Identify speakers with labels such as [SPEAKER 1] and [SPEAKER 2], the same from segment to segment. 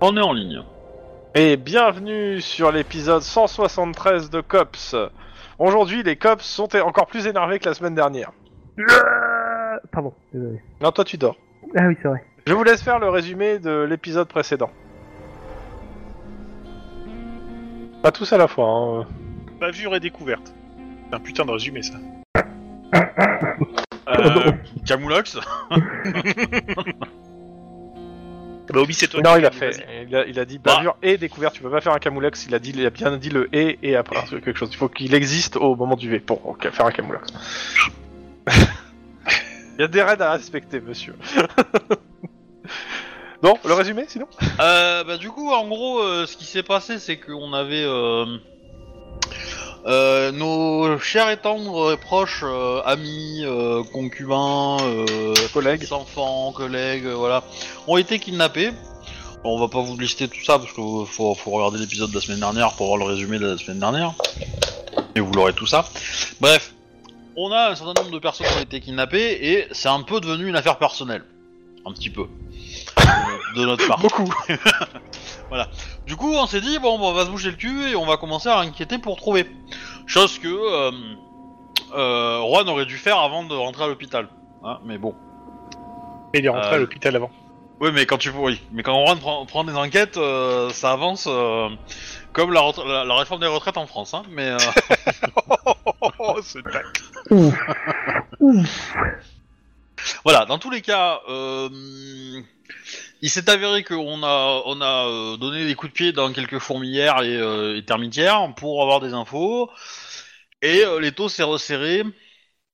[SPEAKER 1] On est en ligne.
[SPEAKER 2] Et bienvenue sur l'épisode 173 de Cops. Aujourd'hui, les Cops sont é- encore plus énervés que la semaine dernière.
[SPEAKER 3] Euh, Pardon, désolé.
[SPEAKER 2] Non, toi tu dors.
[SPEAKER 3] Ah oui, c'est vrai.
[SPEAKER 2] Je vous laisse faire le résumé de l'épisode précédent. Pas tous à la fois, hein.
[SPEAKER 4] Bavure et découverte. C'est un putain de résumé ça.
[SPEAKER 1] Euh, Camoulox
[SPEAKER 4] Bah Obi c'est toi.
[SPEAKER 2] Non,
[SPEAKER 4] qui
[SPEAKER 2] il a
[SPEAKER 4] dis, vas-y. Bah.
[SPEAKER 2] fait. Il a, il a dit bavure et découverte. Tu peux pas faire un camoulox. Il a dit, il a bien dit le et et après quelque chose. Il faut qu'il existe au moment du V pour faire un camoulox. il y a des raids à respecter, monsieur. non, le résumé, sinon.
[SPEAKER 1] Euh, bah, du coup, en gros, euh, ce qui s'est passé, c'est qu'on avait euh, euh, nos chers et tendres et proches euh, amis, euh, concubins, euh,
[SPEAKER 2] Collègues.
[SPEAKER 1] enfants, collègues, euh, voilà, ont été kidnappés. Bon, on va pas vous lister tout ça parce que faut, faut regarder l'épisode de la semaine dernière pour voir le résumé de la semaine dernière. Et vous l'aurez tout ça. Bref, on a un certain nombre de personnes qui ont été kidnappées et c'est un peu devenu une affaire personnelle. Un petit peu. Euh, De notre part.
[SPEAKER 2] Beaucoup.
[SPEAKER 1] Du coup, on s'est dit, bon, bah, on va se bouger le cul et on va commencer à enquêter pour trouver. Chose que euh, euh, Juan aurait dû faire avant de rentrer à l'hôpital. Hein, mais bon.
[SPEAKER 4] Il est rentré
[SPEAKER 1] Euh,
[SPEAKER 4] à l'hôpital avant.
[SPEAKER 1] Oui, mais quand tu oui, mais quand Juan prend, prend des enquêtes, euh, ça avance euh, comme la, retra- la- la réforme des retraites en France. Hein, mais euh,
[SPEAKER 4] Oh ce tac.
[SPEAKER 1] voilà, dans tous les cas, euh, il s'est avéré qu'on a, on a euh, donné des coups de pied dans quelques fourmilières et, euh, et termitières pour avoir des infos. Et euh, les taux s'est resserré,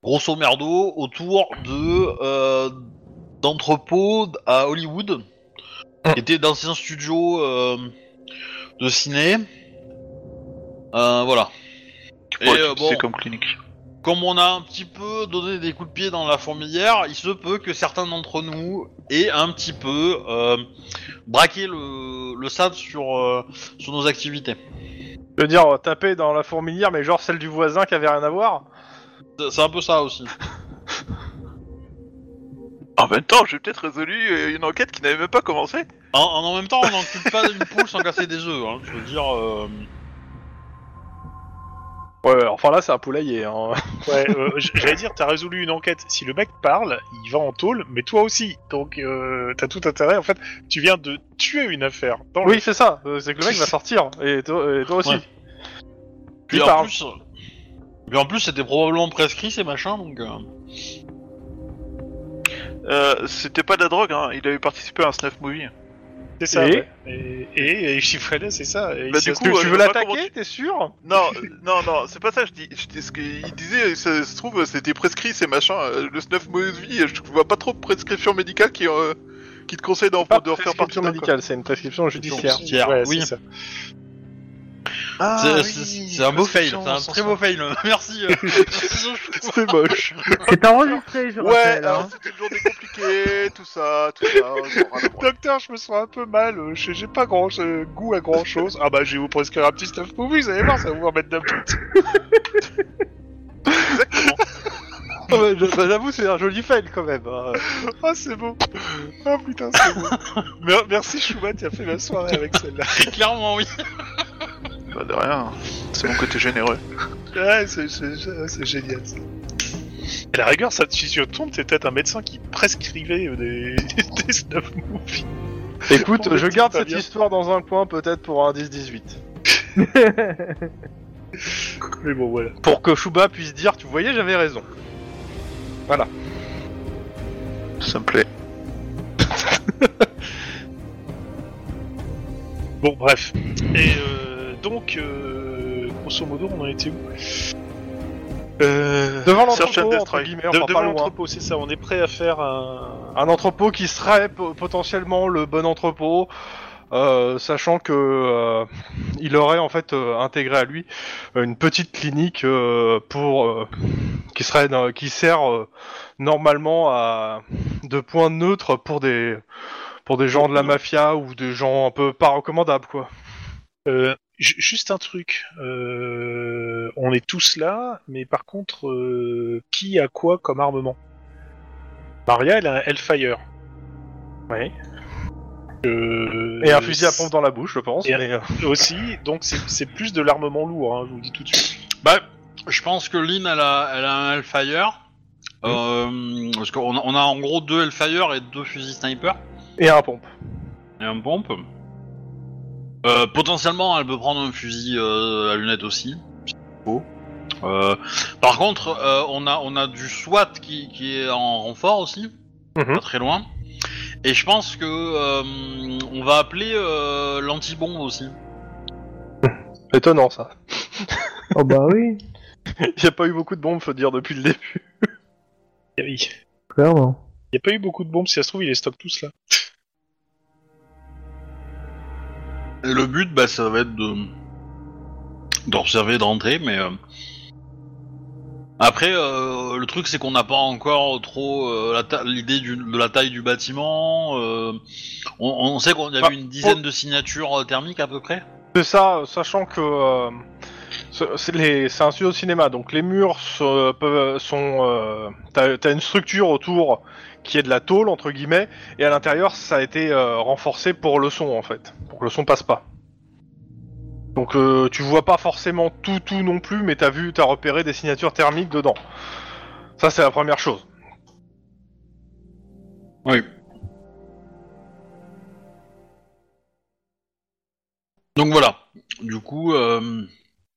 [SPEAKER 1] grosso merdo, autour de euh, d'entrepôts à Hollywood, qui étaient d'anciens studios euh, de ciné. Euh, voilà. Et euh, bon,
[SPEAKER 5] C'est comme clinique.
[SPEAKER 1] comme on a un petit peu donné des coups de pied dans la fourmilière, il se peut que certains d'entre nous aient un petit peu euh, braqué le, le SAD sur, euh, sur nos activités.
[SPEAKER 2] Je veux dire, taper dans la fourmilière, mais genre celle du voisin qui avait rien à voir.
[SPEAKER 1] C'est- C'est un peu ça aussi.
[SPEAKER 5] En même temps, j'ai peut-être résolu euh, une enquête qui n'avait même pas commencé.
[SPEAKER 1] En, en- en même temps, on n'encule pas une poule sans casser des œufs. Hein, je veux dire, euh,
[SPEAKER 2] Ouais, ouais, enfin là, c'est un poulailler. Hein.
[SPEAKER 4] Ouais, euh, j- j'allais dire, t'as résolu une enquête. Si le mec parle, il va en tôle, mais toi aussi. Donc euh, t'as tout intérêt. En fait, tu viens de tuer une affaire. Dans
[SPEAKER 2] Oui, c'est ça. euh, C'est que le mec va sortir. Et toi, et toi aussi.
[SPEAKER 1] Ouais. puis,
[SPEAKER 2] Il
[SPEAKER 1] en
[SPEAKER 2] parle.
[SPEAKER 1] plus, puis en plus, c'était probablement prescrit ces machins. Donc, euh,
[SPEAKER 5] Euh, C'était pas de la drogue, hein. il avait participé à un snuff movie.
[SPEAKER 4] le- C'est ça.
[SPEAKER 2] Et
[SPEAKER 4] ouais. Et, et, et Chiffrelet, c'est ça. Et
[SPEAKER 5] Bah,
[SPEAKER 4] ça
[SPEAKER 5] du
[SPEAKER 4] se
[SPEAKER 5] coup,
[SPEAKER 2] Tu,
[SPEAKER 4] trouve-
[SPEAKER 5] ouais,
[SPEAKER 2] tu
[SPEAKER 5] je
[SPEAKER 2] veux
[SPEAKER 5] vois pas comment
[SPEAKER 2] l'attaquer, t'es sûr
[SPEAKER 5] Non, euh, non, non, c'est pas ça. Je dis, je dis ce qu'il disait. Ça se trouve, c'était prescrit ces machins. euh, Le snuff movie, je vois pas trop de prescription médicale qui, euh, qui te conseille d'en
[SPEAKER 2] Pas
[SPEAKER 5] de
[SPEAKER 2] de
[SPEAKER 5] refaire partie
[SPEAKER 2] prescription
[SPEAKER 5] d'un, quoi.
[SPEAKER 2] médicale, c'est une prescription judiciaire.
[SPEAKER 1] judiciaire,
[SPEAKER 4] Ouais,
[SPEAKER 1] oui.
[SPEAKER 4] c'est ça.
[SPEAKER 5] Ah,
[SPEAKER 1] c'est-
[SPEAKER 5] oui,
[SPEAKER 1] c'est c'est un beau fail. C'est un très beau fail. Merci. euh.
[SPEAKER 2] C'est moche.
[SPEAKER 3] C'est enregistré, je
[SPEAKER 5] Ouais,
[SPEAKER 3] rappelle.
[SPEAKER 5] alors
[SPEAKER 3] hein.
[SPEAKER 5] c'était une journée compliquée, tout ça, tout ça. bon, rien à voir.
[SPEAKER 4] Docteur, je me sens un peu mal. euh, J'ai j'ai pas grand euh, goût à grand chose. Ah bah, je vais vous prescrire un petit stuff movie. Vous allez voir, ça va vous remettre d'un peu.
[SPEAKER 5] Exactement.
[SPEAKER 2] Ah ouais, je- bah, J'avoue, c'est un joli fail quand même. hein.
[SPEAKER 4] Ah, c'est beau. Ah, putain, c'est beau. Mer- Merci, Chouba, tu as fait ma soirée avec celle-là.
[SPEAKER 1] Clairement, oui.
[SPEAKER 5] Bah, de rien. C'est mon côté généreux.
[SPEAKER 4] Ouais, c'est- c'est c'est- c'est génial. ça. À la rigueur, ça, si tu tombes, c'est peut-être un médecin qui prescrivait euh, des, des snuff movies.
[SPEAKER 2] Écoute,
[SPEAKER 4] Pour
[SPEAKER 2] je
[SPEAKER 4] le
[SPEAKER 2] garde
[SPEAKER 4] petit
[SPEAKER 2] cette
[SPEAKER 4] Fabien.
[SPEAKER 2] histoire dans un coin, peut-être pour un 10-18.
[SPEAKER 3] hein.
[SPEAKER 4] Mais bon, voilà.
[SPEAKER 2] Pour que Shuba puisse dire, tu voyais, j'avais raison.
[SPEAKER 5] Ça me plaît.
[SPEAKER 4] Bon, bref. Et euh, donc, euh, grosso modo, on en était où euh...
[SPEAKER 2] Devant
[SPEAKER 5] Search and
[SPEAKER 2] l'entrepôt, entre
[SPEAKER 5] destroy.
[SPEAKER 2] guillemets,
[SPEAKER 4] de-
[SPEAKER 2] enfin, pas
[SPEAKER 4] devant
[SPEAKER 2] loin.
[SPEAKER 4] l'entrepôt, c'est ça, on est prêt à faire un.
[SPEAKER 2] Un entrepôt qui serait po- potentiellement le bon entrepôt, euh, sachant que euh, il aurait en fait euh, intégré à lui une petite clinique euh, pour euh, qui serait dans- qui sert euh, normalement à de point neutre pour des pour des gens de la mafia ou des gens un peu pas recommandables quoi.
[SPEAKER 4] Euh, ju- juste un truc, euh, on est tous là, mais par contre, euh, qui a quoi comme armement Maria, elle a un Hellfire.
[SPEAKER 2] Oui.
[SPEAKER 4] Euh,
[SPEAKER 2] Et un fusil à pompe dans la bouche, je pense.
[SPEAKER 4] Et-
[SPEAKER 2] mais, euh,
[SPEAKER 4] Aussi, donc c'est c'est plus de l'armement lourd, hein, je vous le dis tout de suite.
[SPEAKER 1] Bah, je pense que Lynn, elle a, elle a un Hellfire. Euh, parce qu'on a, on a en gros deux Hellfire et deux fusils sniper
[SPEAKER 2] Et un pompe.
[SPEAKER 1] et un pompe. Euh, potentiellement, elle peut prendre un fusil euh, à lunettes aussi. si il faut. Euh, par contre, euh, on a on a du SWAT qui, qui est en renfort aussi,
[SPEAKER 2] Mhm.
[SPEAKER 1] pas très loin. Et je pense que euh, on va appeler euh, l'antibombe aussi.
[SPEAKER 2] Étonnant ça.
[SPEAKER 3] Oh bah oui,
[SPEAKER 2] Il n'y a pas eu beaucoup de bombes, faut dire, depuis le début.
[SPEAKER 4] Il n'y a,
[SPEAKER 3] clairement.
[SPEAKER 4] il y a pas eu beaucoup de bombes, si ça se trouve, ils les stockent tous là.
[SPEAKER 1] Le but, bah, ça va être de d'observer, d'entrer, mais euh, après, euh, le truc, c'est qu'on n'a pas encore trop euh, la ta- l'idée du- de la taille du bâtiment. euh, on, on sait qu'on y
[SPEAKER 2] Bah,
[SPEAKER 1] avait une dizaine de signatures euh, thermiques à peu près.
[SPEAKER 2] C'est ça, euh, sachant que euh, ce- c'est les- c'est un studio de cinéma, donc les murs se- peuvent- sont... euh, T'as t'as une structure autour qui est de la tôle, entre guillemets, et à l'intérieur, ça a été euh, renforcé pour le son, en fait, pour que le son passe pas. Donc euh, tu vois pas forcément tout tout non plus, mais t'as vu, t'as repéré des signatures thermiques dedans. Ça, c'est la première chose.
[SPEAKER 1] Donc voilà. Du coup, euh,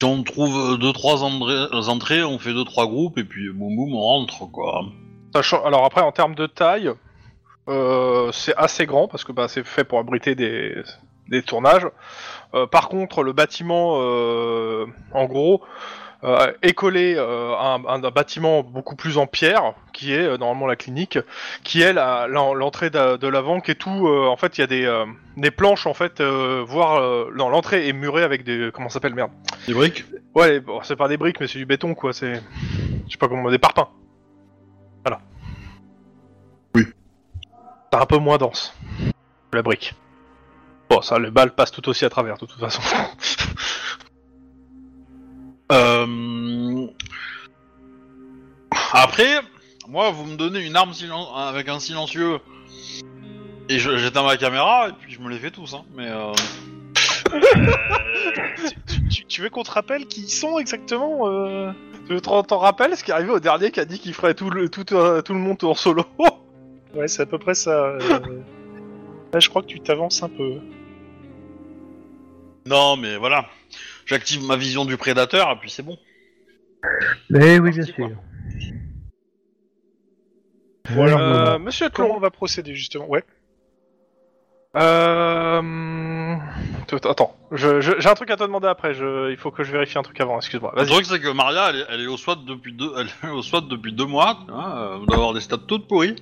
[SPEAKER 1] si on trouve euh, deux trois endré- entrées, on fait deux trois groupes et puis boum boum, on rentre quoi.
[SPEAKER 2] Sachant- alors après, en termes de taille, euh, c'est assez grand parce que bah, c'est fait pour abriter des, des tournages. Euh, par contre, le bâtiment, euh, en gros, euh, est collé euh, à un, un- un bâtiment beaucoup plus en pierre, qui est euh, normalement la clinique, qui est la- l'en- l'entrée d'a- de, l'avant, qui est tout. euh, en fait, il y a des, euh, des planches, en fait, euh, voire euh, non, l'entrée est murée avec des comment ça s'appelle merde.
[SPEAKER 1] Des briques.
[SPEAKER 2] Ouais, bon, c'est pas des briques, mais c'est du béton, quoi. C'est, je sais pas comment, des parpaings. Voilà.
[SPEAKER 1] Oui.
[SPEAKER 2] C'est un peu moins dense que la brique. Bon, ça, le balle passe tout aussi à travers, de toute façon.
[SPEAKER 1] Euh... Après, moi, vous me donnez une arme silen- avec un silencieux et je- j'éteins ma caméra et puis je me les fais tous. Hein. Mais euh,
[SPEAKER 4] Tu, tu- tu veux qu'on te rappelle qui ils sont exactement euh
[SPEAKER 2] Tu t'en t'en rappelles ce qui est arrivé au dernier qui a dit qu'il ferait tout le, tout, euh, tout le monde en solo
[SPEAKER 4] Ouais, c'est à peu près ça. euh. Là, je crois que tu t'avances un peu.
[SPEAKER 1] non, mais voilà, j'active ma vision du prédateur et puis c'est bon.
[SPEAKER 3] Mais Eh oui, bien
[SPEAKER 1] Parti, quoi.
[SPEAKER 3] sûr.
[SPEAKER 2] Euh, Monsieur
[SPEAKER 4] Comment
[SPEAKER 2] Clon
[SPEAKER 4] on va procéder justement Ouais.
[SPEAKER 2] Euh... hum, tout- Attends, je- je- j'ai un truc à te demander après, je- il faut que je vérifie un truc avant, excuse-moi.
[SPEAKER 1] Le
[SPEAKER 2] Vas-y.
[SPEAKER 1] truc c'est que Maria, elle est, elle est au SWAT depuis deux, elle est au SWAT depuis deux mois. Hein, euh, d'avoir des stats toutes pourries.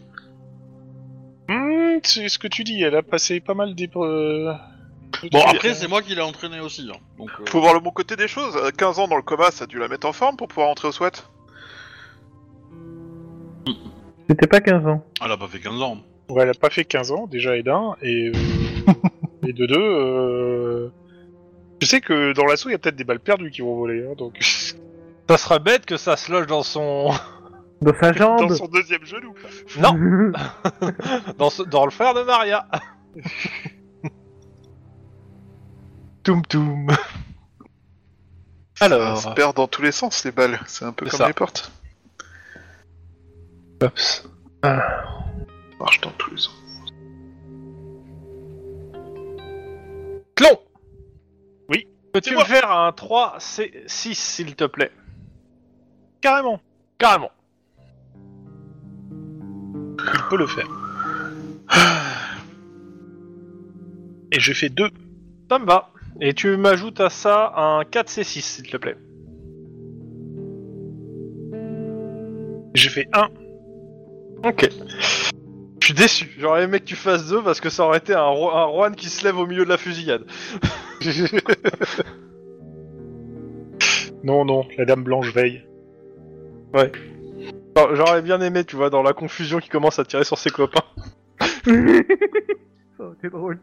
[SPEAKER 4] Hmm, c'est ce que tu dis, elle a passé pas mal des. euh,
[SPEAKER 1] Bon,
[SPEAKER 4] des-
[SPEAKER 3] euh,
[SPEAKER 1] après c'est moi qui l'ai entraîné aussi. hein. Donc, euh,
[SPEAKER 5] Faut voir le bon côté des choses. À 15 ans dans le coma, ça a dû la mettre en forme pour pouvoir entrer au SWAT.
[SPEAKER 3] C'était pas 15 ans.
[SPEAKER 1] elle a pas fait 15 ans.
[SPEAKER 4] Ouais, elle a pas fait 15 ans déjà, et d'un, et, euh, et de deux. euh, Je sais que dans l'assaut, il y a peut-être des balles perdues qui vont voler, hein, donc.
[SPEAKER 2] Ça serait bête que ça se loge dans son...
[SPEAKER 3] Dans sa jambe.
[SPEAKER 4] dans son deuxième genou.
[SPEAKER 2] Non, dans, ce- dans le frère de Maria. toum toum.
[SPEAKER 5] Ça se perd dans tous les sens, les balles. C'est un peu
[SPEAKER 2] C'est
[SPEAKER 5] comme
[SPEAKER 2] ça.
[SPEAKER 5] les portes.
[SPEAKER 2] Oups.
[SPEAKER 5] Ça marche dans tous les sens.
[SPEAKER 2] Clon
[SPEAKER 4] Oui. C'est
[SPEAKER 2] Peux-tu me
[SPEAKER 4] moi.
[SPEAKER 2] faire un 3C6, s'il te plaît
[SPEAKER 4] Carrément,
[SPEAKER 2] Carrément.
[SPEAKER 4] il peut le faire. Et je fais deux.
[SPEAKER 2] Ça me va. Et tu m'ajoutes à ça un 4C6, s'il te plaît.
[SPEAKER 4] J'ai fait un.
[SPEAKER 2] Ok. Je suis déçu. J'aurais aimé que tu fasses deux parce que ça aurait été un, Ro- un Juan qui se lève au milieu de la fusillade.
[SPEAKER 4] Non, non, la dame blanche veille.
[SPEAKER 2] J'aurais bien aimé, tu vois, dans la confusion qui commence à tirer sur ses copains.
[SPEAKER 3] Oh, C'est drôle.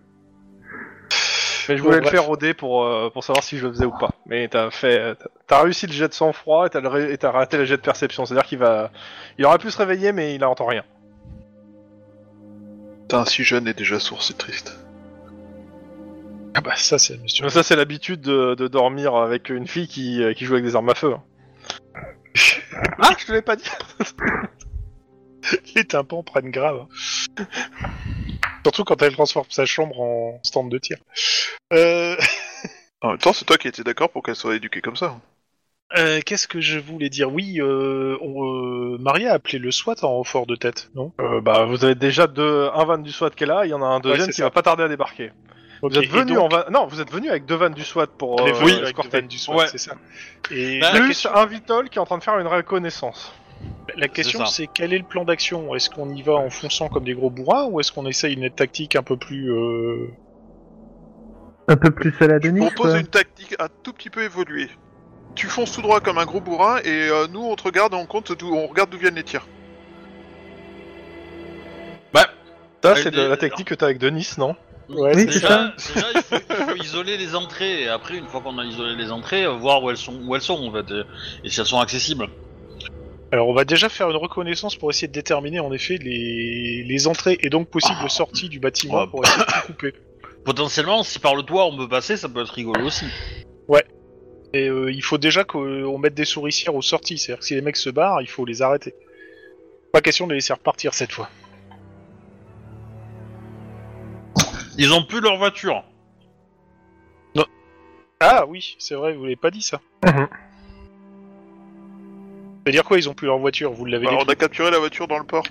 [SPEAKER 2] Mais je voulais
[SPEAKER 4] Bon,
[SPEAKER 2] le
[SPEAKER 4] bref.
[SPEAKER 2] faire au dé pour, euh, pour savoir si je le faisais ou pas. Mais t'as fait, euh, t'as- t'as réussi le jet de sang-froid et t'as le ré- et t'as raté le jet de perception. C'est-à-dire qu'il va, il aurait pu se réveiller mais il n'entend rien.
[SPEAKER 5] Putain, si jeune et déjà sourd, c'est triste.
[SPEAKER 4] Ah bah ça c'est monsieur.
[SPEAKER 2] Ça, c'est l'habitude de, de dormir avec une fille qui, euh, qui joue avec des armes à feu. ah, je te l'avais pas dit
[SPEAKER 4] Les tympans prennent grave. hein. Surtout quand elle transforme sa chambre en stand de tir. Euh,
[SPEAKER 5] En même temps, c'est toi qui étais d'accord pour qu'elle soit éduquée comme ça.
[SPEAKER 4] euh, Qu'est-ce que je voulais dire Oui, euh, on, euh, Maria a appelé le SWAT en renfort de tête, non
[SPEAKER 2] Euh, Bah, vous avez déjà deux, un van du SWAT qui est là, il y en a un deuxième
[SPEAKER 4] c'est
[SPEAKER 2] qui
[SPEAKER 4] ça.
[SPEAKER 2] va pas tarder à débarquer.
[SPEAKER 4] Ok,
[SPEAKER 2] Vous
[SPEAKER 4] et
[SPEAKER 2] êtes venu
[SPEAKER 4] donc,
[SPEAKER 2] en van... Non, vous êtes venu avec deux vannes du SWAT pour
[SPEAKER 4] les
[SPEAKER 2] euh,
[SPEAKER 4] voyous avec
[SPEAKER 2] escorter.
[SPEAKER 4] des vannes du SWAT,
[SPEAKER 2] Ouais.
[SPEAKER 4] c'est ça. Et
[SPEAKER 1] Bah,
[SPEAKER 4] la
[SPEAKER 2] Plus
[SPEAKER 4] question,
[SPEAKER 2] un Vitol qui est en train de faire une reconnaissance.
[SPEAKER 4] la question,
[SPEAKER 1] ça.
[SPEAKER 4] c'est quel est le plan d'action Est-ce qu'on y va en fonçant comme des gros bourrins ou est-ce qu'on essaye une tactique un peu plus... euh,
[SPEAKER 3] Un peu plus à la Denis,
[SPEAKER 5] On
[SPEAKER 3] quoi.
[SPEAKER 5] propose une tactique un tout petit peu évoluée. Tu fonces tout droit comme un gros bourrin et euh, nous on te regarde, on compte, d'où- on regarde d'où viennent les tirs.
[SPEAKER 1] Ah,
[SPEAKER 2] Ça, c'est
[SPEAKER 1] oui,
[SPEAKER 2] de la
[SPEAKER 1] mais-
[SPEAKER 2] technique que t'as avec Denis, non
[SPEAKER 3] Oui,
[SPEAKER 4] Ouais, c'est-
[SPEAKER 3] c'est
[SPEAKER 1] Déjà, déjà, il, faut, il faut isoler les entrées et après, une fois qu'on a isolé les entrées, euh, voir où elles sont, où elles sont en fait, et, et si elles sont accessibles.
[SPEAKER 4] Alors on va déjà faire une reconnaissance pour essayer de déterminer en effet les, les entrées et donc possibles sorties du bâtiment
[SPEAKER 1] Ouais.
[SPEAKER 4] pour essayer de tout couper.
[SPEAKER 1] Potentiellement, si par le toit on peut passer, ça peut être rigolo aussi.
[SPEAKER 4] Et euh, il faut déjà qu'on mette des souricières aux sorties, c'est-à-dire que si les mecs se barrent, il faut les arrêter. Pas question de les laisser repartir cette fois.
[SPEAKER 1] Ils ont plus leur voiture.
[SPEAKER 4] Ah oui, c'est vrai, vous l'avez pas dit ça.
[SPEAKER 2] Mhm.
[SPEAKER 4] C'est-à-dire quoi, ils ont plus leur voiture, vous l'avez dit.
[SPEAKER 5] Alors, on a capturé la voiture dans le port.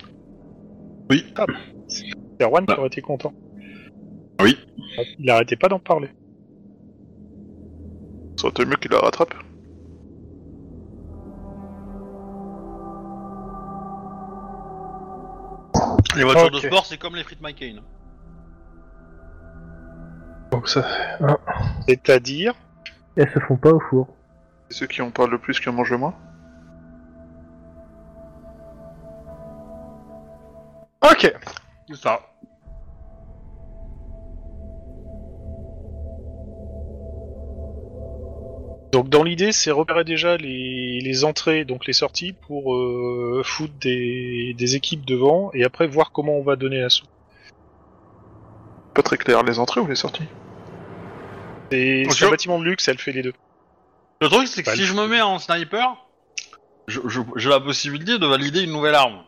[SPEAKER 4] C'est Erwan qui aurait été content.
[SPEAKER 1] Oui.
[SPEAKER 4] Il arrêtait pas d'en parler.
[SPEAKER 5] Ça aurait été mieux qu'il la rattrape.
[SPEAKER 1] Les voitures
[SPEAKER 2] Ok.
[SPEAKER 1] de sport, c'est comme les frites McCain.
[SPEAKER 2] Donc ça...
[SPEAKER 4] C'est-à-dire...
[SPEAKER 3] Et elles se font pas au four.
[SPEAKER 5] C'est ceux qui en parlent le plus qui en mangent le moins.
[SPEAKER 2] Ok
[SPEAKER 1] C'est ça.
[SPEAKER 4] Donc dans l'idée, c'est repérer déjà les, les entrées, donc les sorties, pour euh, foutre des, des équipes devant, et après voir comment on va donner l'assaut.
[SPEAKER 5] Pas très clair, les entrées ou les sorties
[SPEAKER 4] Et
[SPEAKER 1] Ok.
[SPEAKER 4] sur le bâtiment de luxe, elle fait les deux.
[SPEAKER 1] Le truc, c'est que
[SPEAKER 4] Bah,
[SPEAKER 1] si
[SPEAKER 4] le-
[SPEAKER 1] je me mets en sniper, je- je- j'ai la possibilité de valider une nouvelle arme.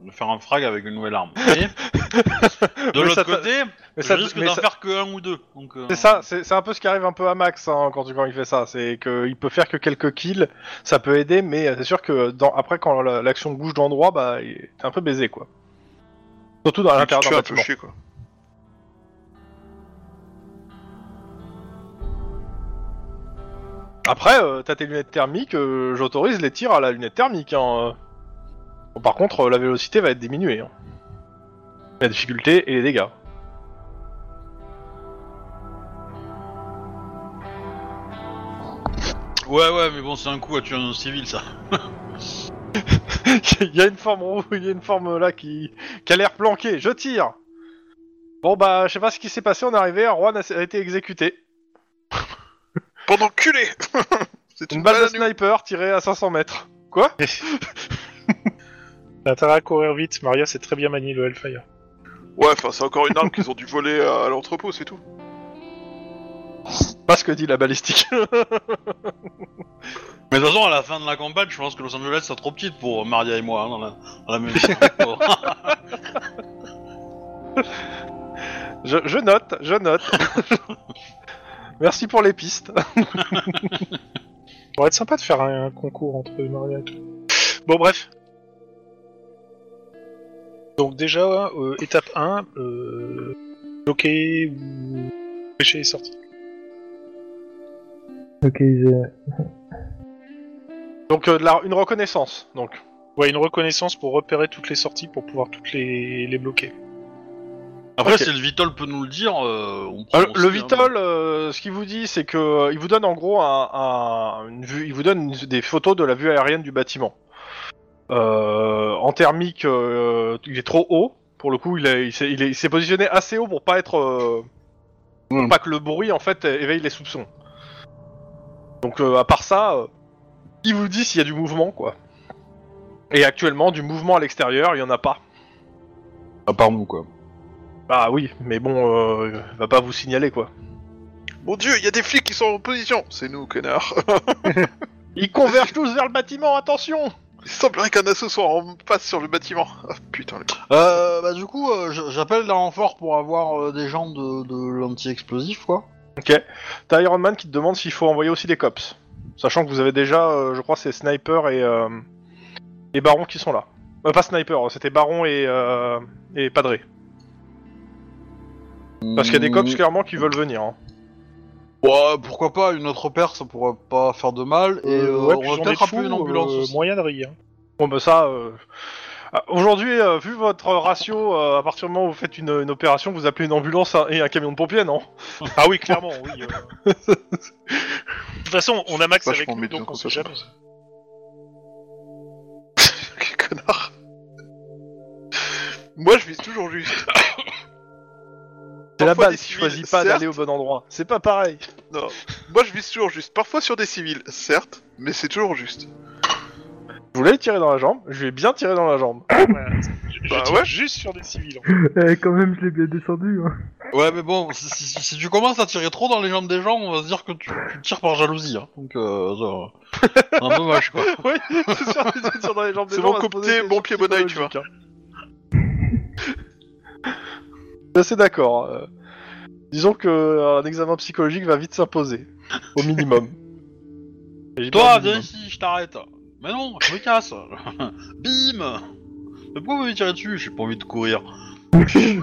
[SPEAKER 1] De faire un frag avec une nouvelle arme. Et de
[SPEAKER 2] Mais ça
[SPEAKER 1] l'autre
[SPEAKER 2] t'a-
[SPEAKER 1] côté,
[SPEAKER 2] Mais
[SPEAKER 1] je
[SPEAKER 2] ça-
[SPEAKER 1] risque
[SPEAKER 2] mais
[SPEAKER 1] d'en
[SPEAKER 2] ça-
[SPEAKER 1] faire que un ou deux. donc, euh,
[SPEAKER 5] hein.
[SPEAKER 2] C'est ça, c'est c'est un peu ce qui arrive un peu à Max hein, quand, tu- quand il fait ça. C'est qu'il peut faire que quelques kills, ça peut aider, mais euh, c'est sûr que dans, après, quand la- l'action bouge d'endroit, bah, il est un peu baisé, quoi. Surtout dans l'intérieur
[SPEAKER 5] Tu
[SPEAKER 2] d'un
[SPEAKER 5] fais un peu
[SPEAKER 2] bâtiment.
[SPEAKER 5] chier, quoi.
[SPEAKER 2] Après, euh, t'as tes lunettes thermiques, euh, j'autorise les tirs à la lunette thermique. Hein, euh. Bon, par contre, euh, la vélocité va être diminuée. hein. La difficulté et les dégâts.
[SPEAKER 1] Ouais, ouais, mais bon, c'est un coup à tuer un civil, ça.
[SPEAKER 2] il y a une forme roux, il y a une forme euh, là qui, qui a l'air planquée. Je tire. Bon bah, je sais pas ce qui s'est passé. On est arrivé. Juan a a été exécuté.
[SPEAKER 5] Pendant culé C'est
[SPEAKER 2] Une,
[SPEAKER 5] une
[SPEAKER 2] balle de
[SPEAKER 5] balle à
[SPEAKER 2] sniper tirée à 500 mètres. Quoi
[SPEAKER 4] T'as intérêt à courir vite, Maria c'est très bien manié le Hellfire.
[SPEAKER 5] nous. Ouais, enfin, c'est encore une arme qu'ils ont dû voler à à l'entrepôt, c'est tout.
[SPEAKER 2] Pas ce que dit la balistique.
[SPEAKER 1] Mais de toute façon, à la fin de la campagne, je pense que Los Angeles sera trop petite pour Maria et moi, hein, dans, la, dans la même
[SPEAKER 2] je, je note, je note. Merci pour les pistes.
[SPEAKER 4] Ça pourrait être sympa de faire un, un concours entre Maria et toi. Bon, bref. Donc déjà, euh, étape 1, euh, bloquer ou empêcher les sorties.
[SPEAKER 3] Ok, ils, euh,
[SPEAKER 2] Donc euh, de la- une reconnaissance. Donc
[SPEAKER 4] Ouais, une reconnaissance pour repérer toutes les sorties pour pouvoir toutes les, les bloquer.
[SPEAKER 1] Après,
[SPEAKER 2] Ok.
[SPEAKER 1] si le Vitol peut nous le dire, euh, on prend
[SPEAKER 2] Euh,
[SPEAKER 1] aussi,
[SPEAKER 2] le
[SPEAKER 1] hein.
[SPEAKER 2] Vitol, euh, ce qu'il vous dit, c'est que euh, il vous donne en gros un, un- une vue, il vous donne une- des photos de la vue aérienne du bâtiment. Euh, en thermique, euh, il est trop haut. Pour le coup, il, est- il s'est- il est- il s'est positionné assez haut pour pas être, euh, pour pas que le bruit en fait éveille les soupçons. Donc euh, à part ça, euh, il vous dit s'il y a du mouvement quoi. Et actuellement, du mouvement à l'extérieur, il y en a pas.
[SPEAKER 6] À part nous, quoi.
[SPEAKER 2] Bah oui, mais bon, euh, il va pas vous signaler quoi.
[SPEAKER 5] Mon dieu, il y a des flics qui sont en position C'est nous, connard
[SPEAKER 2] Ils convergent tous vers le bâtiment, attention
[SPEAKER 5] Il semblerait qu'un assaut soit en passe sur le bâtiment. Ah putain, le con.
[SPEAKER 1] Euh, bah du coup, euh, j- j'appelle les renforts pour avoir euh, des gens de, de l'anti-explosif, quoi.
[SPEAKER 2] T'as Iron Man qui te demande s'il faut envoyer aussi des cops. Sachant que vous avez déjà, euh, je crois, c'est Sniper et, euh, et Baron qui sont là. Euh, pas Sniper, c'était Baron et, euh, et Padré. Parce qu'il y a des cops clairement qui veulent venir. hein.
[SPEAKER 1] Ouais, pourquoi pas, une autre paire, ça pourrait pas faire de mal, et euh,
[SPEAKER 4] ouais, puis
[SPEAKER 1] on va
[SPEAKER 4] j'en ai
[SPEAKER 1] peut-être appeler
[SPEAKER 4] fou,
[SPEAKER 1] une ambulance
[SPEAKER 4] euh,
[SPEAKER 1] aussi.
[SPEAKER 4] moyen de rire.
[SPEAKER 2] Bon, bah ça. euh, ah, Aujourd'hui, euh, vu votre ratio, euh, à partir du moment où vous faites une, une opération, vous appelez une ambulance hein, et un camion de pompiers, non
[SPEAKER 4] Ah oui, clairement, oui. euh. De toute façon, on a Max avec
[SPEAKER 5] Vachement
[SPEAKER 4] nous,
[SPEAKER 5] médiocre,
[SPEAKER 4] donc on
[SPEAKER 5] ça,
[SPEAKER 4] sait jamais.
[SPEAKER 5] Quel connard Moi, je vise toujours juste.
[SPEAKER 2] C'est la
[SPEAKER 5] Parfois,
[SPEAKER 2] base,
[SPEAKER 5] des
[SPEAKER 2] tu
[SPEAKER 5] civils,
[SPEAKER 2] choisis pas
[SPEAKER 5] certes.
[SPEAKER 2] d'aller au bon endroit. C'est pas pareil.
[SPEAKER 5] Non. Moi, je vise toujours juste. Parfois sur des civils, certes, mais c'est toujours juste.
[SPEAKER 2] Je voulais tirer dans la jambe, je lui ai bien tiré dans la jambe.
[SPEAKER 4] Voilà. Je, je
[SPEAKER 5] Bah
[SPEAKER 4] tire
[SPEAKER 5] ouais.
[SPEAKER 4] juste sur des civils. hein. en
[SPEAKER 3] Eh, quand même, je l'ai bien descendu. Hein.
[SPEAKER 1] Ouais, mais bon, si, si- si tu commences à tirer trop dans les jambes des gens, on va se dire que tu, tu tires par jalousie, hein. donc euh, ça... c'est un peu moche, quoi.
[SPEAKER 2] oui, c'est sûr, tu tires dans les jambes des
[SPEAKER 5] C'est
[SPEAKER 2] gens, on
[SPEAKER 5] bon
[SPEAKER 2] va se poser
[SPEAKER 5] côté,
[SPEAKER 2] des
[SPEAKER 5] bon pied, bon oeil, tu vois.
[SPEAKER 2] questions psychologiques, hein. C'est d'accord. euh, disons que euh, un examen psychologique va vite s'imposer, au minimum. Et j'ai pas
[SPEAKER 1] Toi,
[SPEAKER 2] un
[SPEAKER 1] viens
[SPEAKER 2] minimum.
[SPEAKER 1] ici, je t'arrête. Mais non, je me casse. Bim Mais pourquoi vous me tirez dessus J'ai pas envie de courir.
[SPEAKER 4] fait. J'ai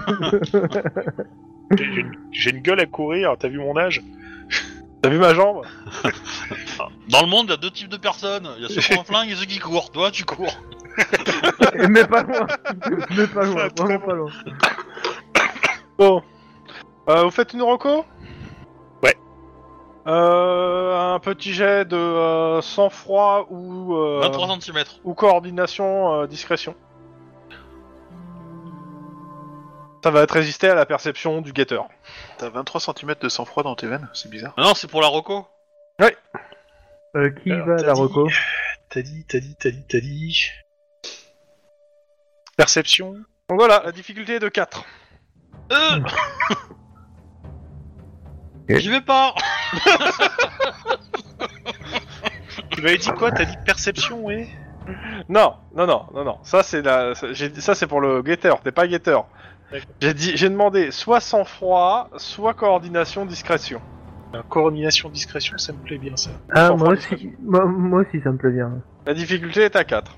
[SPEAKER 4] j'ai une, j'ai une gueule à courir, t'as vu mon âge
[SPEAKER 2] T'as vu ma jambe
[SPEAKER 1] Dans le monde, il y a deux types de personnes. Il y a ceux qui ont un flingue et ceux qui courent. Toi, tu cours.
[SPEAKER 3] Eh, Mais pas loin. Mais pas loin,
[SPEAKER 4] Très
[SPEAKER 3] vraiment pas loin.
[SPEAKER 2] Bon. Euh, vous faites une reco
[SPEAKER 4] Ouais.
[SPEAKER 2] Euh, un petit jet de euh, sang-froid ou, euh,
[SPEAKER 1] 23 cm.
[SPEAKER 2] ou coordination, euh, discrétion. Ça va être résister à la perception du guetteur.
[SPEAKER 5] T'as 23 cm de sang-froid dans tes veines, c'est bizarre.
[SPEAKER 1] Ah non, c'est pour la Rocco.
[SPEAKER 3] Euh, qui
[SPEAKER 4] Alors,
[SPEAKER 3] va à
[SPEAKER 4] t'as
[SPEAKER 3] la
[SPEAKER 4] dit-
[SPEAKER 3] reco
[SPEAKER 4] T'as dit, t'as dit, t'as dit, t'as dit. Perception
[SPEAKER 2] Donc voilà, la difficulté est de 4.
[SPEAKER 1] Euh J'y vais pas
[SPEAKER 4] Tu m'avais dit quoi T'as dit perception, ouais
[SPEAKER 2] Non, non, non, non, non. Ça c'est la, ça, j'ai- ça, c'est pour le guetteur. T'es pas guetteur.
[SPEAKER 4] D'accord.
[SPEAKER 2] J'ai dit, j'ai demandé soit sang-froid, soit coordination, discrétion.
[SPEAKER 4] La Coordination, discrétion, ça me plaît bien ça.
[SPEAKER 3] Ah,
[SPEAKER 2] Sans
[SPEAKER 3] moi
[SPEAKER 2] froid,
[SPEAKER 3] aussi, moi, moi aussi, ça me plaît bien.
[SPEAKER 2] La difficulté est à 4.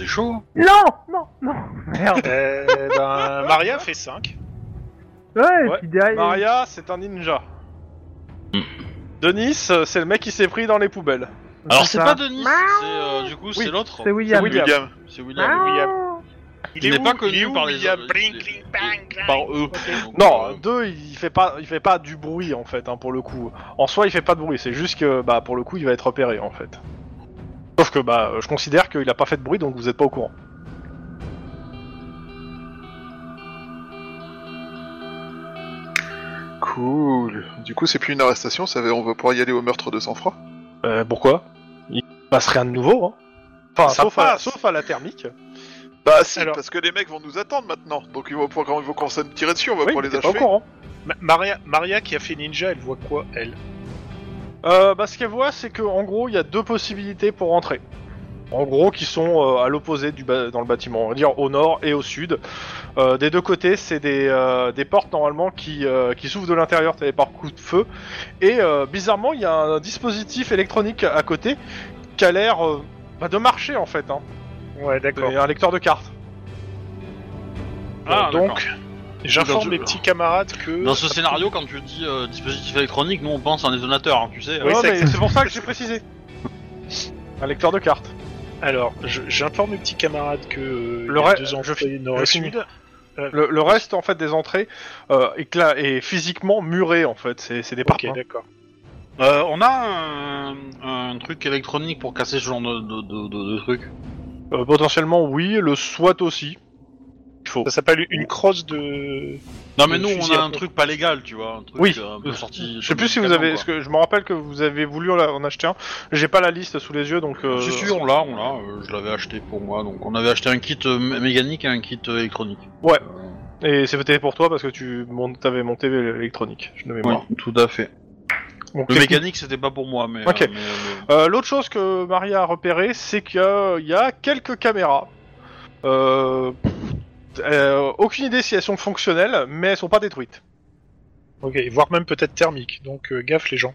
[SPEAKER 1] C'est chaud
[SPEAKER 3] Non, non, non, merde.
[SPEAKER 4] Euh, ben, Maria fait 5.
[SPEAKER 3] Ouais, et
[SPEAKER 2] Ouais,
[SPEAKER 3] puis derrière.
[SPEAKER 2] Maria, c'est un ninja. Denis, euh, c'est le mec qui s'est pris dans les poubelles.
[SPEAKER 1] Alors, c'est
[SPEAKER 3] ça.
[SPEAKER 1] pas Denis, c'est euh, du coup, c'est l'autre.
[SPEAKER 3] euh, C'est William.
[SPEAKER 2] C'est William.
[SPEAKER 1] C'est William.
[SPEAKER 3] Ah.
[SPEAKER 4] William.
[SPEAKER 1] Il n'est
[SPEAKER 4] où
[SPEAKER 1] pas connu
[SPEAKER 4] il est où,
[SPEAKER 1] par les
[SPEAKER 4] William
[SPEAKER 1] autres.
[SPEAKER 4] Bling,
[SPEAKER 1] Il est-
[SPEAKER 4] cling, bang, clang.
[SPEAKER 1] Par eux. Donc,
[SPEAKER 2] Non,
[SPEAKER 1] euh,
[SPEAKER 2] deux, il fait pas, il fait pas du bruit en fait, hein, pour le coup. En soi, il fait pas de bruit. C'est juste que, bah, pour le coup, il va être repéré en fait. Sauf que, bah, je considère qu'il a pas fait de bruit, donc vous êtes pas au courant.
[SPEAKER 5] Cool. Du coup, c'est plus une arrestation, ça va- on va pouvoir y aller au meurtre de sang-froid.
[SPEAKER 2] Euh, pourquoi Il passe rien de nouveau. Hein. Enfin,
[SPEAKER 4] Ça
[SPEAKER 2] sauf à,
[SPEAKER 4] passe.
[SPEAKER 2] sauf à la thermique.
[SPEAKER 5] Bah si,
[SPEAKER 4] Alors-
[SPEAKER 5] parce que les mecs vont nous attendre maintenant. Donc ils vont pouvoir, quand ils vont commencer à nous tirer dessus, on va
[SPEAKER 2] Oui,
[SPEAKER 5] pouvoir
[SPEAKER 2] t'es
[SPEAKER 5] les
[SPEAKER 2] pas au
[SPEAKER 5] achever.
[SPEAKER 2] courant.
[SPEAKER 4] Ma- Maria, Maria qui a fait ninja, elle voit quoi elle
[SPEAKER 2] Euh, bah, ce qu'elle voit, c'est que, en gros, il y a deux possibilités pour entrer. En gros, qui sont euh, à l'opposé du ba- dans le bâtiment, on va dire au nord et au sud. Euh, des deux côtés, c'est des, euh, des portes normalement qui, euh, qui s'ouvrent de l'intérieur, t'as des par coup de feu. Et euh, bizarrement, il y a un dispositif électronique à côté qui a l'air euh, bah, de marcher en fait. Hein.
[SPEAKER 4] Ouais,
[SPEAKER 2] Et un lecteur de cartes.
[SPEAKER 1] Ah,
[SPEAKER 4] donc, j'informe
[SPEAKER 1] Dans-
[SPEAKER 4] mes petits camarades que.
[SPEAKER 1] Dans ce scénario, quand tu dis euh, dispositif électronique, nous on pense à un détonateur, hein, tu sais.
[SPEAKER 4] Oui,
[SPEAKER 2] Non,
[SPEAKER 4] c'est
[SPEAKER 2] mais
[SPEAKER 4] exact.
[SPEAKER 2] c'est pour ça que j'ai précisé. Un lecteur de cartes.
[SPEAKER 4] Alors, je- j'informe mes petits camarades que euh, il y
[SPEAKER 2] Le
[SPEAKER 4] a
[SPEAKER 2] re-
[SPEAKER 4] deux
[SPEAKER 2] je
[SPEAKER 4] employés
[SPEAKER 2] je
[SPEAKER 4] nord et
[SPEAKER 2] finis.
[SPEAKER 4] sud.
[SPEAKER 2] Le, le reste en fait des entrées euh, est, cla- est physiquement muré en fait, c'est c'est des
[SPEAKER 4] Ok,
[SPEAKER 2] parcs. hein.
[SPEAKER 4] d'accord.
[SPEAKER 1] Euh, on a un, un truc électronique pour casser ce genre de, de, de, de- de truc.
[SPEAKER 2] Euh, potentiellement oui, le SWAT aussi. Il faut.
[SPEAKER 4] Ça s'appelle une crosse de.
[SPEAKER 1] Non mais
[SPEAKER 4] Le
[SPEAKER 1] nous on
[SPEAKER 4] fusil
[SPEAKER 1] a
[SPEAKER 4] à
[SPEAKER 1] un
[SPEAKER 4] pompe.
[SPEAKER 1] truc pas légal, tu vois, un truc
[SPEAKER 2] Oui.
[SPEAKER 1] euh, un peu sorti.
[SPEAKER 2] Je sais plus si vous avez, parce que je me rappelle que vous avez voulu en, en acheter un. J'ai pas la liste sous les yeux donc. euh,
[SPEAKER 1] Si si on l'a, on l'a. euh, je l'avais acheté pour moi, donc on avait acheté un kit euh, mé- mécanique et un kit euh, électronique.
[SPEAKER 2] Ouais.
[SPEAKER 1] Euh,
[SPEAKER 2] Et c'était pour toi parce que tu mon- t'avais monté l'électronique, je ne
[SPEAKER 1] Oui,
[SPEAKER 2] mémoire.
[SPEAKER 1] tout à fait.
[SPEAKER 2] Donc,
[SPEAKER 1] Le
[SPEAKER 2] technique-
[SPEAKER 1] mécanique, c'était pas pour moi, mais.
[SPEAKER 2] Ok.
[SPEAKER 1] euh, mais, euh,
[SPEAKER 2] Euh, L'autre chose que Maria a repéré, c'est qu'il y a quelques caméras. Euh, euh, aucune idée si elles sont fonctionnelles, mais elles sont pas détruites.
[SPEAKER 4] Ok, voire même peut-être thermique, donc euh, gaffe les gens.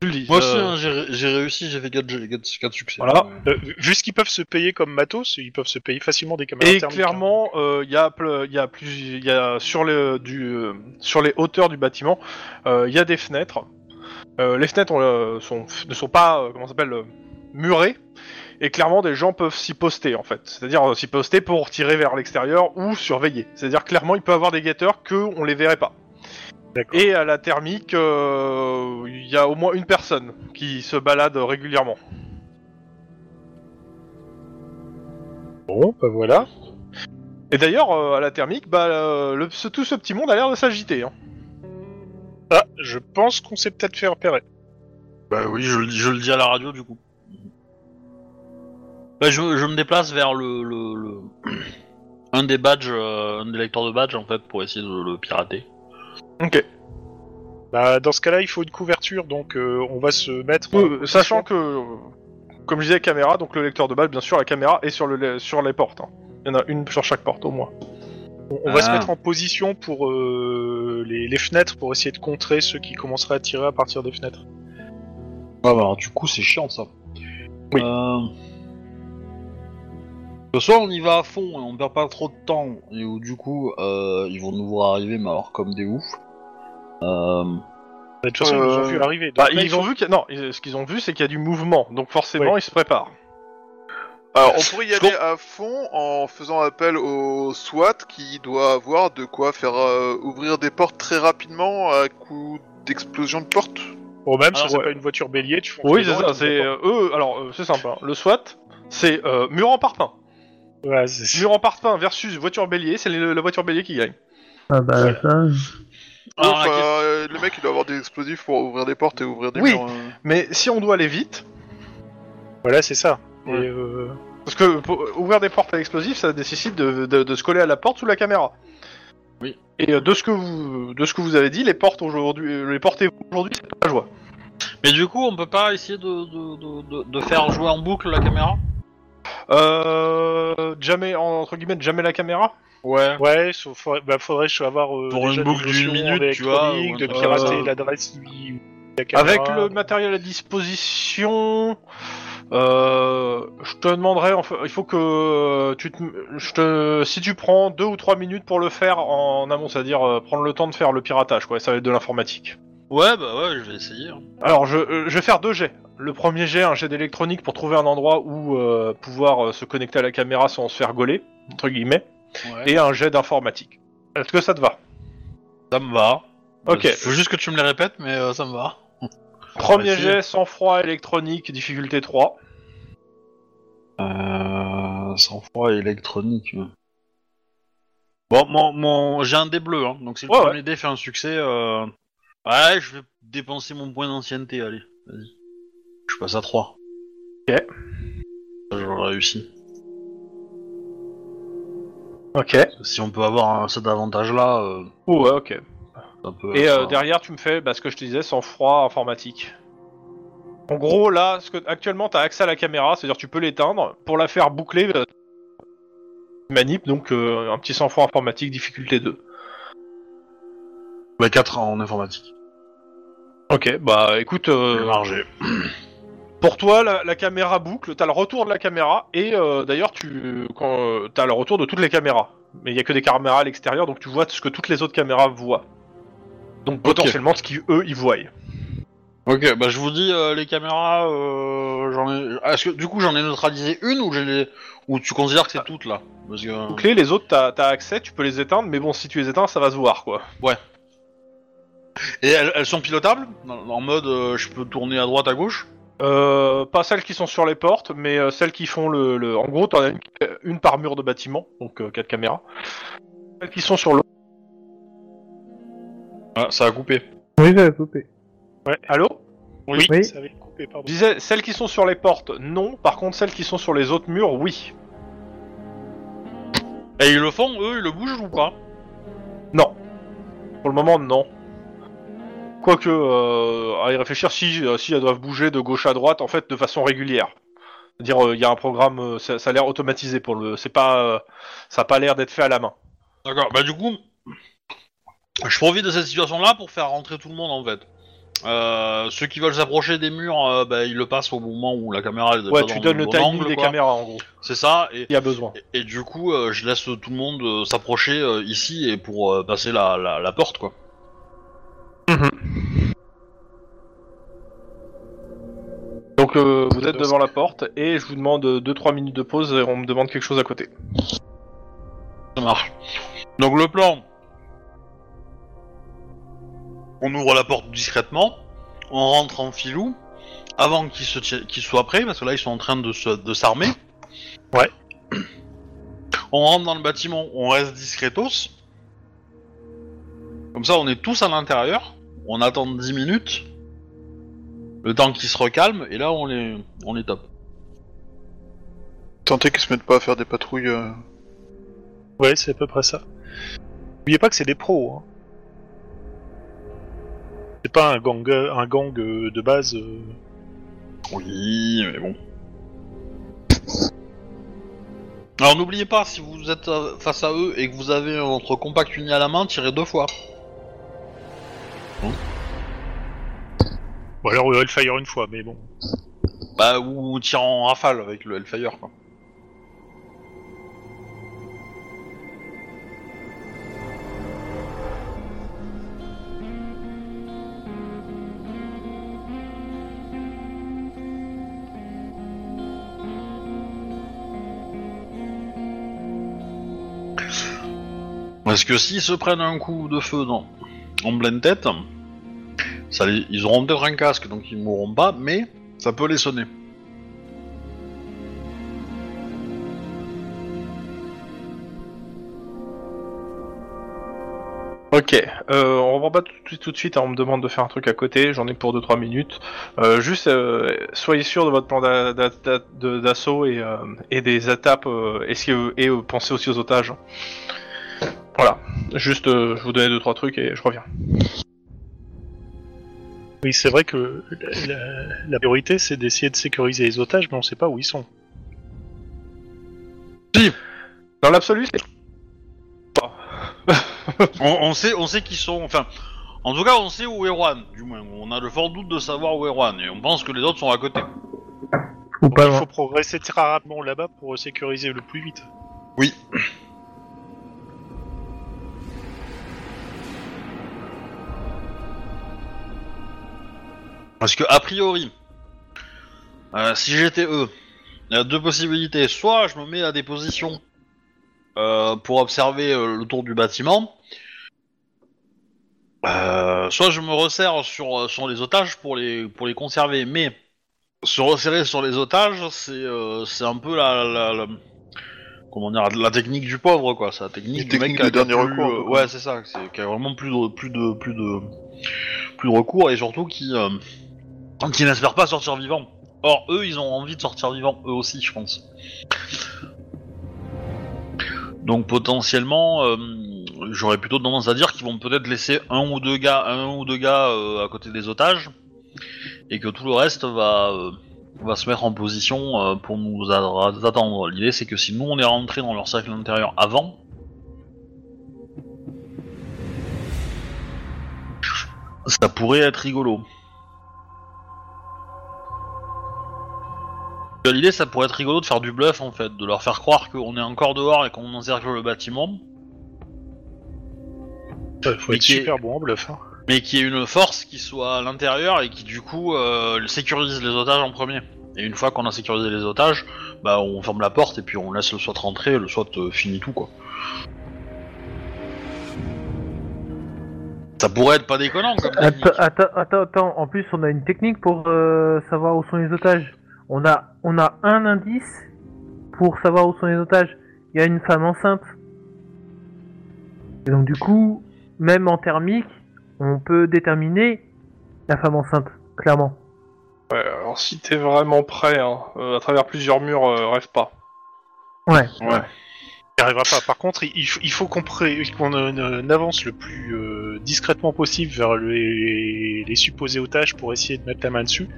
[SPEAKER 2] Tu le dis.
[SPEAKER 1] Moi aussi,
[SPEAKER 2] Euh,
[SPEAKER 1] hein, j'ai- j'ai réussi, j'ai fait 4, succès.
[SPEAKER 2] Voilà.
[SPEAKER 1] Ouais.
[SPEAKER 4] Euh, vu- vu ce qu'ils peuvent se payer comme matos, ils peuvent se payer facilement des caméras
[SPEAKER 2] Et
[SPEAKER 4] thermiques. hein.
[SPEAKER 2] clairement, euh, il y a, ple- il y a plus, il y a sur le du, euh, sur les hauteurs du bâtiment, euh, il y a des fenêtres. Euh, les fenêtres ont, euh, sont, ne sont pas, euh, comment ça s'appelle, euh, murées. Et clairement, des gens peuvent s'y poster en fait. C'est-à-dire euh, s'y poster pour tirer vers l'extérieur ou surveiller. C'est-à-dire clairement, il peut y avoir des guetteurs que on les verrait pas.
[SPEAKER 4] D'accord.
[SPEAKER 2] Et à la thermique, euh, il y a au moins une personne qui se balade régulièrement.
[SPEAKER 4] Bon, bah voilà.
[SPEAKER 2] Et d'ailleurs, euh, à la thermique, bah, euh, le- ce- tout ce petit monde a l'air de s'agiter. hein.
[SPEAKER 4] Ah, je pense qu'on s'est peut-être fait repérer.
[SPEAKER 1] Bah oui, je, le dis- je le dis à la radio du coup. Bah, je, je me déplace vers le, le, le- un des badges, euh, un des lecteurs de badges en fait, pour essayer de le pirater.
[SPEAKER 2] Ok.
[SPEAKER 4] Bah, dans ce cas-là, il faut une couverture, donc euh, on va se mettre.
[SPEAKER 2] Euh, sachant que, euh, comme je disais, caméra, donc le lecteur de balles, bien sûr, la caméra est sur, le, sur les portes. hein. Il y en a une sur chaque porte au moins.
[SPEAKER 4] On, on va se
[SPEAKER 1] Ah.
[SPEAKER 4] mettre en position pour euh, les, les fenêtres pour essayer de contrer ceux qui commenceraient à tirer à partir des fenêtres.
[SPEAKER 1] Ah bah du coup c'est chiant ça.
[SPEAKER 2] Oui.
[SPEAKER 1] Soit on y va à fond et on perd pas trop de temps, et où du coup euh, ils vont nous voir arriver, mais alors comme des oufs. Euh,
[SPEAKER 4] Bah, de toute façon, ils nous ont
[SPEAKER 2] Euh,
[SPEAKER 4] vu arriver. donc
[SPEAKER 2] Bah,
[SPEAKER 4] là,
[SPEAKER 2] ils,
[SPEAKER 4] il faut-
[SPEAKER 2] ont vu qu'il y a- non, ils- ce qu'ils ont vu, c'est qu'il y a du mouvement, donc forcément,
[SPEAKER 4] Oui.
[SPEAKER 2] ils se préparent.
[SPEAKER 5] Alors, on pourrait y
[SPEAKER 1] Je
[SPEAKER 5] aller à fond en faisant appel au SWAT qui doit avoir de quoi faire euh, ouvrir des portes très rapidement à coup d'explosion de porte.
[SPEAKER 4] Bon, Oh, même si
[SPEAKER 1] Alors,
[SPEAKER 4] c'est
[SPEAKER 1] ouais.
[SPEAKER 4] pas une voiture bélier, tu fonces
[SPEAKER 2] Oui, c'est
[SPEAKER 4] dedans
[SPEAKER 2] ça.
[SPEAKER 4] et tu
[SPEAKER 2] C'est
[SPEAKER 4] vas
[SPEAKER 2] euh, eux. Alors, euh, c'est simple. hein. Le SWAT, c'est euh, mur en parpaing.
[SPEAKER 4] pas- Ouais, c'est- c'est-
[SPEAKER 2] Mur en parpaing versus voiture bélier. C'est le- la voiture bélier qui gagne.
[SPEAKER 3] Ah bah ça.
[SPEAKER 2] Ah,
[SPEAKER 1] alors, la
[SPEAKER 5] Sauf,
[SPEAKER 1] question-
[SPEAKER 5] euh, le mec il doit avoir des explosifs pour ouvrir des portes et ouvrir des
[SPEAKER 2] Oui.
[SPEAKER 5] murs. euh.
[SPEAKER 2] Mais si on doit aller vite,
[SPEAKER 4] Voilà, c'est ça.
[SPEAKER 2] Ouais.
[SPEAKER 4] Et, euh,
[SPEAKER 2] parce que pour- ouvrir des portes à l'explosif, ça nécessite de, de- de se coller à la porte sous la caméra.
[SPEAKER 1] Oui.
[SPEAKER 2] Et euh, de ce que vous, de ce que vous avez dit, les portes aujourd'hui, euh, les portes aujourd'hui, c'est pas la joie.
[SPEAKER 1] Mais du coup on peut pas essayer de, de, de, de- de faire jouer en boucle la caméra
[SPEAKER 2] Euh, jamais, en- entre guillemets, jamais la caméra
[SPEAKER 1] Ouais.
[SPEAKER 4] ouais, sauf- faudrait, bah, faudrait je- avoir euh,
[SPEAKER 1] Pour une
[SPEAKER 4] déjà des
[SPEAKER 1] boucle d'une
[SPEAKER 4] notions
[SPEAKER 1] minute,
[SPEAKER 4] en
[SPEAKER 1] tu vois,
[SPEAKER 4] électronique,
[SPEAKER 1] ou un
[SPEAKER 4] de
[SPEAKER 1] truc
[SPEAKER 2] comme
[SPEAKER 4] pirater
[SPEAKER 2] ça.
[SPEAKER 4] l'adresse, oui, la
[SPEAKER 2] Avec le
[SPEAKER 4] caméra.
[SPEAKER 2] matériel à disposition, euh, je te demanderai, enfin, il faut que tu te, je te, si tu prends deux ou trois minutes pour le faire en amont, c'est-à-dire euh, prendre le temps de faire le piratage, quoi, ça va être de l'informatique.
[SPEAKER 1] Ouais bah ouais je vais essayer. hein.
[SPEAKER 2] Alors, je, euh, je vais faire deux jets. Le premier jet, un jet d'électronique pour trouver un endroit où euh, pouvoir euh, se connecter à la caméra sans se faire gauler, entre guillemets,
[SPEAKER 1] Ouais.
[SPEAKER 2] et un jet d'informatique. Est-ce que ça te va
[SPEAKER 1] Ça me va.
[SPEAKER 2] Ok.
[SPEAKER 1] Euh, Faut juste que tu me les répètes mais euh, ça me va.
[SPEAKER 2] Premier
[SPEAKER 1] Vas-y.
[SPEAKER 2] jet, sang-froid électronique, difficulté 3.
[SPEAKER 1] Euh, sans froid électronique. ouais. Bon, mon, mon... j'ai un dé bleu, hein, donc si le
[SPEAKER 2] Ouais,
[SPEAKER 1] premier dé fait un succès, euh... ouais, je vais dépenser mon point d'ancienneté, allez, vas-y. Je passe à 3.
[SPEAKER 2] Ok.
[SPEAKER 1] J'aurais réussi.
[SPEAKER 2] Ok.
[SPEAKER 1] Si on peut avoir un- cet avantage-là, euh,
[SPEAKER 2] Ouais, ok.
[SPEAKER 1] ça peut
[SPEAKER 2] Et
[SPEAKER 1] être,
[SPEAKER 2] euh,
[SPEAKER 1] euh,
[SPEAKER 2] derrière, tu me fais bah, ce que je te disais, sang-froid informatique. En gros, là, ce que, actuellement, tu as accès à la caméra, c'est-à-dire tu peux l'éteindre. Pour la faire boucler, euh, manip, donc euh, un petit sang-froid informatique, difficulté 2.
[SPEAKER 1] ouais, 4 bah, en informatique.
[SPEAKER 2] Ok, bah écoute,
[SPEAKER 1] Le
[SPEAKER 2] euh,
[SPEAKER 1] margé.
[SPEAKER 2] Pour toi, la, la caméra boucle, t'as le retour de la caméra, et euh, d'ailleurs, tu quand, euh, t'as le retour de toutes les caméras. Mais il n'y a que des caméras à l'extérieur, donc tu vois ce que toutes les autres caméras voient. Donc
[SPEAKER 1] Ok.
[SPEAKER 2] potentiellement ce qu'eux, ils voient.
[SPEAKER 1] Ok, bah je vous dis, euh, les caméras, euh, j'en ai... Ah, Est-ce que du coup j'en ai neutralisé une ou, j'ai les... ou tu considères que c'est toutes là Parce que...
[SPEAKER 2] Donc les, les autres, t'as as accès, tu peux les éteindre, mais bon, si tu les éteins, ça va se voir, quoi.
[SPEAKER 1] Et elles, elles sont pilotables Dans- En mode euh, je peux tourner à droite à gauche
[SPEAKER 2] Euh, pas celles qui sont sur les portes, mais euh, celles qui font le... le- En gros, t'en as une, euh, une par mur de bâtiment, donc euh, quatre caméras. Celles qui sont sur le...
[SPEAKER 1] ah, Ça a coupé.
[SPEAKER 3] Oui, j'avais coupé.
[SPEAKER 2] Allô
[SPEAKER 4] Oui,
[SPEAKER 3] Oui.
[SPEAKER 4] ça avait coupé, pardon.
[SPEAKER 2] Je disais, celles qui sont sur les portes, non. Par contre, celles qui sont sur les autres murs, oui.
[SPEAKER 1] Et ils le font, eux, ils le bougent ou pas
[SPEAKER 2] Pour le moment, non. Quoique, euh, à y réfléchir, si, euh, si elles doivent bouger de gauche à droite, en fait, de façon régulière. C'est-à-dire, euh, il y a un programme, euh, ça, ça a l'air automatisé pour le. C'est pas, euh, ça a pas l'air d'être fait à la main.
[SPEAKER 1] D'accord, bah du coup, je profite de cette situation-là pour faire rentrer tout le monde en fait. Euh, ceux qui veulent s'approcher des murs, euh, bah, ils le passent au moment où la caméra est
[SPEAKER 2] Ouais,
[SPEAKER 1] pas
[SPEAKER 2] tu
[SPEAKER 1] dans
[SPEAKER 2] donnes le
[SPEAKER 1] bon
[SPEAKER 2] timing
[SPEAKER 1] angle,
[SPEAKER 2] des
[SPEAKER 1] quoi.
[SPEAKER 2] caméras en gros.
[SPEAKER 1] C'est ça, et,
[SPEAKER 2] Il y a besoin.
[SPEAKER 1] et du coup, euh, je laisse tout le monde euh, s'approcher euh, ici et pour euh, passer la, la, la porte quoi.
[SPEAKER 2] Donc euh, vous êtes devant la porte et je vous demande 2-3 minutes de pause et on me demande quelque chose à côté.
[SPEAKER 1] Ça marche. Donc le plan, on ouvre la porte discrètement, on rentre en filou, avant qu'ils se tient- qu'ils soient prêts, parce que là ils sont en train de se- de s'armer.
[SPEAKER 4] Ouais.
[SPEAKER 1] On rentre dans le bâtiment, on reste discretos. Comme ça on est tous à l'intérieur, on attend 10 minutes, le temps qu'ils se recalment, et là on les, on les tape.
[SPEAKER 5] Tenter qu'ils se mettent pas à faire des patrouilles. euh.
[SPEAKER 4] Ouais, c'est à peu près ça. N'oubliez pas que c'est des pros. Hein. C'est pas un gang, euh, un gang euh, de base. euh.
[SPEAKER 1] Oui, mais bon. Alors n'oubliez pas, si vous êtes euh, face à eux et que vous avez votre compact uni à la main, tirez deux fois.
[SPEAKER 4] Bon, alors, euh, Hellfire une fois, mais bon.
[SPEAKER 1] Bah, ou tirez en rafale avec le Hellfire, quoi. Parce que s'ils se prennent un coup de feu dans, en pleine tête, ça les- ils auront peut-être un casque, donc ils mourront pas, mais ça peut les sonner.
[SPEAKER 2] Ok, euh, on reprend pas tout de suite, tout de suite hein, on me demande de faire un truc à côté, j'en ai pour 2-3 minutes. Euh, juste, euh, soyez sûr de votre plan d'a- d'a- d'a- de- d'assaut et, euh, et des attaques, euh, et, si- et, euh, pensez aussi aux otages. Voilà, juste euh, je vous donnais 2-3 trucs et je reviens.
[SPEAKER 4] Oui, c'est vrai que la, la- la priorité, c'est d'essayer de sécuriser les otages, mais on sait pas où ils sont.
[SPEAKER 2] Dans l'absolu, c'est... Pas.
[SPEAKER 1] On, on sait, on sait qui sont. Enfin, en tout cas, on sait où est Juan, du moins. On a le fort doute de savoir où est Juan, et on pense que les autres sont à côté.
[SPEAKER 3] Ou
[SPEAKER 4] Donc,
[SPEAKER 1] Bah,
[SPEAKER 3] pas
[SPEAKER 4] il
[SPEAKER 3] loin.
[SPEAKER 4] faut progresser très rapidement là-bas pour sécuriser le plus vite.
[SPEAKER 1] Oui. Parce que, a priori, euh, si j'étais eux, il y a deux possibilités. Soit je me mets à des positions euh, pour observer euh, le tour du bâtiment. Euh, soit je me resserre sur, euh, sur les otages pour les, pour les conserver. Mais se resserrer sur les otages, c'est euh, c'est un peu la- la- la, comment dire, la technique du pauvre quoi, c'est la technique
[SPEAKER 5] Une
[SPEAKER 1] du mec
[SPEAKER 5] technique
[SPEAKER 1] qui a,
[SPEAKER 5] de
[SPEAKER 1] qui a
[SPEAKER 5] dernier
[SPEAKER 1] plus,
[SPEAKER 5] recours,
[SPEAKER 1] euh,
[SPEAKER 5] un peu.
[SPEAKER 1] ouais, c'est ça, c'est- qui a vraiment plus de plus de plus de plus de recours et surtout qui euh, qui n'espère pas sortir vivant. Or eux, ils ont envie de sortir vivant eux aussi, je pense. Donc potentiellement, euh, j'aurais plutôt tendance à dire qu'ils vont peut-être laisser un ou deux gars, un ou deux gars euh, à côté des otages, et que tout le reste va euh, va se mettre en position euh, pour nous a- attendre. L'idée c'est que si nous on est rentré dans leur cercle intérieur avant, ça pourrait être rigolo. Euh, L'idée ça pourrait être rigolo de faire du bluff en fait, de leur faire croire qu'on est encore dehors et qu'on encercle le bâtiment,
[SPEAKER 4] Il faut
[SPEAKER 1] Mais
[SPEAKER 4] être
[SPEAKER 1] qui est-
[SPEAKER 4] super bon en bluff. hein.
[SPEAKER 1] mais qu'il y ait une force qui soit à l'intérieur et qui du coup euh, sécurise les otages en premier. Et une fois qu'on a sécurisé les otages, bah on ferme la porte et puis on laisse le SWAT rentrer, le SWAT euh, finit tout quoi. Ça pourrait être pas déconnant comme
[SPEAKER 3] Attends,
[SPEAKER 1] technique.
[SPEAKER 3] attends, attends, attends. En plus, on a une technique pour euh, savoir où sont les otages. On a, on a un indice pour savoir où sont les otages. Il y a une femme enceinte. Et donc, du coup, même en thermique, on peut déterminer la femme enceinte, clairement.
[SPEAKER 2] Ouais, alors si t'es vraiment prêt, hein, euh, à travers plusieurs murs, euh, rêve pas.
[SPEAKER 3] Ouais.
[SPEAKER 4] Il arrivera pas. Par contre, il, il faut- il faut qu'on pré- qu'on, euh, avance le plus euh, discrètement possible vers les, les supposés otages pour essayer de mettre la main dessus.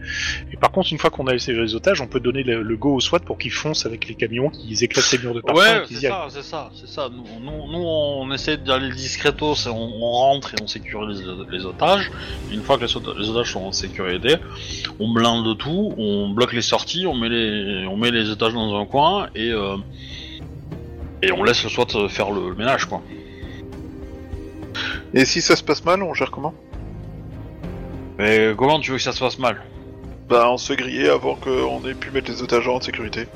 [SPEAKER 4] Et par contre, une fois qu'on a essayé les otages, on peut donner le, le go au SWAT pour qu'ils foncent avec les camions, qu'ils éclatent les murs de partout
[SPEAKER 1] Ouais,
[SPEAKER 4] et qu'ils
[SPEAKER 1] c'est
[SPEAKER 4] y aillent.
[SPEAKER 1] ça, c'est ça, c'est ça. Nous, nous, nous, on essaie d'aller discretos, on, on rentre et on sécurise les, les otages. Une fois que les, ota- les otages sont en sécurité, on blinde tout, on bloque les sorties, on met les, on met les otages dans un coin et euh, et on laisse le SWAT faire le, le ménage, quoi.
[SPEAKER 5] Et si ça se passe mal, on gère comment
[SPEAKER 1] Mais comment tu veux que ça se passe mal
[SPEAKER 5] Bah, on se fait griller avant qu'on ait pu mettre les otages en sécurité.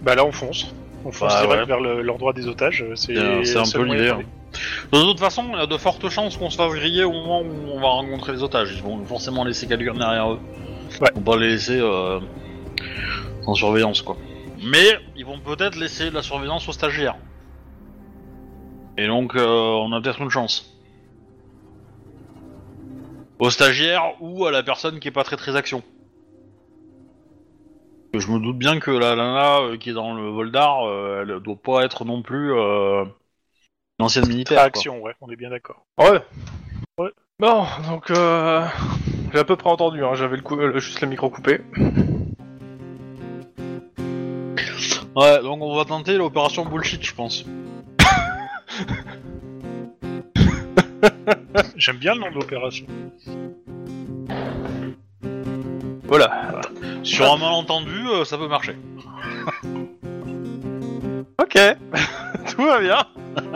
[SPEAKER 4] Bah là, on fonce. On fonce
[SPEAKER 1] Bah,
[SPEAKER 4] direct
[SPEAKER 1] ouais.
[SPEAKER 4] vers le- l'endroit des otages. euh, C'est
[SPEAKER 1] C'est c'est un
[SPEAKER 4] c'est
[SPEAKER 1] peu
[SPEAKER 4] le moyen
[SPEAKER 1] l'idée.
[SPEAKER 4] d'aller.
[SPEAKER 1] hein. De toute façon, il y a de fortes chances qu'on se fasse griller au moment où on va rencontrer les otages. Ils vont forcément laisser quelqu'un derrière eux.
[SPEAKER 4] Ouais.
[SPEAKER 1] Ils vont pas les laisser euh, en surveillance, quoi. Mais ils vont peut-être laisser la surveillance aux stagiaires. Et donc, euh, on a peut-être une chance. Aux stagiaires ou à la personne qui est pas très très action. Je me doute bien que la nana euh, qui est dans le vol d'art, euh, elle doit pas être non plus euh, une ancienne militaire.
[SPEAKER 4] Pas
[SPEAKER 1] quoi.
[SPEAKER 4] action, ouais, on est bien d'accord.
[SPEAKER 2] Ouais.
[SPEAKER 4] Ouais.
[SPEAKER 2] Bon, donc euh, j'ai à peu près entendu. Hein, J'avais le cou- euh, juste le micro coupé.
[SPEAKER 1] Ouais, donc on va tenter l'opération bullshit, je pense.
[SPEAKER 4] J'aime bien le nom de l'opération.
[SPEAKER 2] Voilà.
[SPEAKER 1] Sur un malentendu, euh, ça peut marcher.
[SPEAKER 2] Ok. Tout va bien.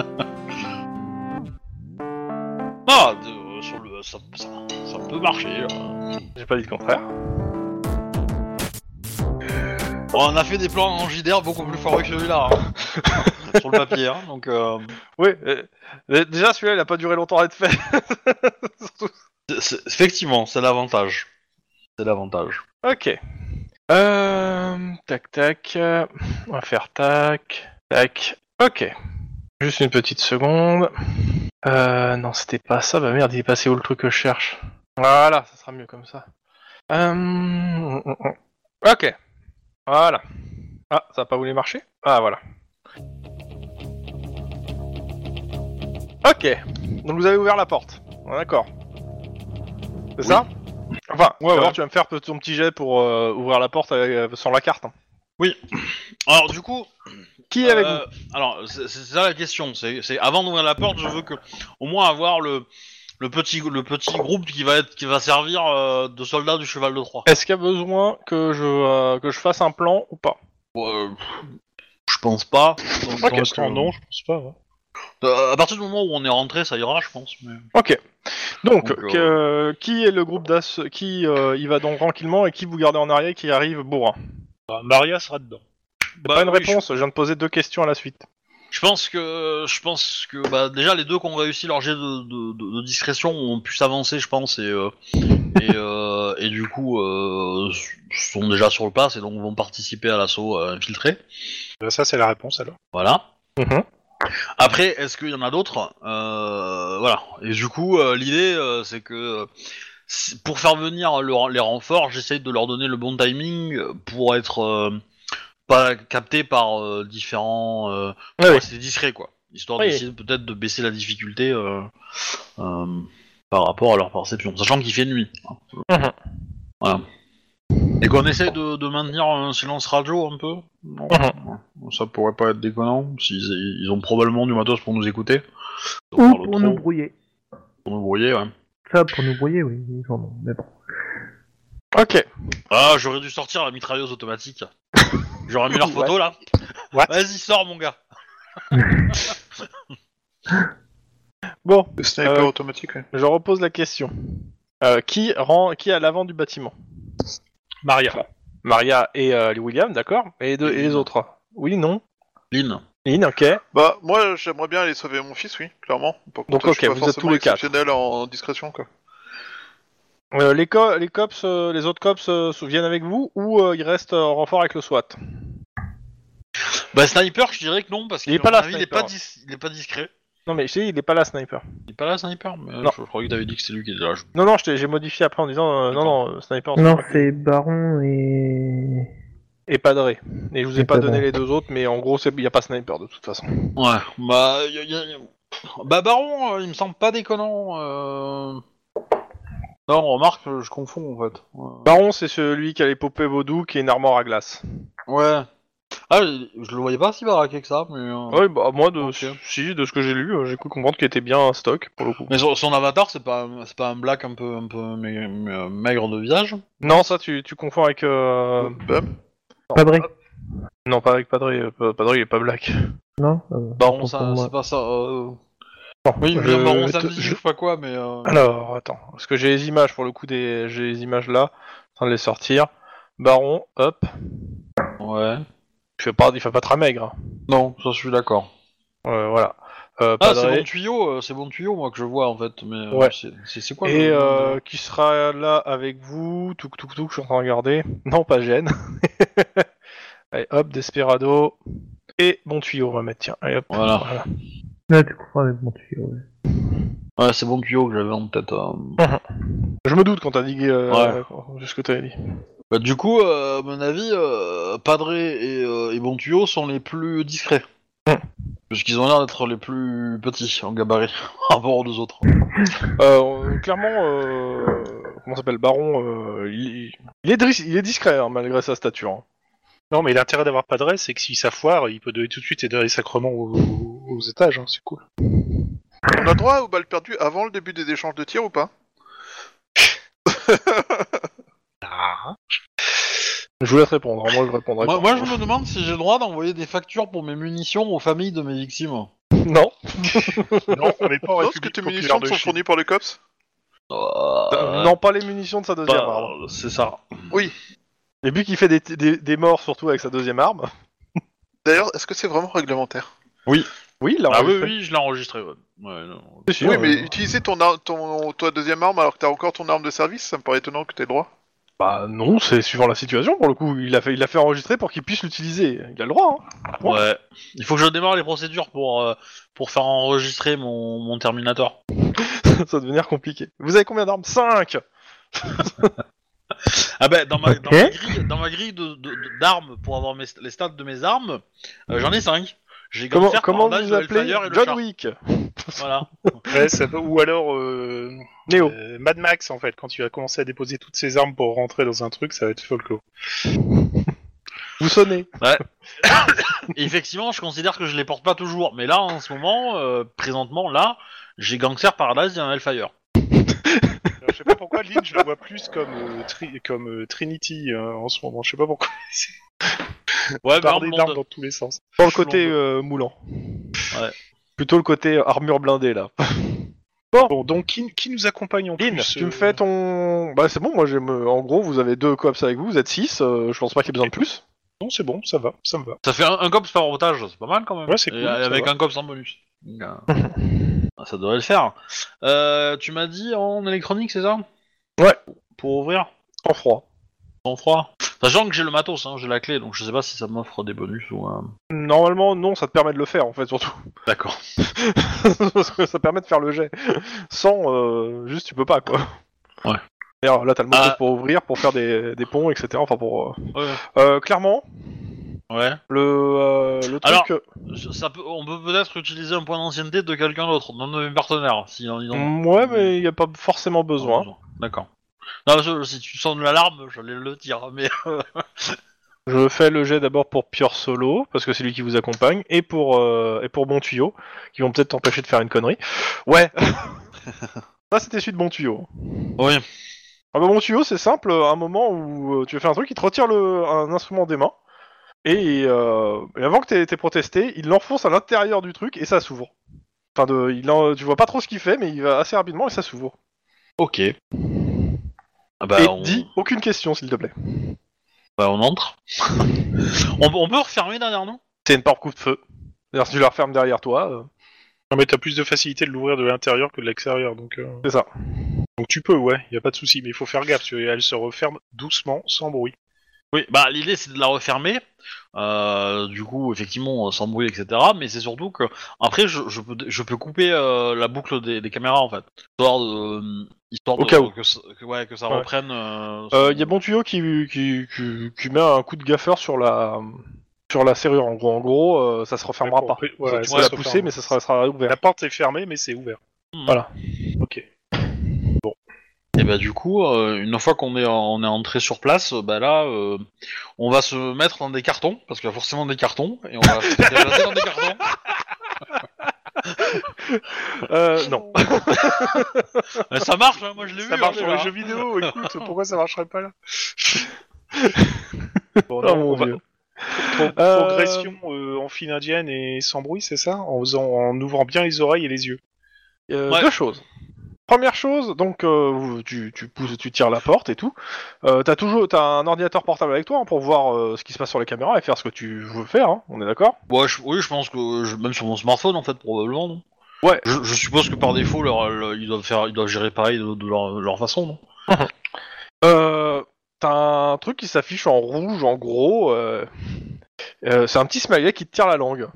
[SPEAKER 1] Ah, de- euh, sur le, ça, ça- ça peut marcher. euh.
[SPEAKER 2] J'ai pas dit le contraire.
[SPEAKER 1] Bon, on a fait des plans en JDR beaucoup plus forts que celui-là. hein. sur le papier, hein, donc. euh,
[SPEAKER 2] Oui. euh, euh, déjà celui-là, il a pas duré longtemps à être fait.
[SPEAKER 1] c'est- c'est- effectivement, c'est l'avantage. C'est l'avantage.
[SPEAKER 2] Ok. Euh, tac tac. euh, On va faire tac tac. Ok. Juste une petite seconde. Euh, non, c'était pas ça. Bah merde, il est passé où le truc que je cherche Voilà, ça sera mieux comme ça. Euh, Ok. Voilà. Ah, ça a pas voulu marcher Ah, voilà. Ok. Donc vous avez ouvert la porte. Ouais, D'accord. C'est
[SPEAKER 1] Oui.
[SPEAKER 2] ça Enfin, d'abord,
[SPEAKER 4] ouais.
[SPEAKER 2] tu vas me faire pe- ton petit jet pour euh, ouvrir la porte avec- euh, sans la carte. hein.
[SPEAKER 1] Alors, du coup,
[SPEAKER 2] Qui est avec
[SPEAKER 1] Euh,
[SPEAKER 2] vous
[SPEAKER 1] Alors, c'est c'est ça la question. C'est c'est avant d'ouvrir la porte, je veux que au moins avoir le le petit le petit groupe qui va être qui va servir euh, de soldat du cheval de Troie.
[SPEAKER 2] Est-ce qu'il y a besoin que je, euh, que je fasse un plan ou pas
[SPEAKER 1] Euh, je pense pas. Donc,
[SPEAKER 4] Pour
[SPEAKER 1] donc,
[SPEAKER 4] l'instant,
[SPEAKER 1] euh,
[SPEAKER 4] non, je pense pas. ouais.
[SPEAKER 1] euh, à partir du moment où on est rentré, ça ira, je pense. mais-
[SPEAKER 2] Ok. Donc,
[SPEAKER 1] Donc,
[SPEAKER 2] que- qui est le groupe d'as Qui euh, y va donc tranquillement et qui vous gardez en arrière et qui arrive bourrin
[SPEAKER 4] Bah, Maria sera dedans.
[SPEAKER 1] Bah
[SPEAKER 2] Pas une
[SPEAKER 1] oui,
[SPEAKER 2] réponse, je viens de poser deux questions à la suite.
[SPEAKER 1] Je, je pense que je pense que bah, déjà les deux qui ont réussi leur jet de, de, de- de discrétion ont pu s'avancer, je pense, et euh, et, euh, et du coup euh, sont déjà sur le pas et donc vont participer à l'assaut euh, infiltré.
[SPEAKER 4] Bah, ça, c'est la réponse alors.
[SPEAKER 1] Voilà.
[SPEAKER 2] Mhm.
[SPEAKER 1] Après, est-ce qu'il y en a d'autres Euh, Voilà. Et du coup, euh, l'idée, euh, c'est que euh, si- pour faire venir le- les renforts, j'essaye de leur donner le bon timing pour être euh, pas capté par euh, différents. euh,
[SPEAKER 2] Ah oui.
[SPEAKER 1] C'est discret, quoi. Histoire
[SPEAKER 2] Oui.
[SPEAKER 1] d'essayer peut-être de baisser la difficulté euh, euh, par rapport à leur perception, sachant qu'il fait nuit. hein.
[SPEAKER 2] Mhm.
[SPEAKER 1] Voilà. Et qu'on essaie de, de maintenir un silence radio un peu Non. Ça pourrait pas être déconnant. Ils, ils ont probablement du matos pour nous écouter. On
[SPEAKER 3] Ou
[SPEAKER 1] parle
[SPEAKER 3] pour
[SPEAKER 1] trop,
[SPEAKER 3] nous brouiller.
[SPEAKER 1] pour nous brouiller, ouais.
[SPEAKER 3] Ça, pour nous brouiller, oui, ils en ont, mais bon.
[SPEAKER 2] Ok.
[SPEAKER 1] Ah, j'aurais dû sortir la mitrailleuse automatique. J'aurais mis leur photo là.
[SPEAKER 4] What
[SPEAKER 1] Vas-y, sors mon gars.
[SPEAKER 2] Bon,
[SPEAKER 5] Le sniper
[SPEAKER 2] Euh,
[SPEAKER 5] automatique, ouais.
[SPEAKER 2] je repose la question. Euh, qui, rend, qui est à l'avant du bâtiment
[SPEAKER 4] Maria.
[SPEAKER 2] Maria et euh, les William, d'accord et, deux- et les autres hein. Oui, non
[SPEAKER 1] Lynn.
[SPEAKER 2] Lynn, ok.
[SPEAKER 5] Bah, moi, j'aimerais bien aller sauver mon fils, oui, clairement. Par
[SPEAKER 2] Donc,
[SPEAKER 5] contre, je suis
[SPEAKER 2] ok, vous
[SPEAKER 5] pas
[SPEAKER 2] êtes tous
[SPEAKER 5] forcément
[SPEAKER 2] les quatre.
[SPEAKER 5] exceptionnel en discrétion, quoi.
[SPEAKER 2] Euh, les, co- les cops, euh, les autres cops euh, se- viennent avec vous ou euh, ils restent euh, en renfort avec le SWAT
[SPEAKER 1] Bah, sniper, je dirais que non, parce
[SPEAKER 2] Il
[SPEAKER 1] qu'il
[SPEAKER 2] est pas là,
[SPEAKER 1] il, est
[SPEAKER 2] Sniper.
[SPEAKER 1] pas dis- il est pas discret.
[SPEAKER 2] Non mais je sais, il est pas là, sniper.
[SPEAKER 1] Il est pas là, sniper mais
[SPEAKER 2] Non.
[SPEAKER 1] Je, je croyais que t'avais dit que c'était lui qui était là. Je-
[SPEAKER 2] Non non, je t'ai- j'ai modifié après en disant euh, non non, euh, sniper.
[SPEAKER 3] Non,
[SPEAKER 2] c'est-
[SPEAKER 3] c'est Baron et.
[SPEAKER 2] Et pas Dre. Et je vous ai
[SPEAKER 3] Et
[SPEAKER 2] pas
[SPEAKER 3] pas
[SPEAKER 2] donné
[SPEAKER 3] Dre.
[SPEAKER 2] les deux autres, mais en gros, c'est- il y a pas sniper de toute façon.
[SPEAKER 1] Ouais, bah, y a- y a- y a- Bah Baron, euh, il me semble pas déconnant. euh. Non, remarque, euh, je confonds en fait. Ouais.
[SPEAKER 2] Baron, c'est celui qui a l'épopée vaudou qui est une armoire à glace.
[SPEAKER 1] Ouais. Ah, je, je le voyais pas si baraqué que ça, mais. euh,
[SPEAKER 2] Oui, bah, moi, de,
[SPEAKER 1] Ok.
[SPEAKER 2] si, de ce que j'ai lu, euh, j'ai cru comprendre qu'il était bien un stock pour le coup.
[SPEAKER 1] Mais son, son avatar, c'est pas, un- c'est pas un black un peu, un peu ma- ma- maigre de visage.
[SPEAKER 2] Non, ça, tu, tu confonds avec. euh,
[SPEAKER 5] Bam.
[SPEAKER 3] Pas vrai.
[SPEAKER 2] Non, pas avec Padré. euh, Pa- Padré, il est pas black.
[SPEAKER 3] Non euh,
[SPEAKER 1] Baron,
[SPEAKER 3] pour
[SPEAKER 1] ça,
[SPEAKER 3] moi.
[SPEAKER 1] c'est pas ça. euh,
[SPEAKER 2] Bon,
[SPEAKER 1] Oui,
[SPEAKER 2] je-
[SPEAKER 1] bien Baron
[SPEAKER 2] te-
[SPEAKER 1] samedi,
[SPEAKER 2] je-
[SPEAKER 1] je sais pas quoi, mais. euh,
[SPEAKER 2] Alors, attends, parce que j'ai les images pour le coup, des... j'ai les images là, en train de les sortir. Baron, hop,
[SPEAKER 1] Ouais.
[SPEAKER 2] il fait pas, il fait pas très maigre. hein.
[SPEAKER 1] Non, ça, je suis d'accord.
[SPEAKER 2] Euh, voilà. Euh,
[SPEAKER 1] Ah, c'est
[SPEAKER 2] Padré.
[SPEAKER 1] bon tuyau, euh, c'est bon tuyau, moi, que je vois en fait. Mais euh,
[SPEAKER 2] Ouais.
[SPEAKER 1] c'est- c'est c'est quoi
[SPEAKER 2] Et
[SPEAKER 1] le-
[SPEAKER 2] euh, qui sera là avec vous Touk touk touk, je suis en train de regarder. Non, pas Gêne. Allez, hop, Desperado. Et bon tuyau, on va mettre, tiens. Allez, hop.
[SPEAKER 1] Voilà.
[SPEAKER 3] Ouais, ah, tu comprends avec mon tuyau. ouais.
[SPEAKER 1] Ouais, c'est bon tuyau que j'avais en tête. hein.
[SPEAKER 2] Je me doute quand t'as dit euh, de ce que t'avais dit.
[SPEAKER 1] Bah, du coup, euh, à mon avis, euh, Padré et, euh, et Bon Tuyau sont les plus discrets.
[SPEAKER 2] Hmm.
[SPEAKER 1] Parce qu'ils ont l'air d'être les plus petits en gabarit par rapport aux deux autres.
[SPEAKER 2] Euh, on- clairement, euh, comment s'appelle Baron euh, il, il est dris- il est discret hein, malgré sa stature. hein.
[SPEAKER 4] Non, mais l'intérêt d'avoir pas de reste, c'est que si ça foire, il peut donner tout de suite et donner les sacrements aux, aux étages, hein, c'est cool.
[SPEAKER 5] On a droit aux balles perdues avant le début des échanges de tirs ou pas
[SPEAKER 2] Je vous laisse répondre. hein, Moi, je répondrai.
[SPEAKER 1] Moi,
[SPEAKER 2] pas.
[SPEAKER 1] moi, je me demande si j'ai le droit d'envoyer des factures pour mes munitions aux familles de mes victimes.
[SPEAKER 2] Non.
[SPEAKER 4] Non, on n'est pas
[SPEAKER 2] Oh,
[SPEAKER 4] en
[SPEAKER 5] Non, parce que tes munitions sont fournies par le COPS Bah,
[SPEAKER 1] Euh,
[SPEAKER 2] Non, pas les munitions de sa deuxième
[SPEAKER 1] bah,
[SPEAKER 2] arme.
[SPEAKER 1] c'est ça.
[SPEAKER 2] Et puis qu'il fait des, des- des morts surtout avec sa deuxième arme.
[SPEAKER 5] D'ailleurs, est-ce que c'est vraiment réglementaire
[SPEAKER 2] Oui, là.
[SPEAKER 1] Ah oui, oui, je l'ai enregistré. Ouais. Ouais, non.
[SPEAKER 5] Oui, mais
[SPEAKER 2] euh,
[SPEAKER 5] utiliser ton, ar- ton, ta deuxième arme alors que t'as encore ton arme de service, ça me paraît étonnant que t'aies le droit.
[SPEAKER 2] Bah non, c'est suivant la situation pour le coup. Il l'a fait, il l'a fait enregistrer pour qu'il puisse l'utiliser. Il a le droit. Hein.
[SPEAKER 1] Ouais. Il faut que je démarre les procédures pour, euh, pour faire enregistrer mon, mon Terminator.
[SPEAKER 2] Ça va devenir compliqué. Vous avez combien d'armes 5
[SPEAKER 1] Ah ben dans ma, dans
[SPEAKER 3] Ok.
[SPEAKER 1] ma grille, dans ma grille de- de- de- d'armes pour avoir mes, les stats de mes armes, euh, j'en ai 5. J'ai
[SPEAKER 2] Comment,
[SPEAKER 1] Gunfire,
[SPEAKER 2] comment
[SPEAKER 1] Tornado,
[SPEAKER 2] vous appelez
[SPEAKER 1] Hellfire et le
[SPEAKER 2] John
[SPEAKER 1] char.
[SPEAKER 2] Wick
[SPEAKER 1] Voilà.
[SPEAKER 4] Ou alors euh,
[SPEAKER 2] Néo.
[SPEAKER 4] euh, Mad Max, en fait, quand tu vas commencer à déposer toutes ses armes pour rentrer dans un truc, ça va être folklore.
[SPEAKER 2] Vous sonnez.
[SPEAKER 1] Et effectivement, je considère que je les porte pas toujours, mais là en ce moment, euh, présentement là, j'ai Gangster Paradise et un Hellfire.
[SPEAKER 4] Alors, je sais pas pourquoi Lynn, je la vois plus comme, euh, Tri- comme euh, Trinity euh, en ce moment. Je sais pas pourquoi.
[SPEAKER 1] Ouais, mais en
[SPEAKER 4] Bardée d'armes
[SPEAKER 1] monde-
[SPEAKER 4] dans tous les sens.
[SPEAKER 2] Dans le
[SPEAKER 1] Selon
[SPEAKER 2] côté
[SPEAKER 1] le-
[SPEAKER 2] euh, moulant.
[SPEAKER 1] Ouais.
[SPEAKER 2] Plutôt le côté euh, armure blindée là.
[SPEAKER 4] Bon, donc qui, qui nous accompagne en
[SPEAKER 2] Lynn,
[SPEAKER 4] plus
[SPEAKER 2] tu
[SPEAKER 4] euh,
[SPEAKER 2] me fais ton. Bah c'est bon, moi j'ai me- en gros vous avez deux cops avec vous, vous êtes 6, je pense pas qu'il y ait besoin de plus.
[SPEAKER 4] Non, c'est bon, ça va, ça me va.
[SPEAKER 1] ça fait un, un cops par otage, c'est pas mal quand même.
[SPEAKER 4] Ouais, c'est
[SPEAKER 1] Et
[SPEAKER 4] cool, ça
[SPEAKER 1] avec
[SPEAKER 4] va.
[SPEAKER 1] un cops en bonus. Donc, euh, ça devrait le faire. Euh, tu m'as dit en électronique, c'est ça
[SPEAKER 2] Ouais.
[SPEAKER 1] Pour ouvrir
[SPEAKER 2] En froid.
[SPEAKER 1] Sans froid. Sachant que j'ai le matos, hein, j'ai la clé, donc je sais pas si ça m'offre des bonus ou euh, un.
[SPEAKER 2] Normalement non, ça te permet de le faire en fait surtout.
[SPEAKER 1] D'accord.
[SPEAKER 2] Parce que ça permet de faire le jet. Sans, euh, juste tu peux pas quoi.
[SPEAKER 1] Ouais.
[SPEAKER 2] D'ailleurs, là t'as le mot
[SPEAKER 1] Ah.
[SPEAKER 2] pour ouvrir, pour faire des, des ponts, etc. Enfin pour. euh, euh, clairement,
[SPEAKER 1] Ouais.
[SPEAKER 2] le, euh, le truc.
[SPEAKER 1] Alors,
[SPEAKER 2] euh,
[SPEAKER 1] Je- Ça peut, on peut peut-être utiliser un point d'ancienneté de quelqu'un d'autre, d'un de mes partenaires, si en
[SPEAKER 2] ouais, mais il y a pas forcément Mm, besoin.
[SPEAKER 1] D'accord. Non, parce que si tu sonnes l'alarme, j'allais le dire, mais.
[SPEAKER 2] Je fais le jet d'abord pour Pure Solo, parce que c'est lui qui vous accompagne, et pour, euh, et pour Bon Tuyau, qui vont peut-être t'empêcher de faire une connerie. Ouais Ça c'était celui de Bon Tuyau.
[SPEAKER 1] Oui.
[SPEAKER 2] Ah bah, Bon Tuyau, c'est simple, à un moment où euh, tu fais un truc, il te retire le, un instrument des mains, et, euh, et avant que t'aies été protesté, il l'enfonce à l'intérieur du truc, et ça s'ouvre. Enfin, de, il en- tu vois pas trop ce qu'il fait, mais il va assez rapidement et ça s'ouvre.
[SPEAKER 1] Ok. Ah bah,
[SPEAKER 2] et
[SPEAKER 1] on,
[SPEAKER 2] dis aucune question, s'il te plaît.
[SPEAKER 1] bah, on entre. on, peut- on peut refermer derrière nous
[SPEAKER 2] C'est une porte coup de feu. D'ailleurs, si tu la refermes derrière toi, euh,
[SPEAKER 4] Non, mais t'as plus de facilité de l'ouvrir de l'intérieur que de l'extérieur, donc. euh,
[SPEAKER 2] c'est ça.
[SPEAKER 4] Donc tu peux, ouais, y a pas de souci, mais il faut faire gaffe, parce qu'elle se referme doucement, sans bruit.
[SPEAKER 1] Oui, bah l'idée c'est de la refermer, euh, du coup effectivement euh, sans bruit etc. Mais c'est surtout que après je, je peux je peux couper euh, la boucle des, des caméras en fait, histoire de euh, histoire
[SPEAKER 2] Au
[SPEAKER 1] de-
[SPEAKER 2] cas où.
[SPEAKER 1] que ça- que, ouais, que ça
[SPEAKER 2] Ouais.
[SPEAKER 1] reprenne. euh,
[SPEAKER 2] Il
[SPEAKER 1] son-
[SPEAKER 2] y a bon tuyau qui, qui, qui, qui met un coup de gaffeur sur la sur la serrure. En gros, en gros, euh, ça se refermera
[SPEAKER 4] Ouais,
[SPEAKER 2] pas.
[SPEAKER 4] pour- ouais,
[SPEAKER 2] Ça,
[SPEAKER 4] ouais,
[SPEAKER 2] tu
[SPEAKER 4] ça
[SPEAKER 2] peux
[SPEAKER 4] se
[SPEAKER 2] la
[SPEAKER 4] referme.
[SPEAKER 2] pousser, mais ça sera, sera ouvert.
[SPEAKER 4] La porte est fermée, mais c'est ouvert.
[SPEAKER 2] Voilà.
[SPEAKER 4] Ok.
[SPEAKER 1] Et bah du coup, euh, une fois qu'on est en- on est entré sur place, euh, bah là, euh, on va se mettre dans des cartons parce qu'il y a forcément des cartons et on va se déplacer dans des cartons.
[SPEAKER 2] Euh, non.
[SPEAKER 1] Euh, ça marche, hein, moi je l'ai vu.
[SPEAKER 4] Ça marche
[SPEAKER 1] hein,
[SPEAKER 4] sur les
[SPEAKER 1] voilà.
[SPEAKER 4] jeux vidéo, écoute, pourquoi ça marcherait pas là
[SPEAKER 2] Bon,
[SPEAKER 4] Oh,
[SPEAKER 2] non,
[SPEAKER 4] mon
[SPEAKER 2] on va-
[SPEAKER 4] Dieu.
[SPEAKER 2] Euh,
[SPEAKER 4] Progression euh, en file indienne et sans bruit, c'est ça en, faisant- en ouvrant bien les oreilles et les yeux.
[SPEAKER 2] Euh,
[SPEAKER 1] Ouais.
[SPEAKER 2] Deux choses. Première chose, donc euh, vous- tu, tu pousses, tu tires la porte et tout. Euh, t'as toujours, t'as un ordinateur portable avec toi hein, pour voir euh, ce qui se passe sur les caméras et faire ce que tu veux faire. hein, on est d'accord
[SPEAKER 1] Ouais, je- oui, je pense que je- même sur mon smartphone en fait probablement. Non
[SPEAKER 2] Ouais.
[SPEAKER 1] Je, je suppose que par défaut, leur, euh, leur- ils doivent faire, ils doivent gérer pareil de, de leur, leur façon, non
[SPEAKER 2] Euh, T'as un truc qui s'affiche en rouge, en gros. euh, euh, c'est un petit smiley qui te tire la langue.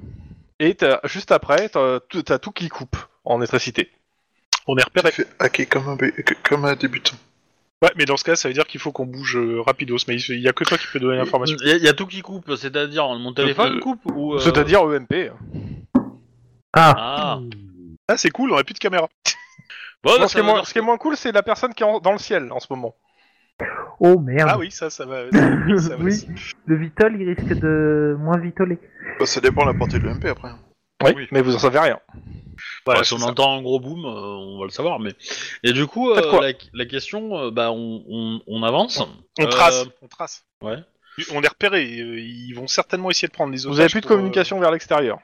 [SPEAKER 2] Et t'as- juste après, t'as tout- t'as tout qui coupe en électricité.
[SPEAKER 4] On est repéré.
[SPEAKER 5] fait hacker comme un, bé- que- comme un débutant.
[SPEAKER 4] Ouais, mais dans ce cas, ça veut dire qu'il faut qu'on bouge euh, rapidos. Mais il y a que toi qui peux
[SPEAKER 2] Euh,
[SPEAKER 4] donner l'information.
[SPEAKER 1] Il y, a- il y a tout qui coupe, c'est-à-dire mon téléphone
[SPEAKER 4] Euh,
[SPEAKER 1] coupe ou. euh,
[SPEAKER 2] C'est-à-dire E EMP.
[SPEAKER 3] Ah,
[SPEAKER 1] Ah.
[SPEAKER 4] Ah, c'est cool, on a plus de caméra.
[SPEAKER 1] Bon,
[SPEAKER 2] Non,
[SPEAKER 1] bah, ça
[SPEAKER 2] ce, qui est
[SPEAKER 1] veut
[SPEAKER 2] moins,
[SPEAKER 1] dire-
[SPEAKER 2] ce qui est moins cool, c'est la personne qui est en- dans le ciel en ce moment.
[SPEAKER 3] oh merde.
[SPEAKER 4] Ah oui, ça, ça va. ça va-
[SPEAKER 3] oui, le Vitol, il risque de moins vitoler.
[SPEAKER 5] Bah, ça dépend de la portée de l'EMP après.
[SPEAKER 2] Oui,
[SPEAKER 1] Oui.
[SPEAKER 2] mais vous en savez rien.
[SPEAKER 4] Voilà,
[SPEAKER 1] Bah, si
[SPEAKER 4] c'est
[SPEAKER 1] on
[SPEAKER 4] ça.
[SPEAKER 1] entend un gros boom, euh, on va le savoir. Mais et du coup,
[SPEAKER 2] Faites
[SPEAKER 1] euh,
[SPEAKER 2] quoi
[SPEAKER 1] la, la question, euh, bah, on, on, on avance.
[SPEAKER 4] On
[SPEAKER 1] Euh,
[SPEAKER 4] trace. On trace.
[SPEAKER 1] ouais.
[SPEAKER 4] On est repéré. et, euh, Ils vont certainement essayer de prendre les autres.
[SPEAKER 2] Vous avez plus de communication
[SPEAKER 1] euh,
[SPEAKER 2] vers l'extérieur.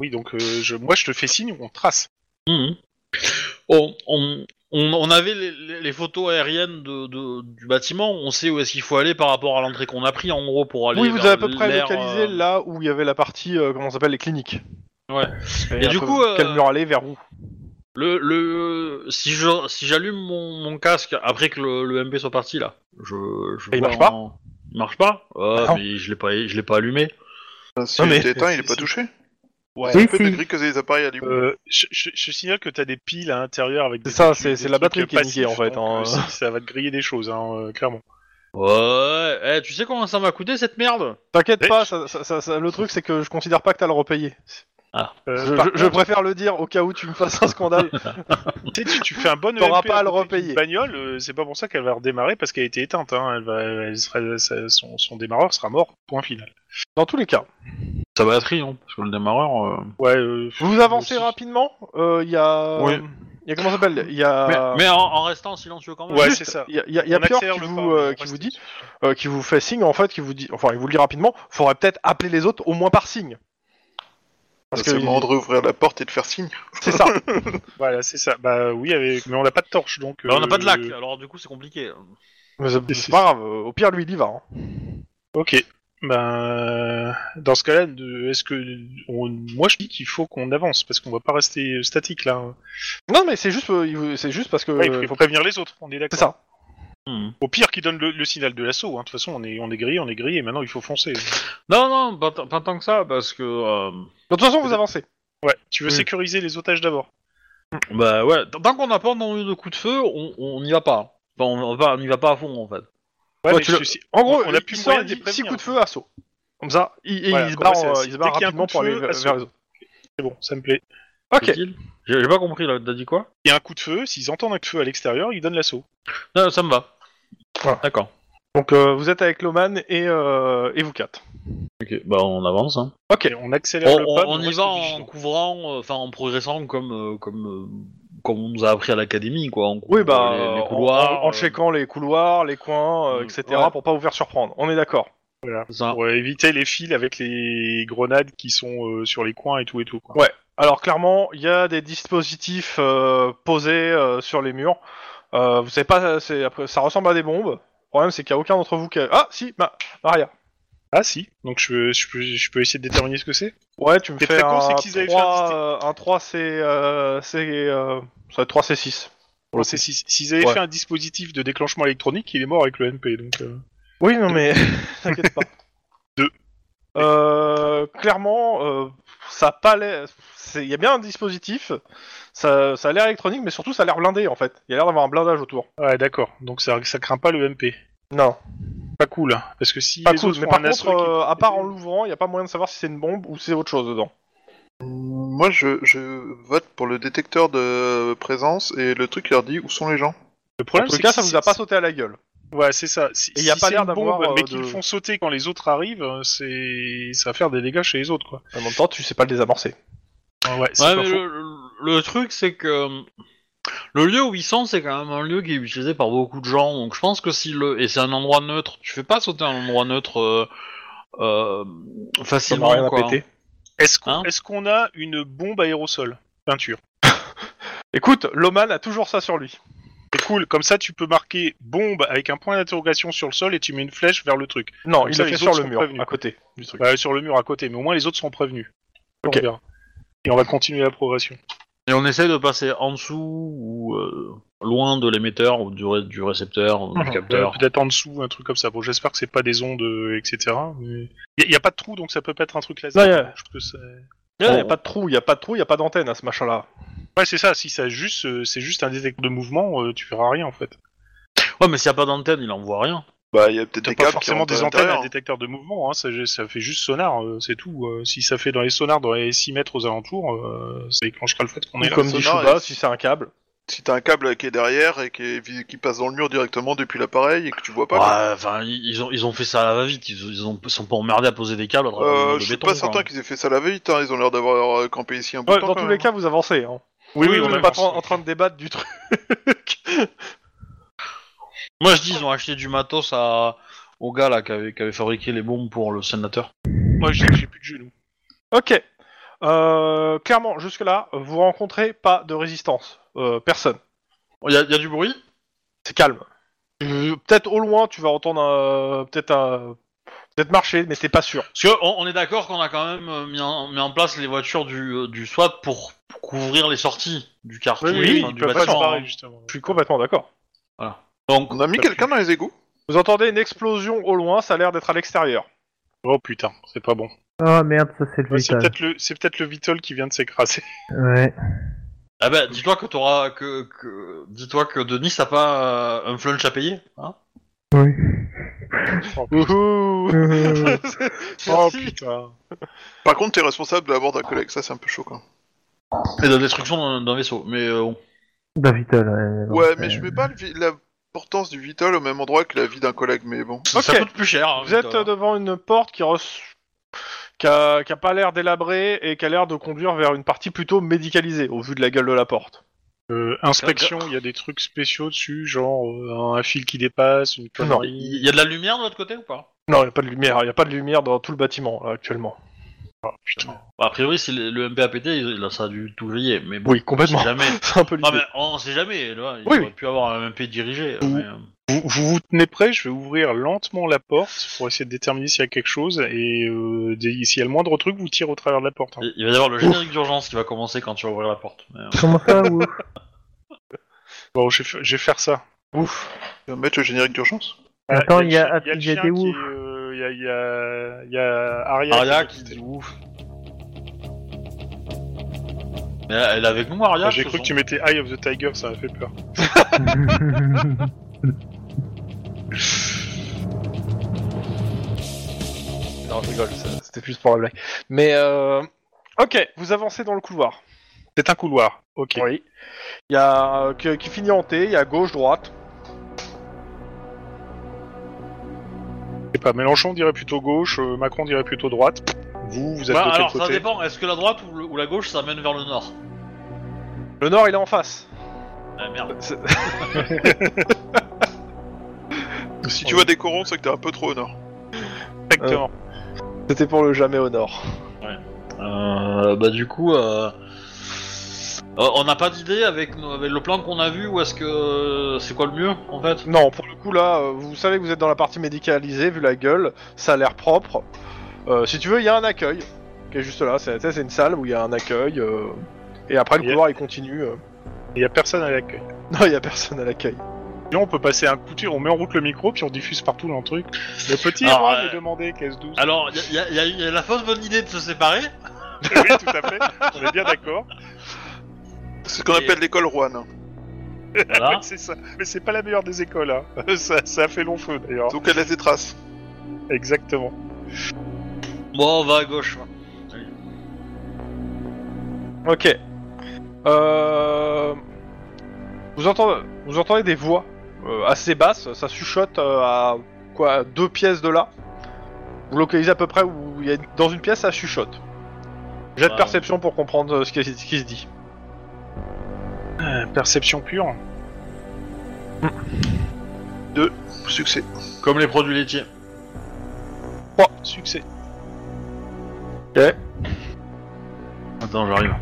[SPEAKER 4] Oui, donc euh, je, moi, je te fais signe, on trace.
[SPEAKER 1] Mhm. On, on, on- on avait les, les- les photos aériennes de, de- du bâtiment. On sait où est-ce qu'il faut aller par rapport à l'entrée qu'on a pris, en gros, pour aller.
[SPEAKER 2] Oui, vous
[SPEAKER 1] vers
[SPEAKER 2] avez à peu près
[SPEAKER 1] Oh, l'air,
[SPEAKER 2] localisé
[SPEAKER 1] euh,
[SPEAKER 2] là où il y avait la partie, euh, comment ça s'appelle, les cliniques.
[SPEAKER 1] Ouais.
[SPEAKER 2] Et,
[SPEAKER 1] du
[SPEAKER 2] un peu
[SPEAKER 1] coup, euh,
[SPEAKER 2] Quel mur aller, vers où
[SPEAKER 1] Le, le si je si j'allume mon, mon casque après que le, le MP soit parti là, je, je
[SPEAKER 2] Et il
[SPEAKER 1] vois
[SPEAKER 2] marche pas
[SPEAKER 1] en- Il marche pas. Ah,
[SPEAKER 2] Non.
[SPEAKER 1] mais je l'ai pas je l'ai pas allumé.
[SPEAKER 5] Bah, Si
[SPEAKER 2] Non, mais-
[SPEAKER 5] il est éteint, il est pas
[SPEAKER 4] si-
[SPEAKER 5] touché.
[SPEAKER 4] Ouais.
[SPEAKER 5] C'est
[SPEAKER 3] Oui,
[SPEAKER 5] un peu
[SPEAKER 3] si.
[SPEAKER 5] degré que les appareils allumés.
[SPEAKER 4] Euh, je, je- je signale que t'as des piles à l'intérieur avec des.
[SPEAKER 2] C'est ça,
[SPEAKER 4] trucs-
[SPEAKER 2] c'est-
[SPEAKER 4] des
[SPEAKER 2] c'est la
[SPEAKER 4] trucs
[SPEAKER 2] batterie qui est niquée,
[SPEAKER 4] passifs,
[SPEAKER 2] en fait,
[SPEAKER 4] donc,
[SPEAKER 2] hein.
[SPEAKER 4] euh, si, ça va te griller des choses, hein, euh, clairement.
[SPEAKER 1] Ouais. eh, tu sais combien ça m'a coûté cette merde
[SPEAKER 2] T'inquiète
[SPEAKER 4] mais-
[SPEAKER 2] pas, ça- ça- ça- ça- le truc c'est que je considère pas que t'as le repayé.
[SPEAKER 4] Euh,
[SPEAKER 2] je,
[SPEAKER 4] par
[SPEAKER 2] je- je
[SPEAKER 4] contre,
[SPEAKER 2] préfère le dire au cas où tu me fasses un scandale.
[SPEAKER 4] tu sais, tu- tu fais un bon E
[SPEAKER 2] T'auras
[SPEAKER 4] EMP
[SPEAKER 2] pas à le
[SPEAKER 4] côté d'une
[SPEAKER 2] repayer.
[SPEAKER 4] bagnole, euh, c'est pas pour ça qu'elle va redémarrer parce qu'elle a été éteinte. hein, Elle va, elle sera- sa- son, son démarreur sera mort, point final.
[SPEAKER 2] Dans tous les cas,
[SPEAKER 1] Ça va être non hein, Parce que le démarreur.
[SPEAKER 4] Ouais, euh,
[SPEAKER 2] vous avancez
[SPEAKER 4] aussi.
[SPEAKER 2] rapidement. euh, Il y a.
[SPEAKER 1] Oui.
[SPEAKER 2] Il y a comment ça s'appelle Il y a.
[SPEAKER 1] Mais en, en restant silencieux quand même.
[SPEAKER 4] Ouais,
[SPEAKER 2] Juste,
[SPEAKER 4] c'est ça.
[SPEAKER 2] Il y a, il y a- il y a
[SPEAKER 4] On
[SPEAKER 2] Pior
[SPEAKER 4] accélère
[SPEAKER 2] qui
[SPEAKER 4] le
[SPEAKER 2] vous,
[SPEAKER 4] pas,
[SPEAKER 2] euh,
[SPEAKER 4] on
[SPEAKER 2] qui
[SPEAKER 4] reste
[SPEAKER 2] vous dit, euh, qui vous fait signe en fait, qui vous dit, enfin il vous le dit rapidement. Faudrait peut-être appeler les autres au moins par signe. Parce
[SPEAKER 5] c'est
[SPEAKER 2] que
[SPEAKER 5] le moment de réouvrir la porte et de faire signe.
[SPEAKER 2] c'est ça.
[SPEAKER 4] Voilà, c'est ça. Bah oui, avec... mais on n'a pas de torche donc.
[SPEAKER 1] Bah, on n'a
[SPEAKER 4] euh,
[SPEAKER 1] pas de lac, alors du coup c'est compliqué.
[SPEAKER 2] Mais c'est c'est pas grave, euh, au pire lui il y va. hein.
[SPEAKER 4] Ok. Ben, dans ce cas-là, de- est-ce que on- moi je dis qu'il faut qu'on avance parce qu'on va pas rester euh, statique là.
[SPEAKER 2] Non mais c'est juste, euh, il vous- c'est juste parce que
[SPEAKER 4] Ouais, il faut,
[SPEAKER 2] euh,
[SPEAKER 4] il faut
[SPEAKER 2] faut-
[SPEAKER 4] prévenir les autres. On est
[SPEAKER 2] c'est
[SPEAKER 4] d'accord.
[SPEAKER 2] ça.
[SPEAKER 1] Hmm.
[SPEAKER 4] Au pire, qui donne le, le signal de l'assaut. hein. De toute façon, on est on est grillé, on est grillé. et Maintenant, il faut foncer.
[SPEAKER 1] Non, non, pas, t- pas tant que ça, parce que. euh,
[SPEAKER 2] De toute façon vous avancez.
[SPEAKER 4] Ouais. Tu veux
[SPEAKER 1] Oui.
[SPEAKER 4] sécuriser les otages d'abord.
[SPEAKER 1] bah ouais, t- tant qu'on n'a pas entendu de coups de feu, on on n'y va pas. Enfin, on va- on n'y va pas à fond en fait.
[SPEAKER 2] Ouais,
[SPEAKER 4] Ouais, mais
[SPEAKER 2] tu le-
[SPEAKER 4] je sais-
[SPEAKER 2] En gros,
[SPEAKER 4] on a
[SPEAKER 2] il
[SPEAKER 4] plus
[SPEAKER 2] sort
[SPEAKER 4] moyen
[SPEAKER 2] et
[SPEAKER 4] de les
[SPEAKER 2] dit six
[SPEAKER 4] prévenir.
[SPEAKER 2] coups de feu assaut. Comme ça, il, et
[SPEAKER 4] Voilà,
[SPEAKER 2] il se
[SPEAKER 4] comme
[SPEAKER 2] barre,
[SPEAKER 4] ça,
[SPEAKER 2] en-
[SPEAKER 4] c'est-
[SPEAKER 2] il se barre
[SPEAKER 4] dès qu'il y a un
[SPEAKER 2] rapidement
[SPEAKER 4] coup de
[SPEAKER 2] pour aller
[SPEAKER 4] feu,
[SPEAKER 2] vers,
[SPEAKER 4] assaut.
[SPEAKER 2] vers les autres.
[SPEAKER 4] C'est bon, ça me plaît.
[SPEAKER 2] Ok.
[SPEAKER 1] Tranquille. J'ai j'ai pas compris là, t'as dit quoi
[SPEAKER 4] Il y a un coup de feu. S'ils entendent un coup de feu à l'extérieur, ils donnent l'assaut.
[SPEAKER 1] Non, ça me va.
[SPEAKER 2] Voilà.
[SPEAKER 1] D'accord.
[SPEAKER 2] Donc euh, vous êtes avec Loman et euh, et vous quatre.
[SPEAKER 1] Ok, bah on avance. hein.
[SPEAKER 4] Ok. On accélère
[SPEAKER 1] On,
[SPEAKER 4] le
[SPEAKER 1] on-
[SPEAKER 4] pas. mais
[SPEAKER 1] on y
[SPEAKER 4] reste
[SPEAKER 1] va en
[SPEAKER 4] vigilant.
[SPEAKER 1] couvrant, euh, enfin en progressant comme euh, comme euh, comme on nous a appris à l'académie quoi. En couvrant
[SPEAKER 2] Oui bah
[SPEAKER 1] les, les
[SPEAKER 2] en-
[SPEAKER 1] couloirs,
[SPEAKER 2] en, en
[SPEAKER 1] euh,
[SPEAKER 2] checkant les couloirs, les coins, euh,
[SPEAKER 1] Mm,
[SPEAKER 2] etc.
[SPEAKER 1] ouais.
[SPEAKER 2] pour pas vous faire surprendre. On est d'accord.
[SPEAKER 1] ça.
[SPEAKER 4] Pour éviter les fils avec les grenades qui sont euh, sur les coins et tout et tout. quoi.
[SPEAKER 2] Alors clairement, il y a des dispositifs euh, posés euh, sur les murs. Euh, vous savez pas, c'est après, ça ressemble à des bombes. Le problème, c'est qu'il y a aucun d'entre vous qui. A... Ah si, ma... Maria.
[SPEAKER 4] Ah si. Donc je, je peux je peux essayer de déterminer ce que c'est.
[SPEAKER 2] Ouais, tu me
[SPEAKER 4] C'est
[SPEAKER 2] fais
[SPEAKER 4] très con,
[SPEAKER 2] un,
[SPEAKER 4] c'est qu'ils avaient fait un
[SPEAKER 2] 3,
[SPEAKER 4] disti-
[SPEAKER 2] euh, un 3 C, euh, C, euh, ça va être 3 C6.
[SPEAKER 4] Bon, c'est si- S'ils avaient
[SPEAKER 2] Ouais.
[SPEAKER 4] fait un dispositif de déclenchement électronique, il est mort avec le MP. Donc, euh,
[SPEAKER 2] Oui, non mais t'inquiète pas.
[SPEAKER 4] Deux.
[SPEAKER 2] Euh, clairement, euh, ça a pas l'air. c'est- Il y a bien un dispositif. Ça, ça a l'air électronique, mais surtout ça a l'air blindé en fait. Il y a l'air d'avoir un blindage autour.
[SPEAKER 4] Ouais, d'accord. Donc ça, ça craint pas le MP.
[SPEAKER 2] Non.
[SPEAKER 4] pas cool. hein. Parce que si
[SPEAKER 2] Pas
[SPEAKER 4] les
[SPEAKER 2] cool,
[SPEAKER 4] autres
[SPEAKER 2] mais
[SPEAKER 4] font
[SPEAKER 2] par
[SPEAKER 4] un assaut
[SPEAKER 2] contre,
[SPEAKER 4] et qu'ils-
[SPEAKER 2] euh, à part en l'ouvrant, il n'y a pas moyen de savoir si c'est une bombe ou c'est autre chose dedans.
[SPEAKER 5] Moi, je, je vote pour le détecteur de présence et le truc leur dit où sont les gens.
[SPEAKER 4] le problème,
[SPEAKER 2] En tout
[SPEAKER 4] c'est
[SPEAKER 2] cas,
[SPEAKER 4] que
[SPEAKER 2] ça
[SPEAKER 4] si-
[SPEAKER 2] vous a pas sauté à la gueule.
[SPEAKER 4] Ouais, c'est ça. Si,
[SPEAKER 2] Et y a
[SPEAKER 4] si
[SPEAKER 2] pas
[SPEAKER 4] c'est
[SPEAKER 2] l'air
[SPEAKER 4] une
[SPEAKER 2] d'avoir,
[SPEAKER 4] bombe,
[SPEAKER 2] euh,
[SPEAKER 4] mais
[SPEAKER 2] de-
[SPEAKER 4] qu'ils le font sauter quand les autres arrivent, euh, c'est ça va faire des dégâts chez les autres, quoi.
[SPEAKER 2] En même temps, tu sais pas le désamorcer.
[SPEAKER 4] Ah ouais, c'est
[SPEAKER 1] Ouais,
[SPEAKER 4] pas
[SPEAKER 1] mais
[SPEAKER 4] faux.
[SPEAKER 1] le, le- le truc, c'est que euh, le lieu où ils sont, c'est quand même un lieu qui est utilisé par beaucoup de gens. Donc je pense que si le. Et c'est un endroit neutre. Tu fais pas sauter un endroit neutre euh, euh,
[SPEAKER 2] Ça n'a
[SPEAKER 1] facilement.
[SPEAKER 2] rien à
[SPEAKER 1] quoi.
[SPEAKER 2] péter.
[SPEAKER 4] Est-ce qu'on
[SPEAKER 1] Hein
[SPEAKER 4] est-ce qu'on a une bombe aérosol peinture
[SPEAKER 2] Écoute, Loman a toujours ça sur lui.
[SPEAKER 4] C'est cool. Comme ça, tu peux marquer bombe avec un point d'interrogation sur le sol et tu mets une flèche vers le truc.
[SPEAKER 2] Non,
[SPEAKER 4] Comme
[SPEAKER 2] il
[SPEAKER 4] ça,
[SPEAKER 2] l'a fait
[SPEAKER 4] les
[SPEAKER 2] sur
[SPEAKER 4] autres
[SPEAKER 2] le
[SPEAKER 4] sont
[SPEAKER 2] mur,
[SPEAKER 4] prévenus.
[SPEAKER 2] à côté du truc.
[SPEAKER 4] Ouais, Euh, sur le mur à côté. Mais au moins, les autres sont prévenus.
[SPEAKER 2] Ok.
[SPEAKER 4] On verra. Et on va continuer la progression.
[SPEAKER 1] Et on essaie de passer en dessous ou euh, loin de l'émetteur ou du, ré- du récepteur ou
[SPEAKER 2] Mhm.
[SPEAKER 1] du capteur.
[SPEAKER 4] Ouais, Euh, Peut-être en dessous, un truc comme ça. Bon, j'espère que c'est pas des ondes, euh, etc. Il n'y a, pas de trou, donc ça peut pas être un truc laser.
[SPEAKER 2] Non, y a-
[SPEAKER 4] Je pense que ça-
[SPEAKER 2] Il n'y a
[SPEAKER 1] Oh.
[SPEAKER 2] pas de trou, il n'y a pas de trou, il n'y a pas d'antenne à ce machin-là.
[SPEAKER 4] Ouais, c'est ça. Si ça juste, euh, c'est juste un détecteur de mouvement, euh, tu verras rien en fait.
[SPEAKER 1] Ouais, mais s'il n'y a pas d'antenne, il en voit rien.
[SPEAKER 5] Bah, il y a peut-être
[SPEAKER 4] T'as
[SPEAKER 5] des
[SPEAKER 4] pas
[SPEAKER 5] câbles qui
[SPEAKER 4] forcément
[SPEAKER 5] rentrent à
[SPEAKER 4] des antennes à
[SPEAKER 5] l'intérieur.
[SPEAKER 4] détecteur de mouvement. hein, Ça, ça fait juste sonar, euh, c'est tout. Euh, si ça fait dans les sonars, dans les 6 mètres aux alentours, euh, ça déclenchera le fait qu'on
[SPEAKER 2] Ou
[SPEAKER 4] est là.
[SPEAKER 2] comme dit
[SPEAKER 5] sonar,
[SPEAKER 2] Shuba,
[SPEAKER 5] et-
[SPEAKER 2] si c'est un câble.
[SPEAKER 5] Si t'as un câble qui est derrière et qui, est vis- qui passe dans le mur directement depuis l'appareil et que tu vois pas. quoi.
[SPEAKER 1] Ouais, Enfin, ils ils ont, ils ont fait ça à la va-vite. Ils, ils ont, sont pas emmerdés à poser des câbles à travers le mur
[SPEAKER 5] Euh,
[SPEAKER 1] de
[SPEAKER 5] je suis
[SPEAKER 1] béton,
[SPEAKER 5] pas
[SPEAKER 1] quoi.
[SPEAKER 5] certain qu'ils aient fait ça la veille, hein. ils ont l'air d'avoir euh, campé ici un peu.
[SPEAKER 2] Ouais,
[SPEAKER 5] de temps,
[SPEAKER 2] dans
[SPEAKER 5] quand
[SPEAKER 2] tous
[SPEAKER 5] même.
[SPEAKER 2] les cas, vous avancez. Hein.
[SPEAKER 4] Oui, oui,
[SPEAKER 2] on
[SPEAKER 4] on
[SPEAKER 2] n'est pas
[SPEAKER 4] avance.
[SPEAKER 2] tra- en train de débattre du truc.
[SPEAKER 1] Moi je dis ils ont acheté du matos à au gars là qui avait, qui avait fabriqué les bombes pour le sénateur.
[SPEAKER 4] Moi, j'ai j'ai plus de genoux.
[SPEAKER 2] Ok. Euh, clairement, jusque-là, vous rencontrez pas de résistance. Euh, personne.
[SPEAKER 1] Il y, a- y a du bruit
[SPEAKER 2] C'est calme. Euh, Peut-être au loin, tu vas entendre un- peut-être un... peut-être marcher, mais t'es pas sûr.
[SPEAKER 1] Parce que on, on est d'accord qu'on a quand même euh, mis en, mis en place les voitures du, euh, du SWAT pour couvrir les sorties du quartier,
[SPEAKER 2] Oui, oui,
[SPEAKER 1] enfin,
[SPEAKER 2] ils
[SPEAKER 1] du
[SPEAKER 2] peuvent pas
[SPEAKER 1] bâtiment.
[SPEAKER 2] s'en
[SPEAKER 1] hein.
[SPEAKER 4] justement.
[SPEAKER 2] Je suis complètement d'accord.
[SPEAKER 1] Donc
[SPEAKER 5] On a mis quelqu'un dans les égouts
[SPEAKER 2] Vous entendez une explosion au loin, ça a l'air d'être à l'extérieur.
[SPEAKER 4] Oh putain, c'est pas bon.
[SPEAKER 3] Ah merde, ça c'est le
[SPEAKER 4] Ouais, c'est
[SPEAKER 3] vital.
[SPEAKER 4] peut-être le, c'est peut-être le Vitol qui vient de s'écraser.
[SPEAKER 3] Ouais.
[SPEAKER 1] ah ben, dis-toi que t'auras que, que dis-toi que Denis a pas euh, un flunch à payer. Hein
[SPEAKER 3] Oui.
[SPEAKER 4] Oh, putain.
[SPEAKER 2] Ouhou.
[SPEAKER 3] Euh,
[SPEAKER 4] Oh,
[SPEAKER 1] Merci.
[SPEAKER 4] putain.
[SPEAKER 5] Par contre, t'es responsable de la mort d'un collègue, ça c'est un peu chaud quoi.
[SPEAKER 1] Et de la destruction d'un d'un vaisseau. Mais euh, bon.
[SPEAKER 3] bah, vital. Ouais, non,
[SPEAKER 5] Ouais,
[SPEAKER 3] c'est-
[SPEAKER 5] mais je mets pas le vi- l'importance du vital au même endroit que la vie d'un collègue, mais bon.
[SPEAKER 1] ça
[SPEAKER 2] Ok.
[SPEAKER 1] coûte plus cher. hein,
[SPEAKER 2] Vous êtes
[SPEAKER 1] Victor.
[SPEAKER 2] euh, devant une porte qui, res- qui, a... qui a pas l'air délabrée et qui a l'air de conduire vers une partie plutôt médicalisée au vu de la gueule de la porte.
[SPEAKER 4] Euh, inspection, il y a des trucs spéciaux dessus, genre euh, un fil qui dépasse, une connerie.
[SPEAKER 1] Il y a de la lumière de l'autre côté ou pas
[SPEAKER 2] Non, il a pas de lumière, il a pas de lumière dans tout le bâtiment là, actuellement.
[SPEAKER 1] Bah, A priori, si le, le MP a pété, il- ça a dû tout griller. Mais bon,
[SPEAKER 2] Oui,
[SPEAKER 1] on
[SPEAKER 2] complètement.
[SPEAKER 1] sait jamais.
[SPEAKER 2] C'est un peu l'idée.
[SPEAKER 1] Non, mais on sait jamais, là, il
[SPEAKER 2] Oui,
[SPEAKER 1] aurait pu avoir un MP dirigé. mais, euh,
[SPEAKER 4] Vous, vous vous tenez prêt, je vais ouvrir lentement la porte pour essayer de déterminer s'il y a quelque chose et euh, dès- s'il y a le moindre truc, vous tirez au travers de la porte. hein.
[SPEAKER 1] il- il va y avoir le générique d'urgence qui va commencer quand tu vas ouvrir la porte. mais, euh,
[SPEAKER 3] Comment ça, ouf
[SPEAKER 4] Bon, je vais, fa- je vais faire ça.
[SPEAKER 2] Ouf.
[SPEAKER 5] Je vais mettre le générique d'urgence.
[SPEAKER 3] Attends,
[SPEAKER 4] Ah,
[SPEAKER 3] il y a,
[SPEAKER 4] le chien-
[SPEAKER 3] il
[SPEAKER 4] il
[SPEAKER 3] y a des
[SPEAKER 4] le chien qui
[SPEAKER 3] ouf.
[SPEAKER 4] est, euh, Il y a, il y a, il y a Aria,
[SPEAKER 1] Aria
[SPEAKER 4] qui-
[SPEAKER 1] qui dit ouf. Mais elle elle est avec nous, Aria
[SPEAKER 4] Ah, J'ai
[SPEAKER 1] ce
[SPEAKER 4] cru que
[SPEAKER 1] son-
[SPEAKER 4] tu mettais Eye of the Tiger, ça m'a fait peur.
[SPEAKER 2] Non, je rigole, ça- c'était plus pour la blague. Mais euh... ok, vous avancez dans le couloir.
[SPEAKER 4] C'est un couloir. Ok.
[SPEAKER 2] Oui. Il y a euh, qui, qui finit en T, il y a gauche, droite.
[SPEAKER 4] C'est pas Mélenchon dirait plutôt gauche, euh, Macron dirait plutôt droite. Vous, vous êtes
[SPEAKER 1] Bah,
[SPEAKER 4] de quel
[SPEAKER 1] alors, ça
[SPEAKER 4] côté
[SPEAKER 1] dépend, est-ce que la droite ou, le- ou la gauche, ça mène vers le nord
[SPEAKER 2] Le nord, il est en face.
[SPEAKER 1] Ah merde.
[SPEAKER 2] C'est-
[SPEAKER 5] Si tu vois des corons, c'est que t'es un peu trop au nord.
[SPEAKER 4] Exactement.
[SPEAKER 2] C'était pour le jamais au nord.
[SPEAKER 1] Euh, bah, du coup, euh, euh, on n'a pas d'idée avec, nos- avec le plan qu'on a vu, ou est-ce que euh, c'est quoi le mieux en fait
[SPEAKER 2] Non, pour le coup là, euh, vous savez que vous êtes dans la partie médicalisée, vu la gueule, ça a l'air propre. Euh, si tu veux, il y a un accueil qui est juste là. C'est tu sais, c'est une salle où il y a un accueil. euh, Et après, le
[SPEAKER 4] Il y a-
[SPEAKER 2] couloir, il continue. euh.
[SPEAKER 4] Il y a personne à l'accueil.
[SPEAKER 2] Non, il y a personne à l'accueil.
[SPEAKER 4] Sinon, on peut passer un coup de tir, on met en route le micro, puis on diffuse partout dans le truc. Le petit
[SPEAKER 1] Alors,
[SPEAKER 4] roi
[SPEAKER 1] euh,
[SPEAKER 4] me demandait KS12.
[SPEAKER 1] Alors, il y, a- y a- y a la fausse bonne idée de se séparer,
[SPEAKER 4] oui, tout à fait, on est bien d'accord.
[SPEAKER 5] C'est ce qu'on
[SPEAKER 1] Et-
[SPEAKER 5] appelle l'école Rouen. hein.
[SPEAKER 1] Voilà.
[SPEAKER 4] Ouais, c'est ça. Mais c'est pas la meilleure des écoles. hein. ça, ça a fait long feu d'ailleurs.
[SPEAKER 5] Donc elle laisse des traces.
[SPEAKER 4] Exactement.
[SPEAKER 1] Bon, on va à gauche.
[SPEAKER 2] Ok. Euh, Vous, entendez, vous entendez des voix euh, assez basses, ça chuchote euh, à quoi à deux pièces de là. Vous localisez à peu près où il y a dans une pièce ça chuchote. J'ai de
[SPEAKER 4] Bah,
[SPEAKER 1] Wow.
[SPEAKER 2] perception pour comprendre euh, ce qui, ce qui se dit.
[SPEAKER 4] Euh, perception pure.
[SPEAKER 5] Succès.
[SPEAKER 1] Comme les produits laitiers.
[SPEAKER 4] Oh, succès.
[SPEAKER 1] Attends, j'arrive.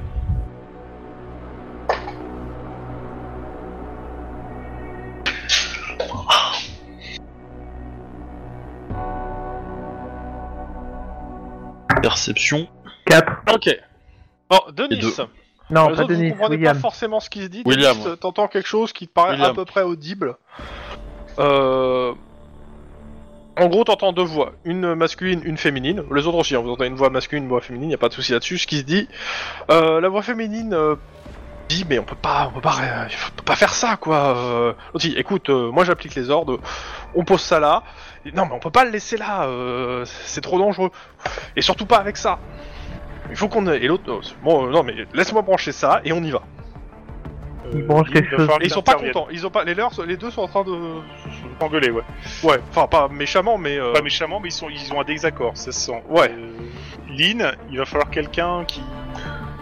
[SPEAKER 1] Perception.
[SPEAKER 3] 4.
[SPEAKER 2] Ok. Bon, Denis.
[SPEAKER 1] Et deux.
[SPEAKER 3] Non,
[SPEAKER 4] Bah,
[SPEAKER 2] Les
[SPEAKER 3] pas
[SPEAKER 2] autres,
[SPEAKER 3] Denis,
[SPEAKER 2] vous comprenez
[SPEAKER 3] William.
[SPEAKER 2] pas forcément ce qui se dit.
[SPEAKER 1] William.
[SPEAKER 2] Denis, euh, T'entends quelque chose qui te paraît
[SPEAKER 1] William.
[SPEAKER 2] à peu près audible. Euh, En gros, t'entends deux voix, une masculine, une féminine. Les autres aussi, hein, vous entendez une voix masculine, une voix féminine, y a pas de souci là-dessus. Ce qui se dit, euh, la voix féminine euh, dit, mais on peut pas, on peut pas, euh, on peut pas faire ça, quoi. Euh, l'autre dit, écoute, euh, moi j'applique les ordres, on pose ça là. Et non, mais on peut pas le laisser là, euh, c'est trop dangereux. Et surtout pas avec ça. Il faut qu'on ait- et l'autre, euh, bon, euh, non, mais laisse-moi brancher ça et on y va.
[SPEAKER 4] Euh,
[SPEAKER 3] Il branche quelque chose.
[SPEAKER 2] Et ils sont pas contents. Ils ont pas les leurs, les deux sont en train de,
[SPEAKER 4] Engueulés, ouais.
[SPEAKER 2] ouais, enfin pas méchamment, mais euh,
[SPEAKER 4] Pas méchamment, Bah, mais ils, sont, ils ont un désaccord, ça se sent.
[SPEAKER 2] Ouais.
[SPEAKER 4] Euh, Lynn, il va falloir quelqu'un qui.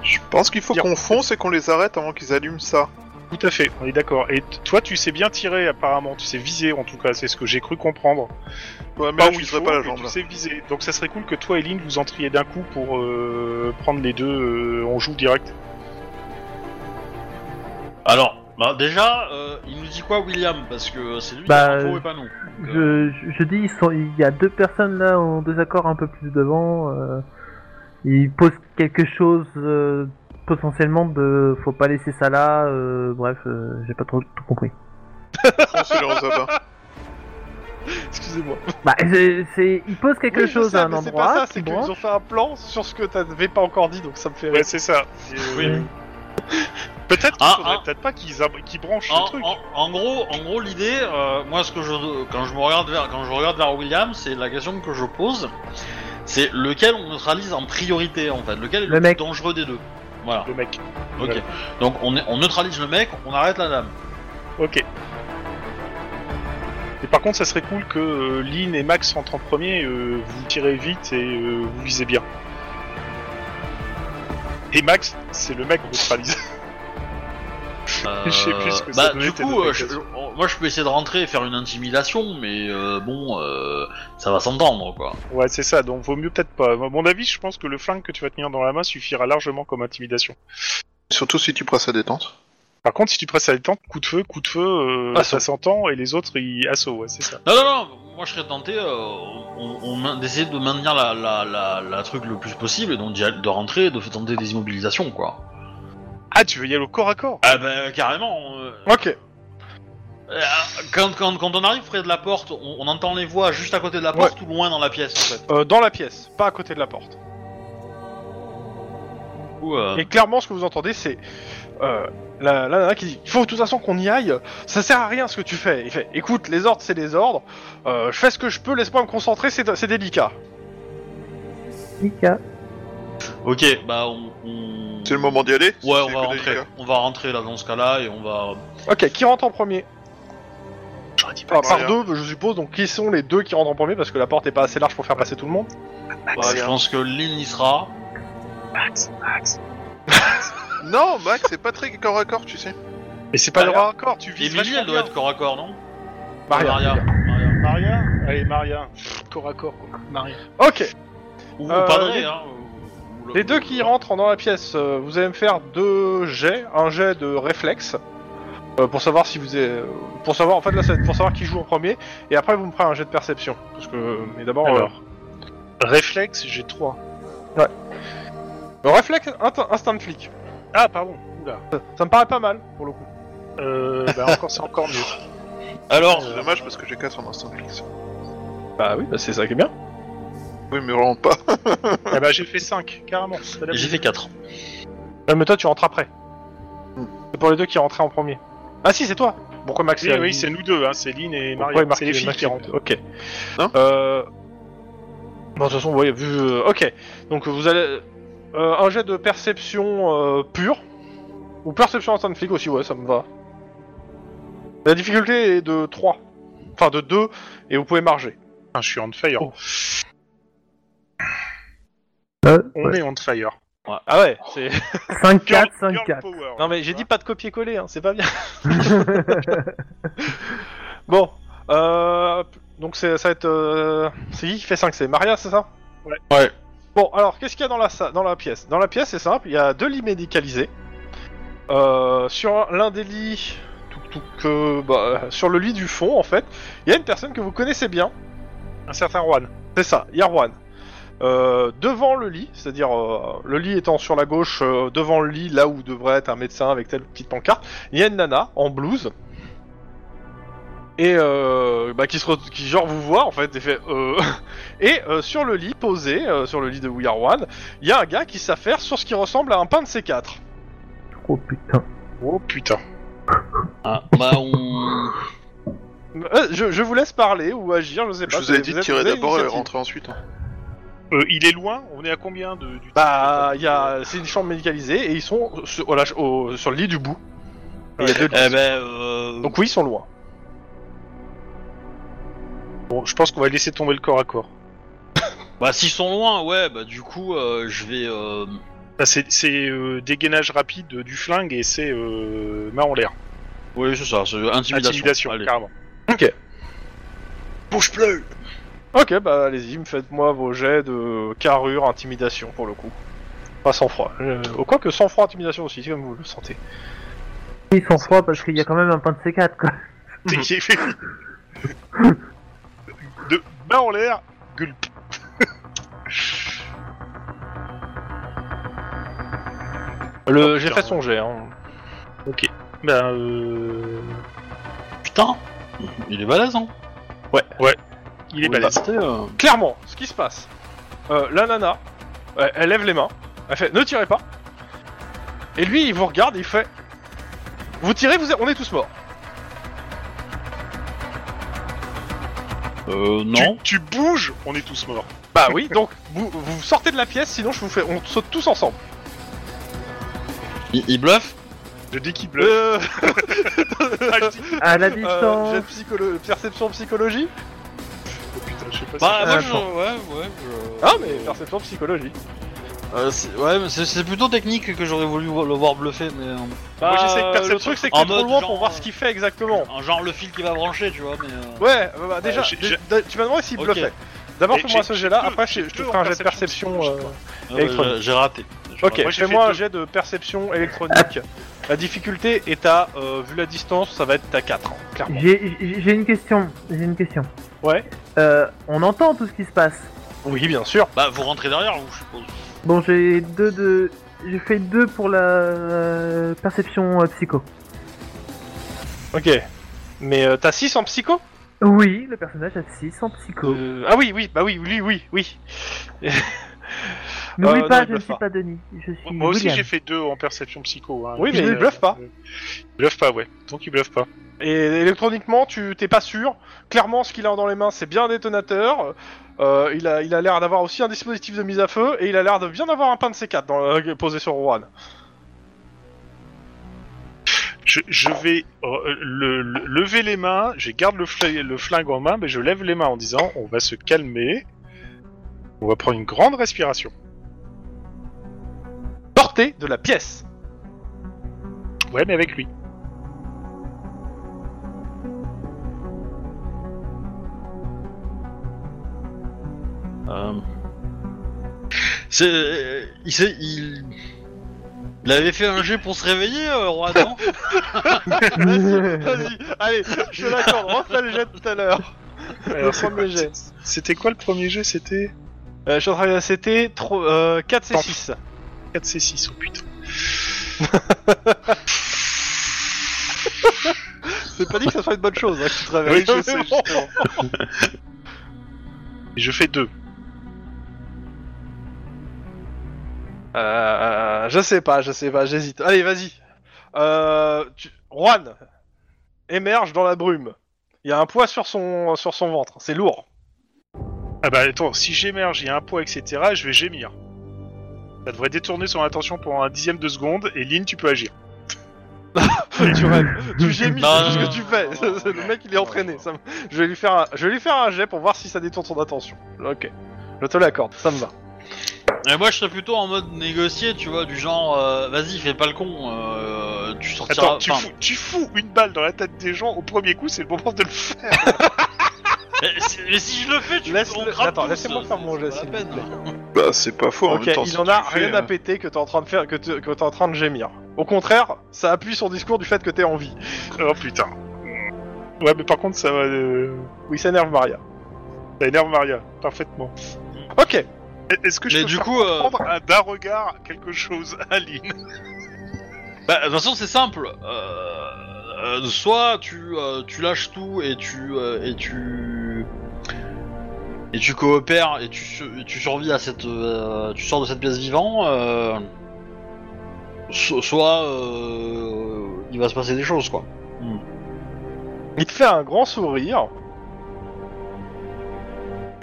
[SPEAKER 5] Je pense qu'il faut
[SPEAKER 4] Dire-
[SPEAKER 5] qu'on fonce et qu'on les arrête avant qu'ils allument ça.
[SPEAKER 4] Tout à fait, on est d'accord. Et t- toi, tu sais bien tirer, apparemment. Tu sais viser, en tout cas. C'est ce que j'ai cru comprendre.
[SPEAKER 5] Ouais, mais
[SPEAKER 4] Pas
[SPEAKER 5] là,
[SPEAKER 4] où
[SPEAKER 5] je
[SPEAKER 4] il
[SPEAKER 5] viserai
[SPEAKER 4] Bah faut,
[SPEAKER 5] Bah, pas la
[SPEAKER 4] mais
[SPEAKER 5] jambe.
[SPEAKER 4] Tu
[SPEAKER 5] là.
[SPEAKER 4] sais viser. Donc, ça serait cool que toi et Lynn vous entriez d'un coup pour euh, prendre les deux. euh, on joue direct.
[SPEAKER 1] Alors, bah déjà, euh, il nous dit quoi William Parce que c'est lui
[SPEAKER 3] Bah,
[SPEAKER 1] qui a l'info et pas nous. Donc, euh,
[SPEAKER 3] Je, je, je dis, ils sont- il y a deux personnes là en désaccord un peu plus devant. euh, ils posent quelque chose euh, potentiellement de faut pas laisser ça là. euh, bref, euh, j'ai pas trop tout compris.
[SPEAKER 5] Foncez les rosabins.
[SPEAKER 2] excusez-moi.
[SPEAKER 3] Bah, c'est, c'est- ils posent quelque
[SPEAKER 2] Oui, je
[SPEAKER 3] chose
[SPEAKER 2] sais,
[SPEAKER 3] à un
[SPEAKER 2] mais
[SPEAKER 3] endroit.
[SPEAKER 2] C'est pas ça, c'est
[SPEAKER 3] qui
[SPEAKER 2] qu'ils
[SPEAKER 3] branche.
[SPEAKER 2] ont fait un plan sur ce que t'avais pas encore dit, donc ça me fait
[SPEAKER 4] Ouais,
[SPEAKER 2] rire.
[SPEAKER 4] c'est ça. Et, euh,
[SPEAKER 1] Oui.
[SPEAKER 4] Peut-être qu'il
[SPEAKER 1] Ah,
[SPEAKER 4] faudrait
[SPEAKER 1] ah.
[SPEAKER 4] peut-être pas qu'ils ab- qu'ils branchent
[SPEAKER 1] en,
[SPEAKER 4] le truc.
[SPEAKER 1] en- en gros, en gros, l'idée, euh, moi, ce que je, quand je me regarde vers, quand je regarde vers William, c'est la question que je pose, c'est lequel on neutralise en priorité en fait, lequel est le,
[SPEAKER 3] Le mec.
[SPEAKER 1] plus dangereux des deux. Voilà.
[SPEAKER 4] Le mec.
[SPEAKER 1] Ok.
[SPEAKER 4] Voilà.
[SPEAKER 1] Donc on, est- on neutralise le mec, on arrête la dame.
[SPEAKER 4] Ok. Et par contre, ça serait cool que euh, Lynn et Max rentrent en premier, euh, vous tirez vite et euh, vous visez bien. Et Max, c'est le mec neutralisé.
[SPEAKER 1] Euh,
[SPEAKER 4] Je sais plus ce que ça
[SPEAKER 1] bah,
[SPEAKER 4] donnait,
[SPEAKER 1] du
[SPEAKER 4] tes
[SPEAKER 1] coup,
[SPEAKER 4] deux
[SPEAKER 1] euh, je-
[SPEAKER 4] occasions.
[SPEAKER 1] euh, moi, je peux essayer de rentrer et faire une intimidation, mais euh, bon, euh, ça va s'entendre quoi.
[SPEAKER 4] ouais, c'est ça, donc vaut mieux peut-être pas. À mon avis, je pense que le flingue que tu vas tenir dans la main suffira largement comme intimidation.
[SPEAKER 5] Surtout si tu presses la détente.
[SPEAKER 4] Par contre, si tu presses à détente, coup de feu, coup de feu, euh,
[SPEAKER 2] Assaut.
[SPEAKER 4] ça s'entend et les autres, ils assaut, ouais, c'est ça.
[SPEAKER 1] Non, non, non, moi je serais tenté euh, on, on main- d'essayer de maintenir la, la, la, la truc le plus possible et donc d'y aller- de rentrer et de tenter des immobilisations quoi.
[SPEAKER 4] Ah, tu veux y aller au corps à corps
[SPEAKER 1] Ah bah carrément. euh,
[SPEAKER 2] Ok.
[SPEAKER 1] euh, quand, quand, quand on arrive près de la porte, on, on entend les voix juste à côté de la
[SPEAKER 2] Ouais.
[SPEAKER 1] porte ou loin dans la pièce en fait.
[SPEAKER 2] Euh, dans la pièce, pas à côté de la porte.
[SPEAKER 1] Ou,
[SPEAKER 4] Ah.
[SPEAKER 1] euh,
[SPEAKER 2] Et clairement, ce que vous entendez, c'est euh, la, la nana qui dit il faut de toute façon qu'on y aille. Ça sert à rien ce que tu fais. Il fait écoute, les ordres, c'est les ordres. Euh, je fais ce que je peux. Laisse-moi me concentrer. C'est c'est délicat.
[SPEAKER 3] Mika.
[SPEAKER 1] Ok, bah on. on-
[SPEAKER 5] C'est le moment d'y aller
[SPEAKER 1] Ouais, on
[SPEAKER 5] C'est hein.
[SPEAKER 1] va
[SPEAKER 5] que
[SPEAKER 1] rentrer.
[SPEAKER 5] délicat.
[SPEAKER 1] On va rentrer là dans ce cas-là et on va. euh,
[SPEAKER 2] Ok. Qui rentre en premier
[SPEAKER 4] J'aurais dit
[SPEAKER 2] Enfin,
[SPEAKER 5] Max.
[SPEAKER 2] Par deux, je suppose. Donc, qui sont les deux qui rentrent en premier parce que la porte est pas assez large pour faire passer tout le monde.
[SPEAKER 1] Bah, je pense que Lynn y sera.
[SPEAKER 4] Max, Max.
[SPEAKER 5] Non, Max, c'est pas très corps à corps, tu sais.
[SPEAKER 4] Mais c'est pas le
[SPEAKER 1] Maria.
[SPEAKER 4] corps à corps, tu vises
[SPEAKER 1] Emily,
[SPEAKER 4] vachement
[SPEAKER 1] elle doit
[SPEAKER 4] bien.
[SPEAKER 1] être corps à corps, non
[SPEAKER 2] Maria.
[SPEAKER 1] Maria.
[SPEAKER 4] Maria Allez, Maria. Corps à corps, quoi. Maria.
[SPEAKER 2] Ok.
[SPEAKER 1] Ou,
[SPEAKER 2] Euh,
[SPEAKER 1] ou Padré,
[SPEAKER 2] les-
[SPEAKER 1] hein. ou- ou le-
[SPEAKER 2] Les deux qui rentrent dans la pièce, euh, vous allez me faire deux jets, un jet de réflexe euh, pour savoir si vous êtes, pour savoir en fait là c'est pour savoir qui joue en premier et après vous me ferez un jet de perception parce que euh, mais d'abord euh,
[SPEAKER 4] Alors. Réflexe, j'ai 3.
[SPEAKER 2] le réflexe int- instinct de flic.
[SPEAKER 4] Ah, pardon. Oula.
[SPEAKER 2] Ça me paraît pas mal pour le coup.
[SPEAKER 4] Euh, bah encore, c'est encore mieux.
[SPEAKER 1] Alors,
[SPEAKER 5] C'est dommage parce que j'ai qu'à son instant fixe.
[SPEAKER 2] Bah oui, bah c'est ça qui est bien.
[SPEAKER 5] Oui, mais vraiment pas.
[SPEAKER 2] Eh
[SPEAKER 4] Ah
[SPEAKER 2] ben,
[SPEAKER 4] bah, j'ai fait 5, carrément.
[SPEAKER 1] j'ai fait 4.
[SPEAKER 2] mais toi tu rentres après.
[SPEAKER 5] Hmm.
[SPEAKER 2] C'est pour les deux qui rentraient en premier. Ah si, c'est toi Pourquoi Max
[SPEAKER 4] Oui,
[SPEAKER 2] et Ali-
[SPEAKER 4] oui, c'est nous deux, hein, Céline et
[SPEAKER 2] Pourquoi
[SPEAKER 4] Marianne.
[SPEAKER 2] Max
[SPEAKER 4] C'est les
[SPEAKER 2] et-
[SPEAKER 4] filles
[SPEAKER 2] Max
[SPEAKER 4] qui
[SPEAKER 2] et-
[SPEAKER 4] rentrent.
[SPEAKER 2] Ok.
[SPEAKER 5] Non
[SPEAKER 2] euh... Bon, de toute façon, vous voyez, vu... euh, Ok, donc vous allez... euh, un jet de perception euh, pure, ou perception instant flic aussi, ouais, ça me va. La difficulté est de 3, enfin de 2, et vous pouvez marger.
[SPEAKER 4] Ah, je suis on fire.
[SPEAKER 3] Euh,
[SPEAKER 4] On est on fire.
[SPEAKER 2] Ah ouais, c'est...
[SPEAKER 3] 5-4,
[SPEAKER 4] Girl-
[SPEAKER 3] 5-4.
[SPEAKER 4] girl power.
[SPEAKER 2] Non mais j'ai dit pas de copier-coller, hein, c'est pas bien. bon, euh, donc c'est, ça va être... euh, c'est qui qui fait 5 C'est Maria, c'est ça
[SPEAKER 4] Ouais.
[SPEAKER 1] Ouais.
[SPEAKER 2] Bon, alors, qu'est-ce qu'il y a dans la, sa- dans la pièce Dans la pièce, c'est simple, il y a deux lits médicalisés. Euh, sur l'un des lits... touc, touc, euh, bah, sur le lit du fond, en fait, il y a une personne que vous connaissez bien.
[SPEAKER 4] Un certain Juan.
[SPEAKER 2] C'est ça, Yarwan. Euh, devant le lit, c'est-à-dire euh, le lit étant sur la gauche, euh, devant le lit, là où devrait être un médecin avec telle petite pancarte, il y a une nana en blouse. Et euh, bah, qui, se re- qui genre vous voit en fait et fait euh... et euh, sur le lit posé euh, sur le lit de We Are One, il y a un gars qui s'affaire sur ce qui ressemble à un pain de C4.
[SPEAKER 3] Oh putain.
[SPEAKER 4] Oh putain.
[SPEAKER 1] Ah, bah on...
[SPEAKER 2] Euh, je, je vous laisse parler ou agir, je sais
[SPEAKER 5] Je
[SPEAKER 2] pas.
[SPEAKER 5] vous avais dit de
[SPEAKER 2] êtes-
[SPEAKER 5] tirer
[SPEAKER 2] vous avez
[SPEAKER 5] d'abord et
[SPEAKER 2] l'initiative.
[SPEAKER 5] rentrer ensuite. hein.
[SPEAKER 4] Euh, il est loin On est à combien de, du
[SPEAKER 2] Bah, il y a c'est une chambre médicalisée et ils sont euh, sur, au lâche- au- sur le lit du bout. Et il y a deux lits.
[SPEAKER 1] Eh ben... euh,
[SPEAKER 2] Donc oui, ils sont loin.
[SPEAKER 4] Bon, je pense qu'on va laisser tomber le corps à corps.
[SPEAKER 1] Bah s'ils sont loin, ouais, bah du coup, euh, je vais... euh,
[SPEAKER 4] Bah, c'est c'est, euh, dégainage rapide euh, du flingue et c'est euh, main en l'air.
[SPEAKER 1] Oui, c'est ça, c'est intimidation.
[SPEAKER 4] Intimidation,
[SPEAKER 1] Allez.
[SPEAKER 4] carrément.
[SPEAKER 1] Bouge plus
[SPEAKER 2] Ok, bah allez-y, me faites-moi vos jets de carrure, intimidation pour le coup. Pas sang-froid. Euh, quoi que sang-froid, intimidation aussi, comme vous le sentez.
[SPEAKER 3] Ils sont froids parce qu'il y a quand même un pain de C4 quoi.
[SPEAKER 2] Mhm.
[SPEAKER 4] Dès qu'il fait- de main en l'air, gulp.
[SPEAKER 2] Le, j'ai fait son jet. Hein.
[SPEAKER 4] Ben, euh...
[SPEAKER 1] Putain Il est balèze, hein
[SPEAKER 4] Il est balèze.
[SPEAKER 2] Clairement, ce qui se passe. Euh, la nana, elle, elle lève les mains, elle fait ne tirez pas. Et lui, il vous regarde, il fait vous tirez, vous êtes- on est tous morts.
[SPEAKER 1] Euh,
[SPEAKER 4] Tu,
[SPEAKER 1] non.
[SPEAKER 4] tu bouges, on est tous morts.
[SPEAKER 2] Bah oui, donc vous, vous sortez de la pièce, sinon je vous fais, on saute tous ensemble.
[SPEAKER 1] Il, il bluffe
[SPEAKER 4] Je dis qu'il bluffe.
[SPEAKER 2] Euh,
[SPEAKER 4] Ah, je dis-
[SPEAKER 3] À la
[SPEAKER 2] euh,
[SPEAKER 3] distance.
[SPEAKER 2] jet de psycholo- perception psychologie.
[SPEAKER 4] oh, putain, je sais pas
[SPEAKER 1] Bah,
[SPEAKER 4] si-
[SPEAKER 1] moi,
[SPEAKER 3] Ah,
[SPEAKER 1] je...
[SPEAKER 3] attends.
[SPEAKER 1] Ouais, ouais, je-
[SPEAKER 2] Ah mais perception psychologie.
[SPEAKER 1] Euh, c'est- ouais, mais c'est- c'est plutôt technique que j'aurais voulu vo- le voir bluffer, mais... euh,
[SPEAKER 2] Bah,
[SPEAKER 4] Moi, j'essaie de perception.
[SPEAKER 2] le truc c'est que
[SPEAKER 1] En
[SPEAKER 2] t'es trop
[SPEAKER 1] mode
[SPEAKER 2] loin
[SPEAKER 1] genre,
[SPEAKER 2] pour voir ce qu'il
[SPEAKER 4] euh,
[SPEAKER 2] fait exactement.
[SPEAKER 1] Un genre le fil qui va brancher, tu vois, mais... euh,
[SPEAKER 2] Ouais, bah, bah, déjà,
[SPEAKER 4] j'ai-
[SPEAKER 2] dé-
[SPEAKER 4] j'ai-
[SPEAKER 2] dé- tu m'as demandé s'il
[SPEAKER 1] Ok.
[SPEAKER 2] bluffait. D'abord
[SPEAKER 4] Et
[SPEAKER 2] fais-moi
[SPEAKER 4] j'ai-
[SPEAKER 2] ce jet-là,
[SPEAKER 4] j'ai
[SPEAKER 2] après
[SPEAKER 4] deux-
[SPEAKER 2] je je
[SPEAKER 4] j'ai
[SPEAKER 2] te
[SPEAKER 4] deux
[SPEAKER 2] ferai un jet de
[SPEAKER 4] en
[SPEAKER 2] perception.
[SPEAKER 4] perception,
[SPEAKER 2] euh,
[SPEAKER 1] ah, bah,
[SPEAKER 2] Électronique.
[SPEAKER 1] j'ai- j'ai raté. J'ai
[SPEAKER 2] Ok,
[SPEAKER 1] raté.
[SPEAKER 4] Moi, j'ai
[SPEAKER 2] fais-moi
[SPEAKER 4] fait
[SPEAKER 2] un jet de perception électronique. La difficulté est à, euh, vu la distance, ça va être à 4, hein, clairement.
[SPEAKER 3] J'ai j'ai- j'ai une question. J'ai une question.
[SPEAKER 2] Ouais.
[SPEAKER 3] Euh, on entend tout ce qui se passe.
[SPEAKER 2] Oui, bien sûr.
[SPEAKER 1] Bah, vous rentrez derrière, vous, je suppose.
[SPEAKER 3] Bon, j'ai deux de. J'ai fait deux pour la euh, perception euh, psycho.
[SPEAKER 2] Ok. Mais euh, t'as 6 en psycho
[SPEAKER 3] Oui, le personnage a 6 en psycho.
[SPEAKER 2] Euh, Ah oui, oui, bah oui, oui, oui, oui.
[SPEAKER 3] N'oublie
[SPEAKER 2] euh, non, il
[SPEAKER 3] pas, je ne
[SPEAKER 2] bluffe
[SPEAKER 3] suis
[SPEAKER 2] pas.
[SPEAKER 3] pas Denis. Je suis
[SPEAKER 4] Moi aussi,
[SPEAKER 3] William.
[SPEAKER 4] j'ai fait deux en perception psycho. hein.
[SPEAKER 2] Oui, mais
[SPEAKER 4] Euh,
[SPEAKER 2] il bluffe pas.
[SPEAKER 4] euh, Il bluffe pas, ouais. Donc il bluffe pas.
[SPEAKER 2] Et électroniquement, tu t'es pas sûr. Clairement, ce qu'il a dans les mains, c'est bien un détonateur. Euh, il a il a l'air d'avoir aussi un dispositif de mise à feu et il a l'air de bien avoir un pain de C4 dans, euh, posé sur Juan.
[SPEAKER 4] Je, je vais euh, le- le- lever les mains, je garde le, fl- le flingue en main, mais je lève les mains en disant on va se calmer, on va prendre une grande respiration.
[SPEAKER 2] portée de la pièce.
[SPEAKER 4] Ouais, mais avec lui.
[SPEAKER 1] Euh, C'est... euh, Il s'est... Il... Il avait fait un jet pour se réveiller, euh, roi, non
[SPEAKER 2] Vas-y, vas-y, allez, je te l'accorde, refais le jet de tout à l'heure.
[SPEAKER 4] Alors,
[SPEAKER 2] Le
[SPEAKER 4] c'est
[SPEAKER 2] premier
[SPEAKER 4] quoi-
[SPEAKER 2] jet.
[SPEAKER 4] c'est- C'était quoi le premier jet C'était
[SPEAKER 2] Euh, je suis en train de c'était trop- euh, 4C6.
[SPEAKER 4] 4C6, oh putain.
[SPEAKER 2] C'est pas dit que ça soit une bonne chose, hein, que tu te
[SPEAKER 4] Oui,
[SPEAKER 2] réveilles.
[SPEAKER 4] je sais, justement. Et je fais deux.
[SPEAKER 2] Euh, je sais pas, je sais pas, j'hésite. Allez, vas-y. Euh, tu... Juan, émerge dans la brume. Il y a un poids sur son, sur son ventre, c'est lourd.
[SPEAKER 4] Ah bah attends, si j'émerge, il y a un poids, etc., je vais gémir. Ça devrait détourner son attention pendant un dixième de seconde, et Lynn, tu peux agir.
[SPEAKER 2] tu rêves. Tu gémis,
[SPEAKER 1] Non,
[SPEAKER 2] c'est ce
[SPEAKER 1] non,
[SPEAKER 2] que
[SPEAKER 1] non,
[SPEAKER 2] tu fais.
[SPEAKER 5] non, non,
[SPEAKER 2] le
[SPEAKER 5] non,
[SPEAKER 2] mec, il est
[SPEAKER 5] non,
[SPEAKER 2] entraîné.
[SPEAKER 5] non.
[SPEAKER 2] ça me- je, vais lui faire un... je vais lui faire un jet pour voir si ça détourne son attention. Ok, je te l'accorde, ça me va.
[SPEAKER 1] Et moi, je serais plutôt en mode négocier, tu vois, du genre, euh, vas-y, fais pas le con, euh, tu sortiras.
[SPEAKER 4] Attends, tu,
[SPEAKER 1] enfin,
[SPEAKER 4] fous, tu fous une balle dans la tête des gens au premier coup, c'est le moment de le faire.
[SPEAKER 1] mais, si- mais si je le fais, tu
[SPEAKER 2] Laisse-le-
[SPEAKER 1] on crame
[SPEAKER 2] attends,
[SPEAKER 1] tous,
[SPEAKER 2] laissez-moi
[SPEAKER 1] c'est-
[SPEAKER 2] faire mon
[SPEAKER 1] c'est
[SPEAKER 2] geste,
[SPEAKER 1] pas la
[SPEAKER 2] s'il vous
[SPEAKER 1] peine.
[SPEAKER 5] Bah, c'est pas faux en
[SPEAKER 2] ok,
[SPEAKER 5] même temps.
[SPEAKER 2] il
[SPEAKER 5] si
[SPEAKER 2] en
[SPEAKER 5] tu
[SPEAKER 2] a
[SPEAKER 5] le fais,
[SPEAKER 2] rien à
[SPEAKER 5] euh.
[SPEAKER 2] péter que t'es en train de faire, que t'es que t'es en train de gémir. Au contraire, ça appuie son discours du fait que t'es en vie.
[SPEAKER 4] Oh putain. Ouais, mais par contre, ça va. euh,
[SPEAKER 2] Oui, ça énerve Maria.
[SPEAKER 4] Ça énerve Maria, parfaitement.
[SPEAKER 2] Ok,
[SPEAKER 4] E- Est-ce que je
[SPEAKER 1] Mais
[SPEAKER 4] peux
[SPEAKER 1] du
[SPEAKER 4] faire
[SPEAKER 1] coup, euh,
[SPEAKER 4] comprendre à- d'un regard quelque chose à Lynn
[SPEAKER 1] Bah, de toute façon, c'est simple. Euh, euh, soit tu, euh, tu lâches tout et tu. euh, et tu. Et tu coopères et tu, su- et tu survis à cette. euh, tu sors de cette pièce vivant. euh, so- soit. euh, il va se passer des choses, quoi.
[SPEAKER 2] il te fait un grand sourire.